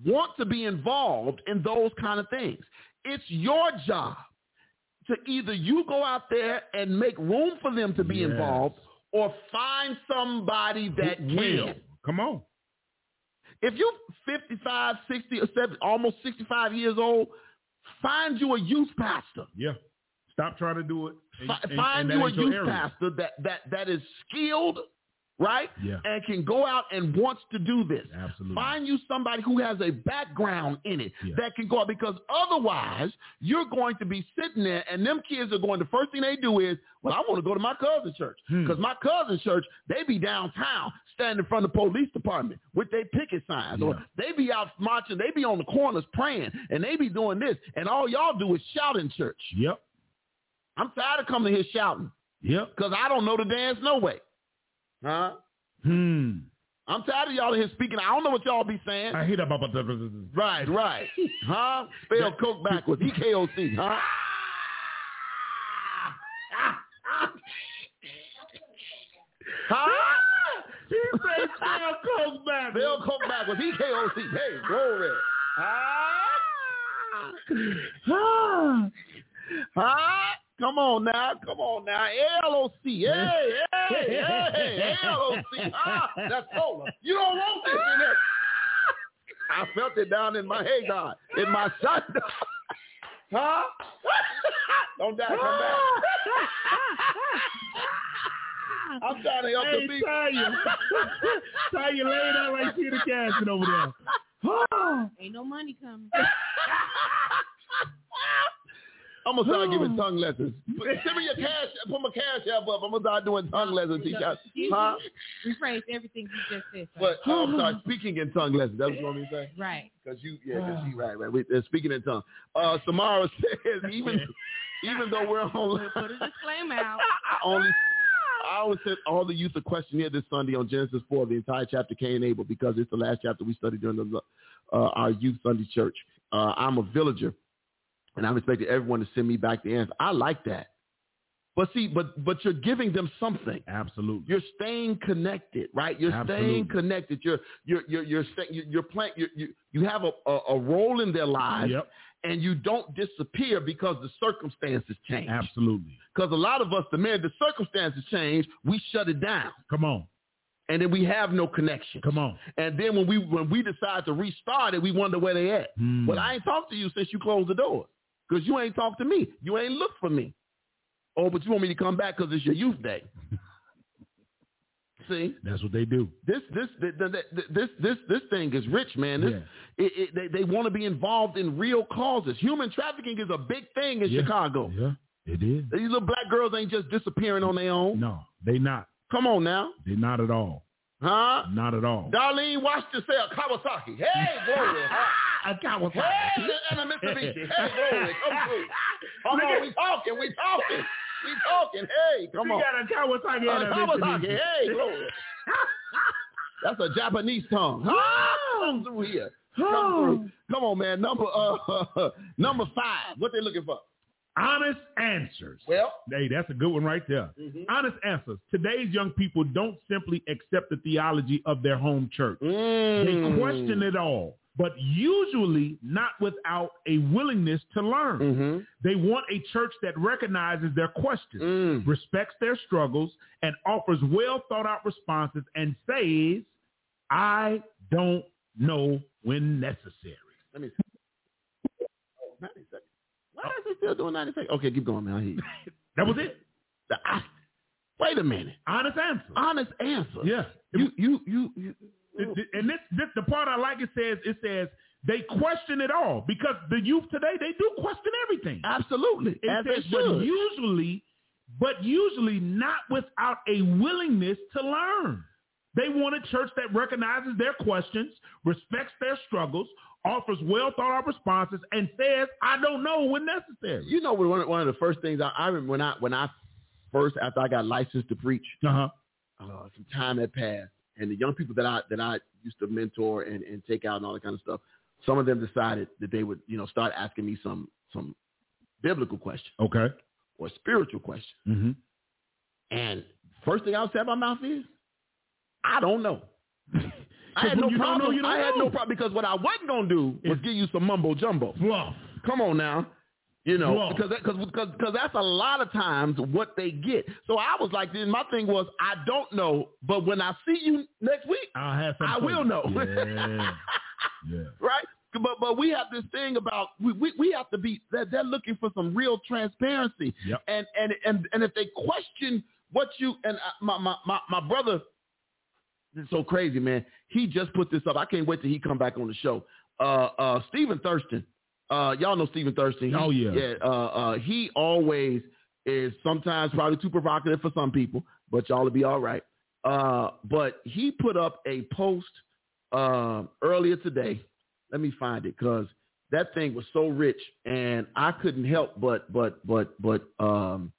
Speaker 3: want to be involved in those kind of things. It's your job to either you go out there and make room for them to be
Speaker 4: Yes.
Speaker 3: involved or find somebody that
Speaker 4: Who will.
Speaker 3: can.
Speaker 4: Come on.
Speaker 3: If you're 55, 60, or 70, almost 65 years old, find you a youth pastor.
Speaker 4: Yeah. Stop trying to do it. And-
Speaker 3: Fi-
Speaker 4: and-
Speaker 3: find
Speaker 4: and that
Speaker 3: you a
Speaker 4: ain't your
Speaker 3: youth
Speaker 4: area.
Speaker 3: pastor that, that, that is skilled, right?
Speaker 4: Yeah.
Speaker 3: And can go out and wants to do this.
Speaker 4: Absolutely.
Speaker 3: Find you somebody who has a background in it
Speaker 4: Yeah.
Speaker 3: that can go out because otherwise you're going to be sitting there and them kids are going, the first thing they do is, well, I want to go to my cousin's church
Speaker 4: Hmm.
Speaker 3: because my cousin's church, they be downtown standing in front of the police department with their picket signs or
Speaker 4: Yeah.
Speaker 3: they be out marching, they be on the corners praying and they be doing this and all y'all do is shout in church.
Speaker 4: Yep.
Speaker 3: I'm tired of coming here shouting
Speaker 4: Yep.
Speaker 3: because I don't know the dance no way. Huh?
Speaker 4: Hmm.
Speaker 3: I'm tired of y'all here speaking. I don't know what y'all be saying.
Speaker 4: I hear that. about the-
Speaker 3: Right, right. Huh? Spell Coke backwards. E EKOC, huh? huh?
Speaker 4: He said Phil Coke back.
Speaker 3: Spell Coke backwards. E EKOC. Hey, glory.
Speaker 4: Ah,
Speaker 3: Huh? Huh? Come on now. Come on now. LOC. Hey, hey, hey. LOC. Huh? Ah, That's solar. You don't want this in there. I felt it down in my hey God, in my son. huh? Don't die, come back. I'm trying to help the
Speaker 4: Hey,
Speaker 3: people.
Speaker 4: Tanya. Tanya laid out like Peter Casson over there. Ah.
Speaker 1: Ain't no money coming.
Speaker 3: I'm gonna start giving tongue lessons. Send me your cash. Put my cash app up. I'm gonna start doing tongue lessons. Teach us, huh?
Speaker 1: Rephrase everything you just said. sir.
Speaker 3: But oh, I'm sorry, speaking in tongue lessons. That's what you want me to say.
Speaker 1: right.
Speaker 3: Cause you, yeah, cause you right, right. We, uh, speaking in tongue. Uh, Samara says even, even though we're
Speaker 1: We'll
Speaker 3: online,
Speaker 1: put a disclaimer out.
Speaker 3: I only I always sent all the youth a questionnaire this Sunday on Genesis 4, the entire chapter Cain and Abel, because it's the last chapter we studied during the, uh, our youth Sunday church. Uh, I'm a villager, and I'm expecting everyone to send me back the answer. I like that. But see, but but you're giving them something.
Speaker 4: Absolutely.
Speaker 3: You're staying connected, right? You're
Speaker 4: Absolutely.
Speaker 3: staying connected. You're you're you're you're sta- you're, you're playing. You're, you you have a, a, a role in their lives,
Speaker 4: Yep.
Speaker 3: and you don't disappear because the circumstances change.
Speaker 4: Absolutely.
Speaker 3: Because a lot of us, the minute the circumstances change, we shut it down,
Speaker 4: Come on.
Speaker 3: and then we have no connection.
Speaker 4: Come on.
Speaker 3: And then when we when we decide to restart it, we wonder where they at.
Speaker 4: Hmm.
Speaker 3: Well, I ain't talked to you since you closed the door, because you ain't talked to me. You ain't looked for me. Oh, but you want me to come back because it's your youth day. See,
Speaker 4: That's what they do.
Speaker 3: this this th- th- th- this this this thing is rich, man. This, it, it, they they want to be involved in real causes. Human trafficking is a big thing in
Speaker 4: Yeah.
Speaker 3: Chicago.
Speaker 4: Yeah. It is.
Speaker 3: These little black girls ain't just disappearing on their own.
Speaker 4: No, they not.
Speaker 3: Come on now.
Speaker 4: They not at all.
Speaker 3: Huh?
Speaker 4: Not at all.
Speaker 3: Darlene watch yourself, Kawasaki. Hey, glory.
Speaker 4: I got one.
Speaker 3: hey, and a Mitsubishi. Hey, glory. Come through. Come on, we talking. We talking. We talking. Hey, come
Speaker 4: We
Speaker 3: on.
Speaker 4: got a Kawasaki.
Speaker 3: Uh,
Speaker 4: and a
Speaker 3: Kawasaki.
Speaker 4: Mitsubishi.
Speaker 3: Hey, glory. That's a Japanese tongue. Huh?
Speaker 4: Ah.
Speaker 3: Come through here. Come through. Come on, man. Number uh, number five. What they looking for?
Speaker 4: Honest answers.
Speaker 3: Well,
Speaker 4: Hey, that's a good one right there.
Speaker 3: Mhm.
Speaker 4: Honest answers. Today's young people don't simply accept the theology of their home church.
Speaker 3: Mm.
Speaker 4: They question it all, but usually not without a willingness to learn.
Speaker 3: Mm-hmm.
Speaker 4: They want a church that recognizes their questions,
Speaker 3: Mm.
Speaker 4: respects their struggles, and offers well thought out responses and says, I don't know when necessary.
Speaker 3: Let me see. Oh, 90 seconds. Why is it still doing 90 seconds? Okay, keep going, man. I hear you.
Speaker 4: That was it.
Speaker 3: The- I- wait a minute.
Speaker 4: Honest answer.
Speaker 3: Honest answer.
Speaker 4: Yeah.
Speaker 3: You, you, you, you.
Speaker 4: Th- th- and this, this the part I like. It says it says they question it all because the youth today they do question everything.
Speaker 3: Absolutely.
Speaker 4: It
Speaker 3: Uh, As
Speaker 4: says,
Speaker 3: they
Speaker 4: but
Speaker 3: should.
Speaker 4: usually, but usually not without a willingness to learn. They want a church that recognizes their questions, respects their struggles, offers well thought out responses, and says, "I don't know when necessary."
Speaker 3: You know, one of, one of the first things I, I remember when I when I first after I got licensed to preach,
Speaker 4: Uh huh.
Speaker 3: uh, some time had passed, and the young people that I that I used to mentor and, and take out and all that kind of stuff, some of them decided that they would you know start asking me some some biblical question
Speaker 4: Okay.
Speaker 3: or spiritual question,
Speaker 4: Mm-hmm.
Speaker 3: and first thing I would say out my mouth is, I don't know. I had
Speaker 4: when
Speaker 3: no
Speaker 4: you don't know,
Speaker 3: problem.
Speaker 4: you don't
Speaker 3: I had
Speaker 4: know.
Speaker 3: no problem because what I wasn't gonna do was
Speaker 4: Is-
Speaker 3: give you some mumbo jumbo.
Speaker 4: Fluff.
Speaker 3: Come on now. You know,
Speaker 4: You are.
Speaker 3: because because because because that's a lot of times what they get. So I was like, then my thing was, I don't know, but when I see you next week,
Speaker 4: I'll have some.
Speaker 3: I
Speaker 4: for
Speaker 3: will
Speaker 4: you.
Speaker 3: know.
Speaker 4: Yeah. yeah.
Speaker 3: right? But but we have this thing about we, we, we have to be they're, they're looking for some real transparency.
Speaker 4: Yep.
Speaker 3: And and and and if they question what you and I, my, my my my brother, this is so crazy man. He just put this up. I can't wait till he come back on the show. Uh uh Stephen Thurston. Uh y'all know Stephen Thurston. He-
Speaker 4: Oh, yeah.
Speaker 3: Yeah. Uh uh he always is sometimes probably too provocative for some people, but y'all will be all right. Uh but he put up a post um, earlier today. Let me find it because that thing was so rich, and I couldn't help but but but but um,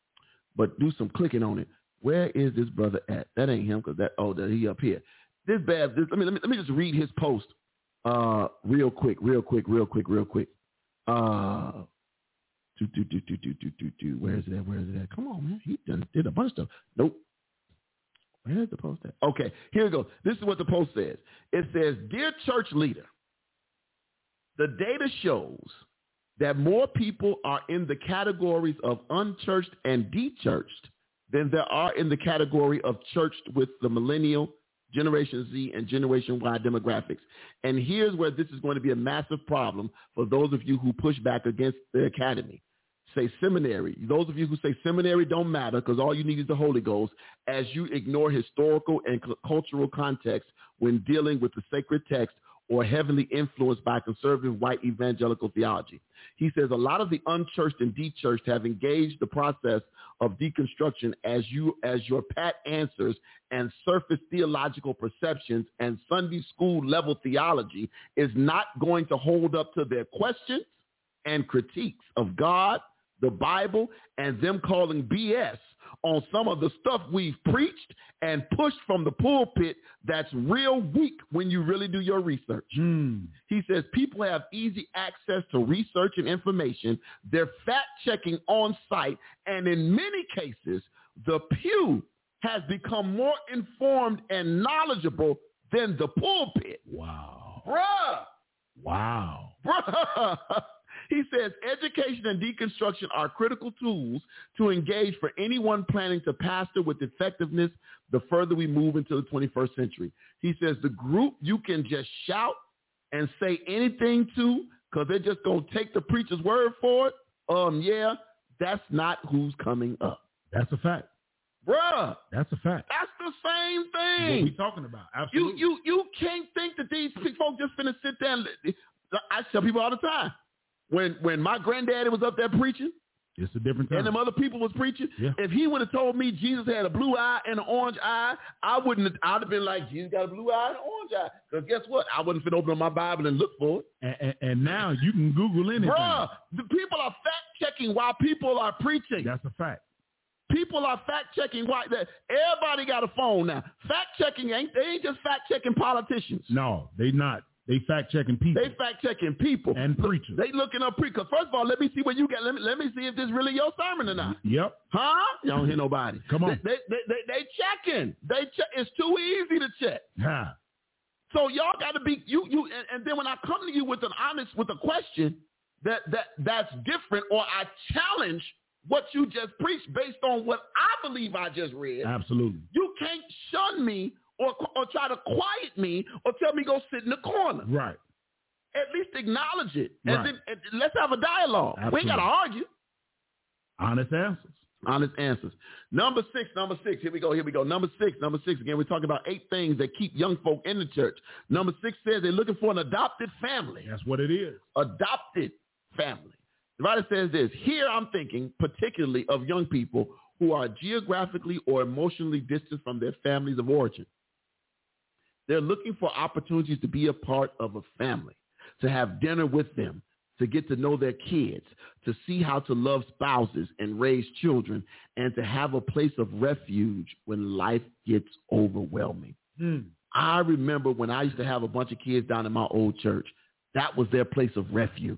Speaker 3: but do some clicking on it. Where is this brother at? That ain't him because that oh that he up here. This bad. This, let me let me let me just read his post uh, real quick, real quick, real quick, real quick. Uh, do, do, do, do, do, do, do, do. Where is it at? Where is it at? Come on, man. He done did a bunch of stuff. Nope. Where's the post at? Okay, here we go. This is what the post says. It says, Dear church leader, the data shows that more people are in the categories of unchurched and dechurched than there are in the category of churched with the millennial, Generation Z, and Generation Y demographics. And here's where this is going to be a massive problem for those of you who push back against the academy. Say seminary. Those of you who say seminary don't matter because all you need is the Holy Ghost as you ignore historical and cu- cultural context when dealing with the sacred text or heavily influenced by conservative white evangelical theology. He says a lot of the unchurched and dechurched have engaged the process of deconstruction as you as your pat answers and surface theological perceptions and Sunday school level theology is not going to hold up to their questions and critiques of God, the Bible, and them calling BS on some of the stuff we've preached and pushed from the pulpit that's real weak when you really do your research.
Speaker 4: Hmm.
Speaker 3: He says people have easy access to research and information. They're fact checking on site. And in many cases, the pew has become more informed and knowledgeable than the pulpit.
Speaker 4: Wow.
Speaker 3: Bruh.
Speaker 4: Wow.
Speaker 3: Bruh. He says education and deconstruction are critical tools to engage for anyone planning to pastor with effectiveness the further we move into the 21st century. He says the group you can just shout and say anything to because they're just going to take the preacher's word for it. Um, yeah, that's not who's coming up.
Speaker 4: That's a fact.
Speaker 3: Bruh,
Speaker 4: That's a fact.
Speaker 3: that's the same
Speaker 4: What
Speaker 3: thing.
Speaker 4: we talking about?
Speaker 3: You
Speaker 4: Absolutely.
Speaker 3: you you can't think that these pe- folks just finna sit there. And, I tell people all the time when when my granddaddy was up there preaching
Speaker 4: it's a different
Speaker 3: and
Speaker 4: time.
Speaker 3: them other people was preaching.
Speaker 4: Yeah.
Speaker 3: If he would have told me Jesus had a blue eye and an orange eye, I wouldn't. have- I'd have been like Jesus got a blue eye and an orange eye. Cause guess what? I wouldn't finna open up my Bible and look for it.
Speaker 4: And, and, and now you can Google anything.
Speaker 3: Bruh, the people are fact checking while people are preaching.
Speaker 4: That's a fact.
Speaker 3: People are fact checking why that everybody got a phone now. Fact checking ain't they ain't just fact checking politicians.
Speaker 4: No, they not. They fact checking people
Speaker 3: They fact checking people.
Speaker 4: and preachers.
Speaker 3: They looking up pre. Cause first of all, let me see what you got. Let me let me see if this really your sermon or not.
Speaker 4: yep.
Speaker 3: Huh? You don't hear nobody.
Speaker 4: Come on.
Speaker 3: They they they, they checking. They check. It's too easy to check.
Speaker 4: Ha.
Speaker 3: So y'all got to be you you. And, and then when I come to you with an honest with a question that that that's different, or I challenge what you just preached based on what I believe I just read.
Speaker 4: Absolutely.
Speaker 3: you can't shun me or or try to quiet me or tell me go sit in the corner
Speaker 4: Right.
Speaker 3: at least acknowledge it.
Speaker 4: Right.
Speaker 3: And then and let's have a dialogue. We ain't got to argue.
Speaker 4: Honest answers.
Speaker 3: Honest answers. Number six, number six. Here we go, here we go. Number six, number six. Again, we're talking about eight things that keep young folk in the church. Number six says they're looking for an adopted family.
Speaker 4: That's what it is.
Speaker 3: Adopted family. The writer says this. Here I'm thinking particularly of young people who are geographically or emotionally distant from their families of origin. They're looking for opportunities to be a part of a family, to have dinner with them, to get to know their kids, to see how to love spouses and raise children, and to have a place of refuge when life gets overwhelming. I remember when I used to have a bunch of kids down in my old church, that was their place of refuge.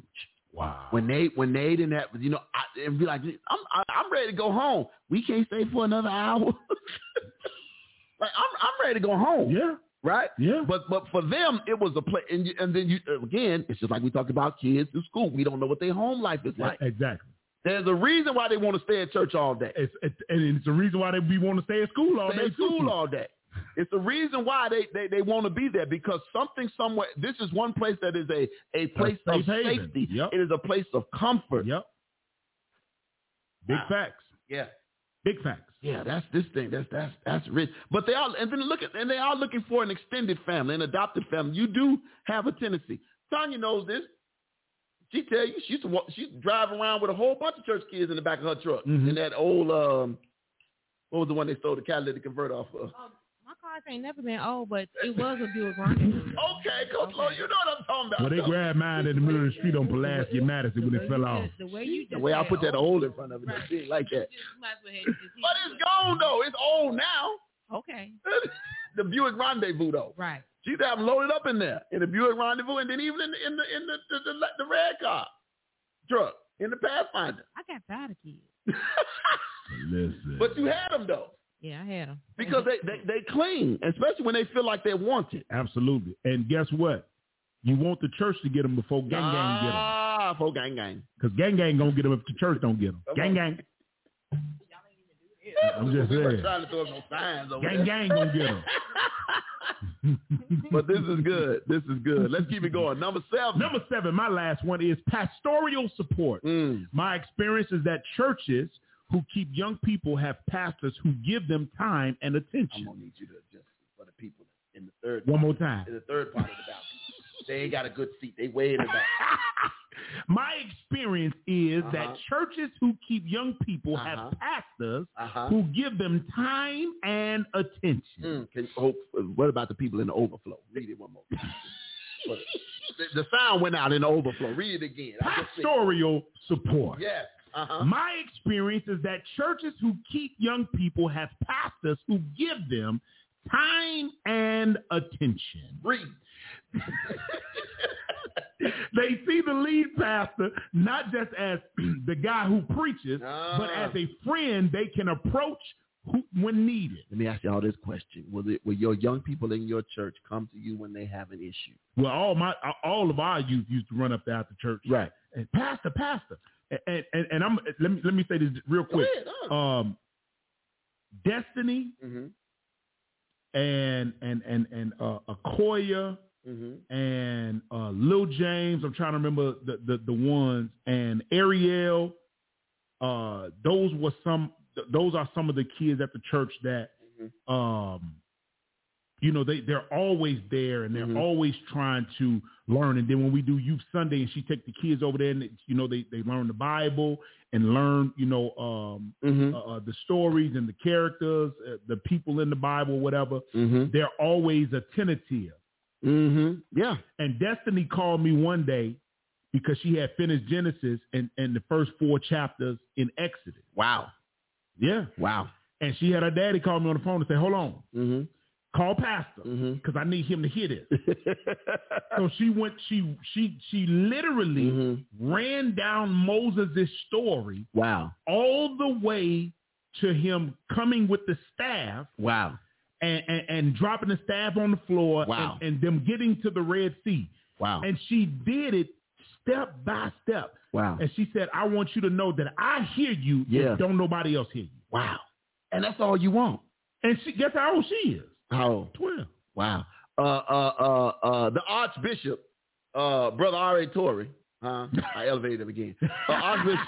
Speaker 4: Wow.
Speaker 3: When they when they didn't have, you know, I, it'd be like, I'm I, I'm ready to go home. We can't stay for another hour. like I'm I'm ready to go home,
Speaker 4: yeah.
Speaker 3: right?
Speaker 4: Yeah.
Speaker 3: But but for them, it was a play, and, you- and then you again, it's just like we talked about kids in school. We don't know what their home life is like.
Speaker 4: exactly.
Speaker 3: There's a reason why they want to stay at church all day.
Speaker 4: It's, it, and it's the reason why they we want to stay at school all
Speaker 3: Stay
Speaker 4: day.
Speaker 3: at school
Speaker 4: too.
Speaker 3: all day. It's the reason why they, they, they want to be there because something somewhere. This is one place that is a, a place
Speaker 4: safe
Speaker 3: of
Speaker 4: haven.
Speaker 3: safety.
Speaker 4: Yep.
Speaker 3: It is a place of comfort.
Speaker 4: Yep. Big
Speaker 3: Wow.
Speaker 4: facts.
Speaker 3: Yeah.
Speaker 4: Big facts.
Speaker 3: Yeah, that's this thing. That's that's that's rich. But they are and then look at and they are looking for an extended family, an adopted family. You do have a tendency. Tanya knows this. She tell you she used to walk, she used to drive around with a whole bunch of church kids in the back of her truck
Speaker 4: Mhm.
Speaker 3: in that old um what was the one they stole the catalytic converter off of?
Speaker 1: Um, my cars ain't never been old, but it was a Buick Grande.
Speaker 3: Okay, Coach Lo, you know what I'm talking about.
Speaker 4: Well, they
Speaker 3: though.
Speaker 4: grabbed mine in the middle of the street on Pulaski and Madison when it fell off.
Speaker 1: The way you just
Speaker 3: the way I
Speaker 1: said
Speaker 3: put that
Speaker 1: old,
Speaker 3: old in front of it,
Speaker 1: Right.
Speaker 3: that shit like that.
Speaker 1: you just might as well have just hit
Speaker 3: But
Speaker 1: it.
Speaker 3: it's gone though. It's old now.
Speaker 1: Okay,
Speaker 3: the Buick Rendezvous though.
Speaker 1: right.
Speaker 3: She's have them loaded up in there in the Buick Rendezvous, and then even in the in the in the the, the, the red car truck in the Pathfinder.
Speaker 1: I got tired of kids.
Speaker 4: Listen.
Speaker 3: But you had them though
Speaker 1: Yeah, I had them
Speaker 3: because they they they clean, especially when they feel like they're wanted.
Speaker 4: Absolutely. And guess what? You want the church to get them before gang gang get them.
Speaker 3: ah, for gang gang.
Speaker 4: Because gang gang going to get them if the church don't get them.
Speaker 3: Come
Speaker 4: Gang
Speaker 3: on.
Speaker 4: gang. I'm just
Speaker 3: We weren't
Speaker 4: saying.
Speaker 3: trying to throw no signs over
Speaker 4: Gang
Speaker 3: there.
Speaker 4: gang going to get them.
Speaker 3: But this is good. This is good. Let's keep it going. Number seven.
Speaker 4: Number seven, my last one is pastoral support.
Speaker 3: Mm.
Speaker 4: My experience is that churches who keep young people have pastors who give them time and
Speaker 3: I'm
Speaker 4: attention.
Speaker 3: gonna need you to just for the people in the third
Speaker 4: One more time.
Speaker 3: in the third part of the balcony. They ain't got a good seat. They way in the back.
Speaker 4: My experience is
Speaker 3: Uh-huh.
Speaker 4: that churches who keep young people
Speaker 3: Uh-huh.
Speaker 4: have pastors
Speaker 3: Uh huh.
Speaker 4: who give them time and attention.
Speaker 3: Mm, can, oh, what about the people in the overflow? Read it one more time. But the, the sound went out in the overflow. Read it again. I just said-
Speaker 4: Pastoral support.
Speaker 3: Yes. Uh-huh.
Speaker 4: My experience is that churches who keep young people have pastors who give them time and attention.
Speaker 3: Read.
Speaker 4: They see the lead pastor not just as the guy who preaches,
Speaker 3: Ah.
Speaker 4: but as a friend they can approach who, when needed.
Speaker 3: Let me ask y'all this question. Will, it, will your young people in your church come to you when they have an issue?
Speaker 4: Well, all my all of our youth used to run up there after church.
Speaker 3: Right.
Speaker 4: And pastor, pastor, and and, and I'm let me let me say this real quick. Um, Destiny
Speaker 3: hmm
Speaker 4: and and and and uh, Akoya
Speaker 3: hmm
Speaker 4: and uh, Lil James. I'm trying to remember the the, the ones and Ariel. Uh, those were some. th- Those are some of the kids at the church that, um, you know, they they're always there and they're
Speaker 3: Mhm.
Speaker 4: always trying to learn. And then when we do Youth Sunday and she take the kids over there and you know they they learn the Bible and learn you know um,
Speaker 3: hmm
Speaker 4: uh, uh, the stories and the characters, uh, the people in the Bible, whatever.
Speaker 3: hmm
Speaker 4: They're always attentive.
Speaker 3: hmm Yeah.
Speaker 4: And Destiny called me one day because she had finished Genesis and, and the first four chapters in Exodus.
Speaker 3: Wow.
Speaker 4: Yeah.
Speaker 3: Wow.
Speaker 4: And she had her daddy call me on the phone and say, hold on,
Speaker 3: hmm
Speaker 4: call pastor
Speaker 3: hmm
Speaker 4: because I need him to hear this. so she went, she, she, she literally
Speaker 3: hmm
Speaker 4: ran down Moses' story
Speaker 3: Wow.
Speaker 4: all the way to him coming with the staff
Speaker 3: Wow.
Speaker 4: and, and, and dropping the staff on the floor
Speaker 3: Wow.
Speaker 4: and, and them getting to the Red Sea.
Speaker 3: Wow.
Speaker 4: And she did it step by step.
Speaker 3: Wow.
Speaker 4: And she said, I want you to know that I hear you,
Speaker 3: Yeah.
Speaker 4: but don't nobody else hear you.
Speaker 3: Wow. And that's all you want.
Speaker 4: And she guess how old she is?
Speaker 3: Oh.
Speaker 4: 12.
Speaker 3: Wow. Uh, uh, uh, uh, the Archbishop, uh, Brother R.A. Torrey. Huh? I elevated him again. Uh, Archbishop,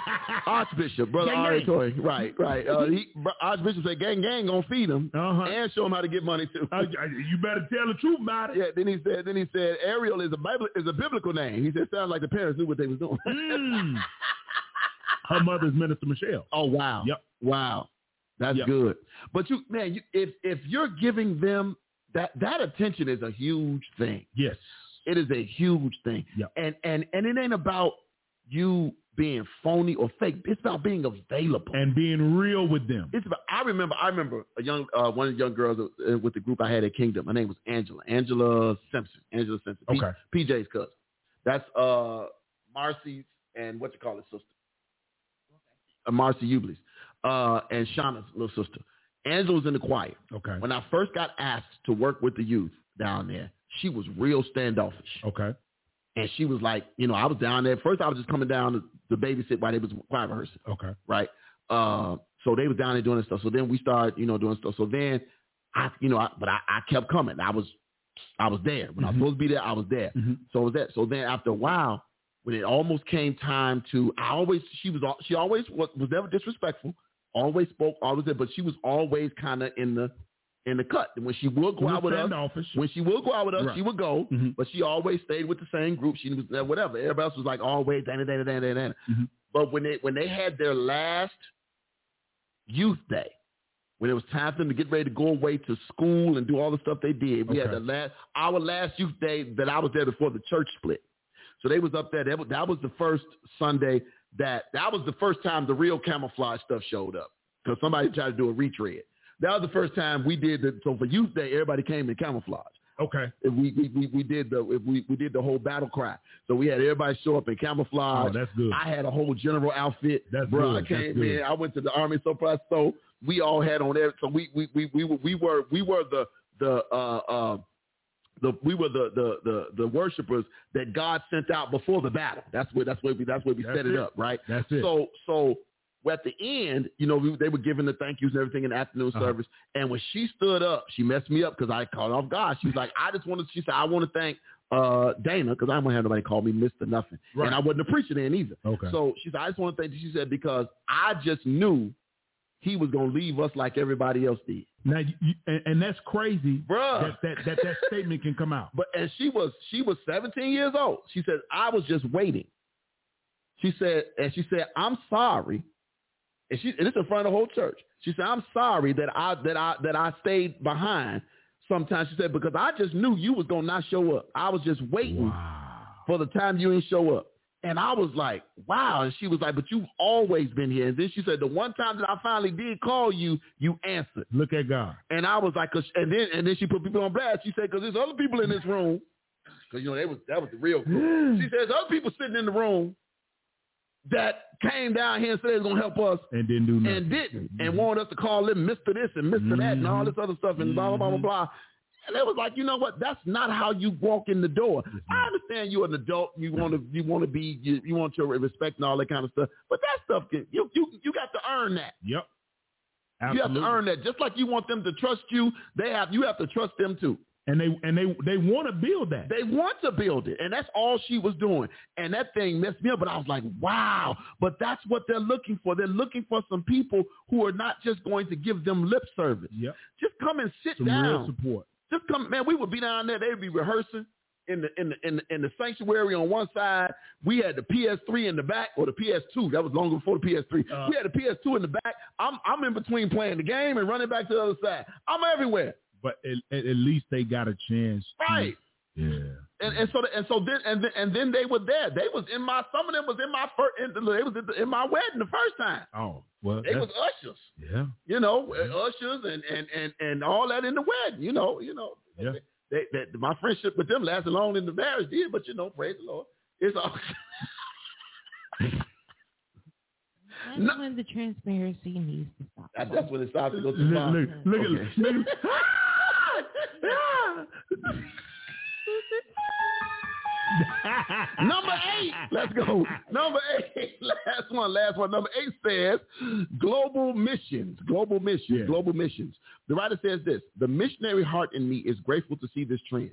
Speaker 3: Archbishop, Brother
Speaker 4: Gang,
Speaker 3: R.A.
Speaker 4: gang.
Speaker 3: Torrey. Right, right. Uh, he, Br- Archbishop said, gang, gang, gonna feed him
Speaker 4: Uh-huh.
Speaker 3: and show him how to get money too.
Speaker 4: Uh, you better tell the truth about it.
Speaker 3: yeah, then he said, then he said, Ariel is a Bible, is a biblical name. He said, sounds like the parents knew what they was doing.
Speaker 4: Mm. Her mother's Minister Michelle.
Speaker 3: Oh, wow.
Speaker 4: Yep.
Speaker 3: Wow. That's
Speaker 4: Yep.
Speaker 3: good. But you, man, you, if, if you're giving them that, that attention is a huge thing.
Speaker 4: Yes.
Speaker 3: It is a huge thing.
Speaker 4: Yep.
Speaker 3: And and and it ain't about you being phony or fake. It's about being available.
Speaker 4: And being real with them.
Speaker 3: it's about. I remember. I remember a young uh, one of the young girls uh, with the group I had at Kingdom. Her name was Angela. Angela Simpson. Angela Simpson. P-
Speaker 4: Okay.
Speaker 3: PJ's cousin. That's uh Marcy's and what you call it sister. Uh, Marcy Ublis. Uh, and Shauna's little sister. Angela's in the choir.
Speaker 4: Okay.
Speaker 3: When I first got asked to work with the youth down there, she was real standoffish
Speaker 4: Okay.
Speaker 3: And she was like, you know, I was down there. First, I was just coming down to, to babysit while they was choir rehearsing
Speaker 4: Okay.
Speaker 3: right? Uh, so they was down there doing this stuff. So then we started, you know, doing stuff. So then I, you know, I, but I, I kept coming. I was, I was there when I was
Speaker 4: Mhm.
Speaker 3: supposed to be there. I was there.
Speaker 4: Mhm.
Speaker 3: So I was that. So then after a while, when it almost came time to, I always she was al- she always was, was never disrespectful. Always spoke. Always there, but she was always kind of in the in the cut. And when she would go out with us,
Speaker 4: Office.
Speaker 3: when she would go out with us,
Speaker 4: Right.
Speaker 3: she would go,
Speaker 4: Mhm.
Speaker 3: but she always stayed with the same group. She was uh, whatever. Everybody else was like always, dana, dana, dana, dana.
Speaker 4: Mhm.
Speaker 3: But when they when they had their last youth day, when it was time for them to get ready to go away to school and do all the stuff they did, we had
Speaker 4: Okay.
Speaker 3: the last our last youth day that I was there before the church split. So they was up there. That was, that was the first Sunday that that was the first time the real camouflage stuff showed up because somebody tried to do a retread. That was the first time we did the so for youth day everybody came in camouflage.
Speaker 4: okay.
Speaker 3: If we, we, we, we did the if we, we did the whole battle cry. So we had everybody show up in
Speaker 4: Oh,
Speaker 3: camouflage.
Speaker 4: that's good.
Speaker 3: I had a whole general outfit.
Speaker 4: That's
Speaker 3: Bro,
Speaker 4: good.
Speaker 3: I came
Speaker 4: That's good.
Speaker 3: in. I went to the army surprise store. We all had on every. So we we we we were we were, we were the the uh uh the we were the the the the worshipers that God sent out before the battle. That's where that's where we that's where we
Speaker 4: That's
Speaker 3: set it,
Speaker 4: it.
Speaker 3: up, right?
Speaker 4: that's it.
Speaker 3: So so at the end, you know, we, they were giving the thank yous and everything in the afternoon
Speaker 4: Uh-huh.
Speaker 3: service. And when she stood up, she messed me up because I caught off guard. She was like, I just wanted. She said, I want to thank uh Dana because I don't want to have nobody call me Mister Nothing,
Speaker 4: Right.
Speaker 3: and I wasn't a preacher then either.
Speaker 4: okay.
Speaker 3: So she said, I just want to thank you. She said, because I just knew he was going to leave us like everybody else did.
Speaker 4: now, you, you- and, and that's crazy
Speaker 3: Bruh.
Speaker 4: that that, that that statement can come out.
Speaker 3: But and she was she was 17 years old. She said, I was just waiting. She said, and she said, I'm sorry. And she and it's in front of the whole church. She said, I'm sorry that I that I that I stayed behind sometimes. She said, because I just knew you was gonna not show up. I was just waiting
Speaker 4: Wow.
Speaker 3: for the time you ain't show up. And I was like, wow. And she was like, but you've always been here. And then she said, the one time that I finally did call you, you answered.
Speaker 4: Look at God.
Speaker 3: And I was like, 'cause- and then and then she put people on blast. She said, because there's other people in this room, because you know they was that was the real.
Speaker 4: Mm-hmm.
Speaker 3: Group. She says other people sitting in the room that came down here and said they was gonna help us
Speaker 4: And didn't do nothing.
Speaker 3: and didn't and wanted us to call him Mister This and Mister That and all this other stuff and blah blah blah blah blah. And it was like, you know what? That's not how you walk in the door. I understand you're an adult. You want to you want to be you, you want your respect and all that kind of stuff. But that stuff can you you you got to earn that.
Speaker 4: Yep. Absolutely.
Speaker 3: You have to earn that. Just like you want them to trust you, they have you have to trust them too.
Speaker 4: and they and they they want to build that.
Speaker 3: They want to build it. And that's all she was doing. And that thing messed me up. But I was like, wow. But that's what they're looking for. They're looking for some people who are not just going to give them lip service.
Speaker 4: yep.
Speaker 3: Just come and sit
Speaker 4: Some real
Speaker 3: down.
Speaker 4: support.
Speaker 3: Just come, man. We would be down there. They'd be rehearsing in the in the in the, in the sanctuary on one side. We had the PS3 in the back, or the PS2. That was long before the PS3.
Speaker 4: Uh,
Speaker 3: we had the PS2 in the back. I'm I'm in between playing the game and running back to the other side. I'm everywhere,
Speaker 4: But at, at at least they got a chance. to-
Speaker 3: right?
Speaker 4: yeah.
Speaker 3: And and so the, and so then and then, and then they were there. They was in my some of them was in my first. They was in, the, in my wedding the first time.
Speaker 4: Oh well.
Speaker 3: They
Speaker 4: that's-
Speaker 3: was ushers,
Speaker 4: yeah.
Speaker 3: you know, uh,
Speaker 4: Mm-hmm.
Speaker 3: ushers and and and and all that in the wedding. You know, you know.
Speaker 4: Yeah.
Speaker 3: they, that my friendship with them lasted long in the marriage did, but you know, praise the Lord. It's all
Speaker 1: That's
Speaker 3: No.
Speaker 1: when the transparency needs to stop.
Speaker 3: that's that's when it starts to go too
Speaker 4: Look,
Speaker 3: far.
Speaker 4: look, look at look at-
Speaker 3: Number eight. Let's go. Number eight. Last one. Last one. Number eight says global missions. Global missions.
Speaker 4: Yeah.
Speaker 3: Global missions. The writer says this the missionary heart in me is grateful to see this trend.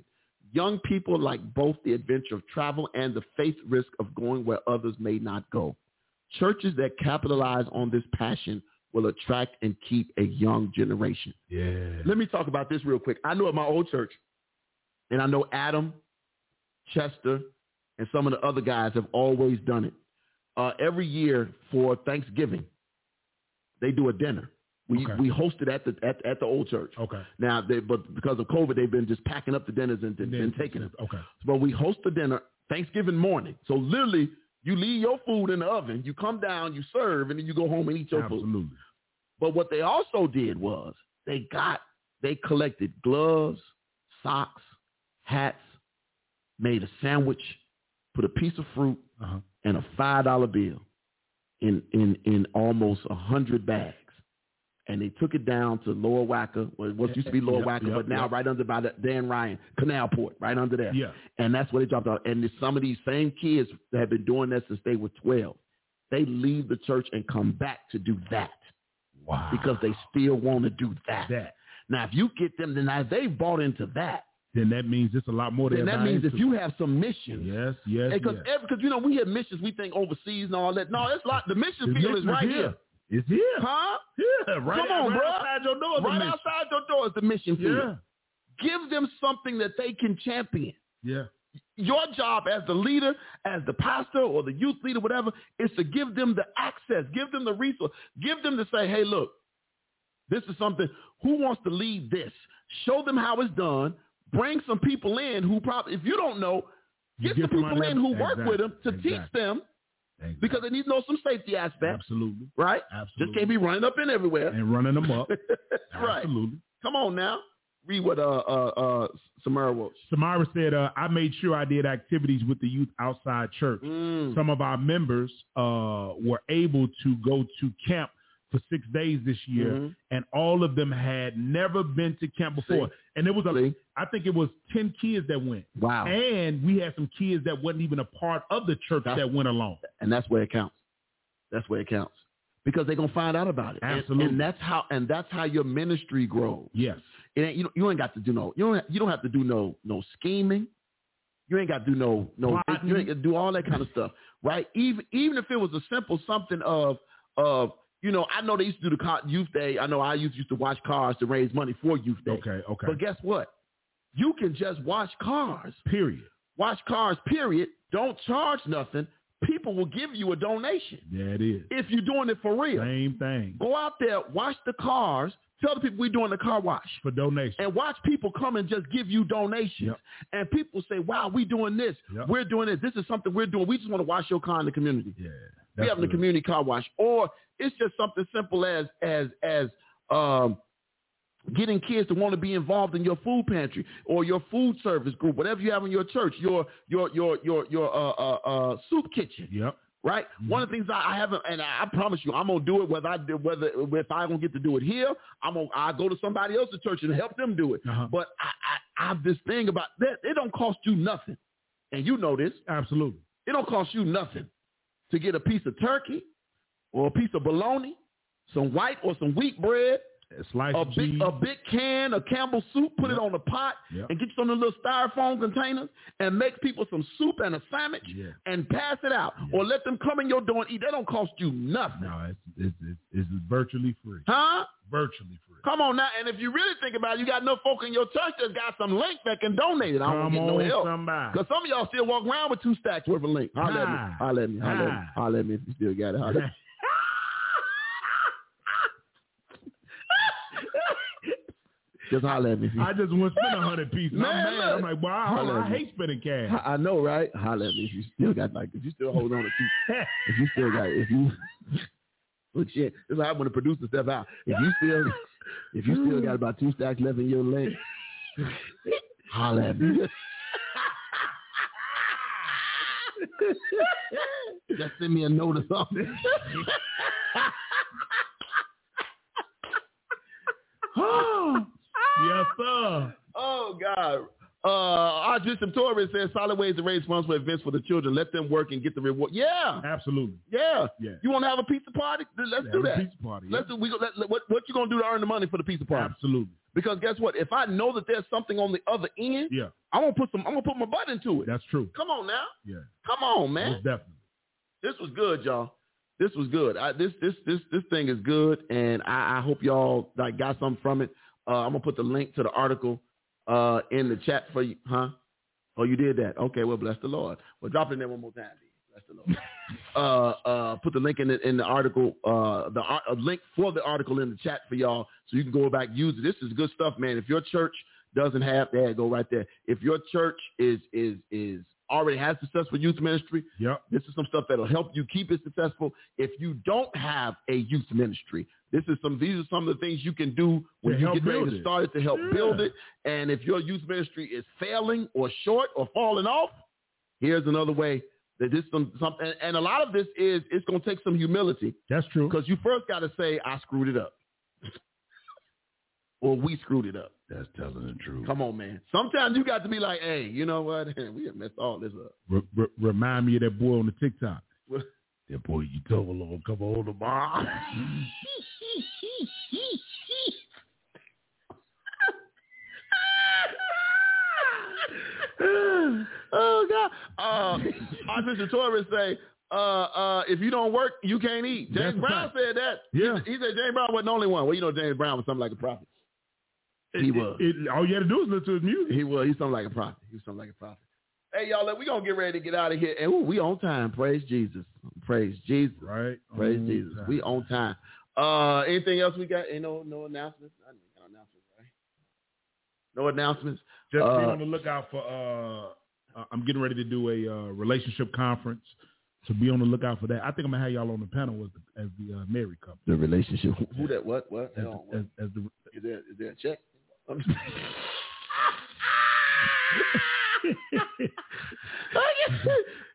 Speaker 3: Young people like both the adventure of travel and the faith risk of going where others may not go. Churches that capitalize on this passion will attract and keep a young generation.
Speaker 4: Yeah.
Speaker 3: Let me talk about this real quick. I know at my old church, and I know Adam, Chester, and some of the other guys have always done it. Uh, every year for Thanksgiving, they do a dinner. We
Speaker 4: Okay. Oh.
Speaker 3: we host it at the at, at the old church.
Speaker 4: Okay.
Speaker 3: Now, they, but because of COVID, they've been just packing up the dinners and, and, and taking them.
Speaker 4: Okay.
Speaker 3: But we host the dinner Thanksgiving morning. So literally, you leave your food in the oven, you come down, you serve, and then you go home and eat your food.
Speaker 4: Absolutely.
Speaker 3: But what they also did was they got they collected gloves, socks, hats, made a sandwich, put a piece of fruit
Speaker 4: Uh-huh.
Speaker 3: and a five dollar bill in in in almost a hundred bags, and they took it down to Lower Wacker, what what used to be Lower
Speaker 4: Yep,
Speaker 3: Wacker,
Speaker 4: yep,
Speaker 3: but now
Speaker 4: yep.
Speaker 3: right under by the Dan Ryan Canalport, right under there.
Speaker 4: Yeah.
Speaker 3: And that's where they dropped out. And there's some of these same kids that have been doing that since they were 12, they leave the church and come back to do that
Speaker 4: Wow.
Speaker 3: because they still want to do that.
Speaker 4: that.
Speaker 3: Now, if you get them, then now if they bought into that,
Speaker 4: Then that means it's a lot more than
Speaker 3: then that means if you have some missions.
Speaker 4: Yes, yes,
Speaker 3: Because
Speaker 4: yes.
Speaker 3: you know we have missions, we think overseas and all that. No, it's lot. The mission
Speaker 4: The
Speaker 3: field
Speaker 4: mission
Speaker 3: is right here,
Speaker 4: It's here.
Speaker 3: huh?
Speaker 4: Yeah, right,
Speaker 3: Come on,
Speaker 4: right
Speaker 3: bruh.
Speaker 4: outside your door. the
Speaker 3: Right
Speaker 4: mission.
Speaker 3: outside your door is the mission field.
Speaker 4: Yeah,
Speaker 3: Give them something that they can champion.
Speaker 4: yeah.
Speaker 3: Your job as the leader, as the pastor or the youth leader, whatever, is to give them the access, give them the resource, give them to say, hey, look, this is something, who wants to lead this? Show them how it's done. Bring some people in who probably, if you don't know,
Speaker 4: You
Speaker 3: get, the some
Speaker 4: somebody
Speaker 3: people in who
Speaker 4: that-
Speaker 3: work with them to
Speaker 4: exactly,
Speaker 3: teach them
Speaker 4: exactly.
Speaker 3: because they need to know some safety aspects,
Speaker 4: absolutely,
Speaker 3: right?
Speaker 4: absolutely,
Speaker 3: Just can't be running up in everywhere.
Speaker 4: and running them up.
Speaker 3: right.
Speaker 4: Absolutely.
Speaker 3: Come on now. Read what uh, uh, uh, Samara wrote.
Speaker 4: Samara said, uh, "I made sure I did activities with the youth outside church.
Speaker 3: Mm.
Speaker 4: Some of our members uh, were able to go to camp for six days this year,
Speaker 3: Mhm.
Speaker 4: and all of them had never been to camp before. And it was, a,
Speaker 3: See? Oh.
Speaker 4: I think it was ten kids that went,
Speaker 3: Wow.
Speaker 4: and we had some kids that wasn't even a part of the church
Speaker 3: That's-
Speaker 4: that went along.
Speaker 3: and that's where it counts. That's where it counts because they're gonna find out about it. And-
Speaker 4: Absolutely.
Speaker 3: And, that's how and that's how your ministry grows.
Speaker 4: Yes,
Speaker 3: It ain't, you don't- you ain't got to do no you don't you don't have to do no no scheming. You ain't got to do no no
Speaker 4: Plotting.
Speaker 3: you ain't got to do all that kind of stuff, right? Even even if it was a simple something of of you know I know they used to do the co- youth day. I know I used used to watch cars to raise money for youth day.
Speaker 4: okay, okay.
Speaker 3: But guess what? You can just watch cars
Speaker 4: Period.
Speaker 3: watch cars, period, don't charge nothing, people will give you a donation
Speaker 4: That is
Speaker 3: if you're doing it for real.
Speaker 4: same thing
Speaker 3: Go out there, watch the cars, tell the people we're doing the car wash.
Speaker 4: for donation.
Speaker 3: And watch people come and just give you donations.
Speaker 4: Yep.
Speaker 3: And people say, wow, we doing this.
Speaker 4: Yep.
Speaker 3: We're doing this. This is something we're doing. We just want to wash your car in the community.
Speaker 4: Yeah,
Speaker 3: we having a
Speaker 4: good.
Speaker 3: community car wash. Or it's just something simple as as as um, getting kids to want to be involved in your food pantry or your food service group, whatever you have in your church, your your your your your uh, uh, uh, soup kitchen,
Speaker 4: Yep.
Speaker 3: right? One of the things I, I haven't, and I, I promise you, I'm gonna do it whether I do, whether if I don't get to do it here, I'm gonna I go to somebody else's church and help them do it.
Speaker 4: Uh-huh.
Speaker 3: But I, I, I have this thing about that it don't cost you nothing, and you know this.
Speaker 4: Absolutely.
Speaker 3: It don't cost you nothing to get a piece of turkey or a piece of bologna, some white or some wheat bread,
Speaker 4: A slice
Speaker 3: a
Speaker 4: of cheese.
Speaker 3: big a big can of Campbell's soup, put it
Speaker 4: Yep.
Speaker 3: on the pot,
Speaker 4: Yep.
Speaker 3: and get you some of the little styrofoam containers and make people some soup and a sandwich
Speaker 4: Yeah.
Speaker 3: and pass it out.
Speaker 4: Yeah.
Speaker 3: Or let them come in your door and eat. That don't cost you nothing.
Speaker 4: No, it's, it's, it's, it's virtually free.
Speaker 3: Huh?
Speaker 4: Virtually free.
Speaker 3: Come on now. And if you really think about it, you got enough folk in your church that's got some link that can donate it. I don't
Speaker 4: Come
Speaker 3: get no
Speaker 4: on,
Speaker 3: help.
Speaker 4: somebody.
Speaker 3: Because some of y'all still walk around with two stacks worth of link. Holla at me.
Speaker 4: Ah.
Speaker 3: Holla at me. Holla at me.
Speaker 4: Ah.
Speaker 3: Holla at me if you still got it. Holla at me. Just holla at me. if you-
Speaker 4: I just want to spend a hundred pieces.
Speaker 3: Man,
Speaker 4: I'm mad.
Speaker 3: look.
Speaker 4: I'm like, wow,
Speaker 3: Holla
Speaker 4: I
Speaker 3: at me.
Speaker 4: hate spending cash.
Speaker 3: I I know, right? Holla at me if you still got like if you still hold on to two. if you still got if you look shit. It's like when the producer step out. If you still if you still got about two stacks left in your leg, holla at me. Just send me a note or something.
Speaker 4: yes, sir.
Speaker 3: Oh God. Uh, our Bishop Torres says solid ways to raise funds for events for the children. Let them work and get the reward. Yeah,
Speaker 4: Absolutely.
Speaker 3: yeah.
Speaker 4: Yeah.
Speaker 3: You want to have a pizza party? Then Let's
Speaker 4: Yeah,
Speaker 3: do
Speaker 4: have a
Speaker 3: that.
Speaker 4: Pizza party.
Speaker 3: Let's do. We go, let, let- what what you gonna do to earn the money for the pizza
Speaker 4: yeah.
Speaker 3: party?
Speaker 4: Absolutely.
Speaker 3: Because guess what? If I know that there's something on the other end,
Speaker 4: Yeah.
Speaker 3: I'm gonna put some. I'm gonna put my butt into it.
Speaker 4: That's true.
Speaker 3: Come on now.
Speaker 4: Yeah.
Speaker 3: Come on, man.
Speaker 4: Most definitely.
Speaker 3: This was good, y'all. This was good. I, this this this this thing is good, and I, I hope y'all like got something from it. Uh, I'm gonna put the link to the article uh, in the chat for you, huh? Oh, you did that. Okay, well, bless the Lord. Well, drop it in there one more time. Bless the Lord. uh, uh, put the link in the, in the article, uh, the ar- a link for the article in the chat for y'all, so you can go back use it. This is good stuff, man. If your church doesn't have that, go right there. If your church is is is already has successful youth ministry,
Speaker 4: Yep.
Speaker 3: this is some stuff that'll help you keep it successful. If you don't have a youth ministry, this is some. These are some of the things you can do when
Speaker 4: To
Speaker 3: you
Speaker 4: help
Speaker 3: get ready
Speaker 4: build
Speaker 3: to
Speaker 4: it.
Speaker 3: start it to help
Speaker 4: Yeah.
Speaker 3: build it. And if your youth ministry is failing or short or falling off, here's another way that this some some. And, and a lot of this is it's going to take some humility
Speaker 4: That's true.
Speaker 3: because you first got to say I screwed it up. or we screwed it up.
Speaker 4: That's telling the truth.
Speaker 3: Come on, man. Sometimes you got to be like, hey, you know what? We have messed all this up.
Speaker 4: Re- re- remind me of that boy on the TikTok.
Speaker 3: What?
Speaker 4: That boy you told on, come on tomorrow.
Speaker 3: oh God. Uh, Artificial Torres say, uh, uh, if you don't work, you can't eat. James
Speaker 4: That's a
Speaker 3: Brown
Speaker 4: fact.
Speaker 3: said that.
Speaker 4: yeah,
Speaker 3: He said James Brown wasn't the only one. Well, you know James Brown was something like a prophet. He
Speaker 4: It-
Speaker 3: was.
Speaker 4: it- all you had to do was listen to his music.
Speaker 3: He was. He's something like a prophet. He was something like a prophet. Hey y'all, look, we gonna get ready to get out of here, and ooh, we on time. Praise Jesus. Praise Jesus.
Speaker 4: Right. Mm-hmm.
Speaker 3: Praise
Speaker 4: On
Speaker 3: Jesus.
Speaker 4: time.
Speaker 3: We on time. Uh, anything else we got? Ain't no no announcements. I didn't got announcements, right? No announcements.
Speaker 4: Just be
Speaker 3: Uh,
Speaker 4: on the lookout for. Uh, uh, I'm getting ready to do a uh, relationship conference, so be on the lookout for that. I think I'm gonna have y'all on the panel as the, as the uh, married couple.
Speaker 3: The relationship. Who that? What? What? That
Speaker 4: As,
Speaker 3: don't
Speaker 4: as,
Speaker 3: work.
Speaker 4: as the
Speaker 3: Is there is there a check? I'm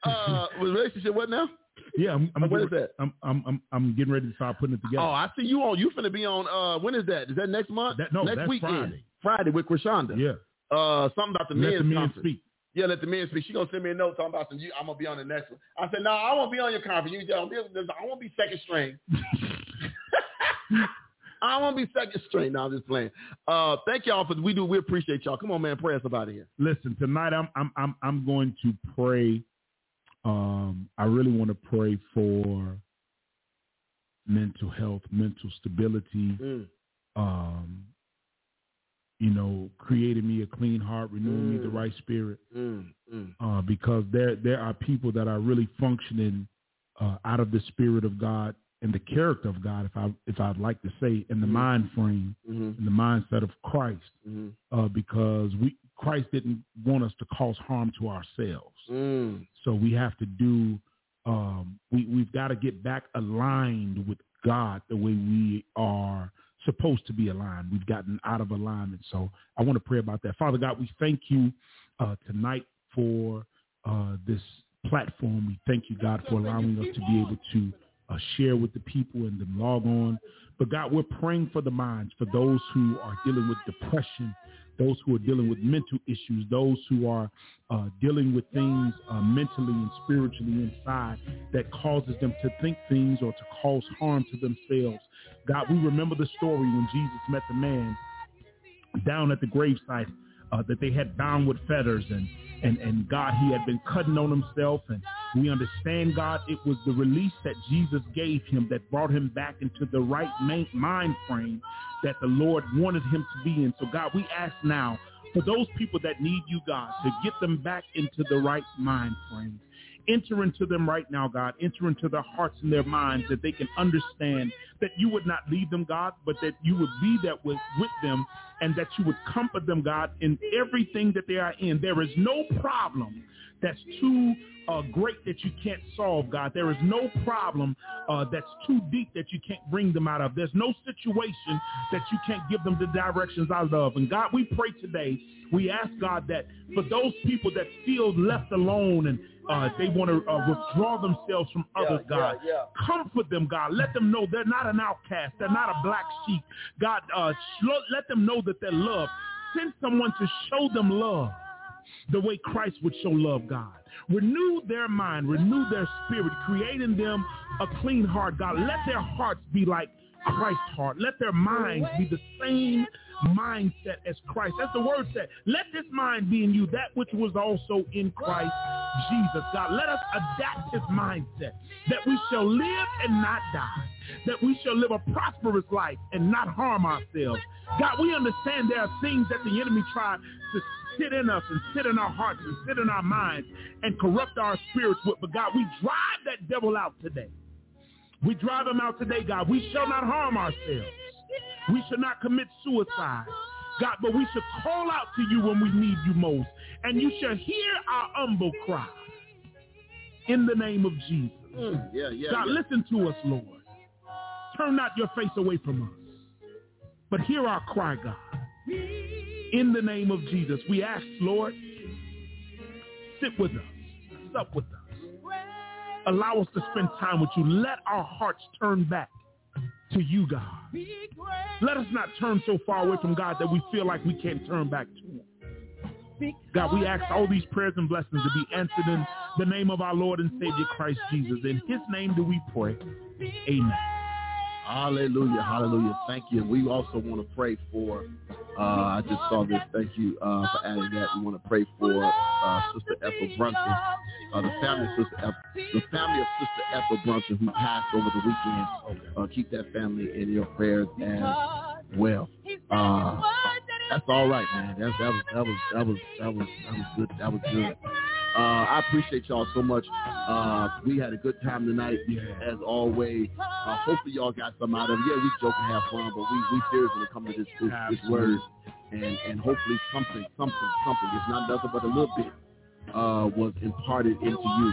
Speaker 3: uh, with relationship. What now?
Speaker 4: yeah, I'm, I'm,
Speaker 3: What
Speaker 4: getting,
Speaker 3: is that?
Speaker 4: I'm, I'm I'm I'm getting ready to start putting it together.
Speaker 3: Oh, I see you on. You finna be on. Uh, when is that? Is that next month?
Speaker 4: That- no,
Speaker 3: next
Speaker 4: that's
Speaker 3: weekend.
Speaker 4: Friday.
Speaker 3: Friday with Krishonda.
Speaker 4: yeah,
Speaker 3: Uh, something about the
Speaker 4: let
Speaker 3: men's
Speaker 4: the men
Speaker 3: conference.
Speaker 4: speak.
Speaker 3: Yeah, let the men speak. She gonna send me a note talking about some. You, I'm gonna be on the next one. I said, no, I won't be on your conference. You don't. This, this, I won't be second string. I won't be second string. No, I'm just playing. Uh, thank y'all for we do. We appreciate y'all. Come on, man, pray us about here.
Speaker 4: Listen, tonight I'm I'm I'm I'm going to pray. Um, I really want to pray for mental health, mental stability.
Speaker 3: Mm.
Speaker 4: um, you know, created me a clean heart, renewed me the
Speaker 3: Mm.
Speaker 4: right spirit,
Speaker 3: Mm, mm,
Speaker 4: uh, because there there are people that are really functioning uh, out of the spirit of God and the character of God, if I if I'd like to say, in the
Speaker 3: Mm.
Speaker 4: mind frame,
Speaker 3: mm,
Speaker 4: in the mindset of Christ,
Speaker 3: mm,
Speaker 4: uh, because we Christ didn't want us to cause harm to ourselves,
Speaker 3: mm.
Speaker 4: so we have to do. Um, we we've got to get back aligned with God the way we are supposed to be aligned. We've gotten out of alignment. So I want to pray about that. Father God, we thank you uh, tonight for uh, this platform. We thank you, God, for allowing us to be able to uh, share with the people and then log on. But God, we're praying for the minds, for those who are dealing with depression, those who are dealing with mental issues, those who are uh, dealing with things uh, mentally and spiritually inside that causes them to think things or to cause harm to themselves. God, we remember the story when Jesus met the man down at the gravesite uh, that they had bound with fetters and, and, and God, he had been cutting on himself. And we understand, God, it was the release that Jesus gave him that brought him back into the right ma- mind frame that the Lord wanted him to be in. So, God, we ask now for those people that need you, God, to get them back into the right mind frame. Enter into them right now, God. Enter into their hearts and their minds that they can understand that you would not leave them, God, but that you would be there with, with them and that you would comfort them, God, in everything that they are in. There is no problem that's too uh, great that you can't solve, God. There is no problem uh, that's too deep that you can't bring them out of. There's no situation that you can't give them the directions out of. And God, we pray today. We ask God that for those people that feel left alone and uh, they want to uh, withdraw themselves from
Speaker 3: Oh,
Speaker 4: others, God,
Speaker 3: yeah, yeah.
Speaker 4: comfort them, God. Let them know they're not an outcast. They're not a black sheep. God, uh, slo- let them know that they're loved. Send someone to show them love the way Christ would show love, God. Renew their mind, renew their spirit, create in them a clean heart, God. Let their hearts be like Christ's heart. Let their minds be the same mindset as Christ. That's the word said. Let this mind be in you, that which was also in Christ Jesus, God. Let us adapt his mindset that we shall live and not die, that we shall live a prosperous life and not harm ourselves. God, we understand there are things that the enemy tried to sit in us and sit in our hearts and sit in our minds and corrupt our spirits with. But God, we drive that devil out today. We drive him out today, God. We shall not harm ourselves. We shall not commit suicide. God, but we shall call out to you when we need you most. And you shall hear our humble cry in the name of Jesus.
Speaker 3: Mm, yeah, yeah.
Speaker 4: God,
Speaker 3: yeah.
Speaker 4: listen to us, Lord. Turn not your face away from us, but hear our cry, God. In the name of Jesus, we ask, Lord, sit with us, sup with us. Allow us to spend time with you. Let our hearts turn back to you, God. Let us not turn so far away from God that we feel like we can't turn back to Him. God, we ask all these prayers and blessings to be answered in the name of our Lord and Savior Christ Jesus. In His name do we pray. Amen.
Speaker 3: Hallelujah, hallelujah. Thank you. We also want to pray for, uh, I just saw this. Thank you uh, for adding that. We want to pray for uh, Sister Ethel Brunson, uh, the family of Sister Ethel, the family of Sister Ethel Brunson who passed over the weekend. Uh, keep that family in your prayers as well. Uh, that's all right, man. That's, that was that was that was that was that was good. That was good. Uh, I appreciate y'all so much. Uh, we had a good time tonight, as always. Uh, hopefully y'all got some out of it. Yeah, we joke and have fun, but we we serious when it comes to this this, this word, and and hopefully something something something. It's not nothing but a little bit uh, was imparted into you.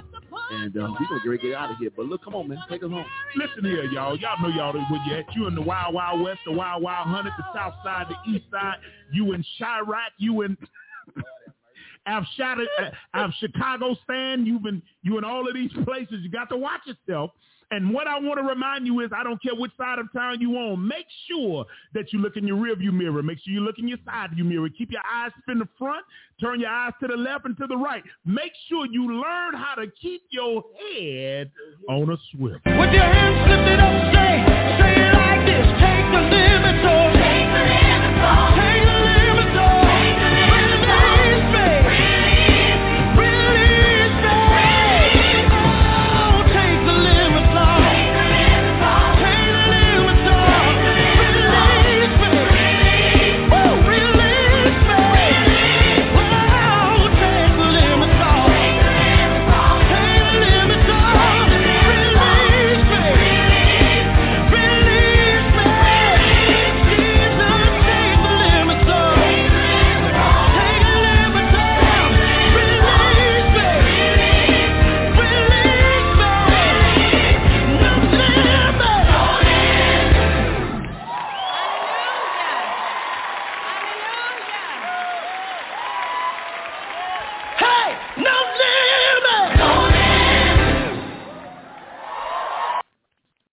Speaker 3: And uh, we gonna get ready to get out of here. But look, come on, man, take us home.
Speaker 4: Listen here, y'all. Y'all know y'all where you at. You in the Wild Wild West, the Wild Wild Hundred, the South Side, the East Side. You in Chirac. You in I've shot it. I've Chicago stand. You've been you in all of these places. You got to watch yourself. And what I want to remind you is, I don't care which side of town you on. Make sure that you look in your rearview mirror. Make sure you look in your side view mirror. Keep your eyes in the front. Turn your eyes to the left and to the right. Make sure you learn how to keep your head on a swivel.
Speaker 2: With your hands lifted up, say, say oh. Oh,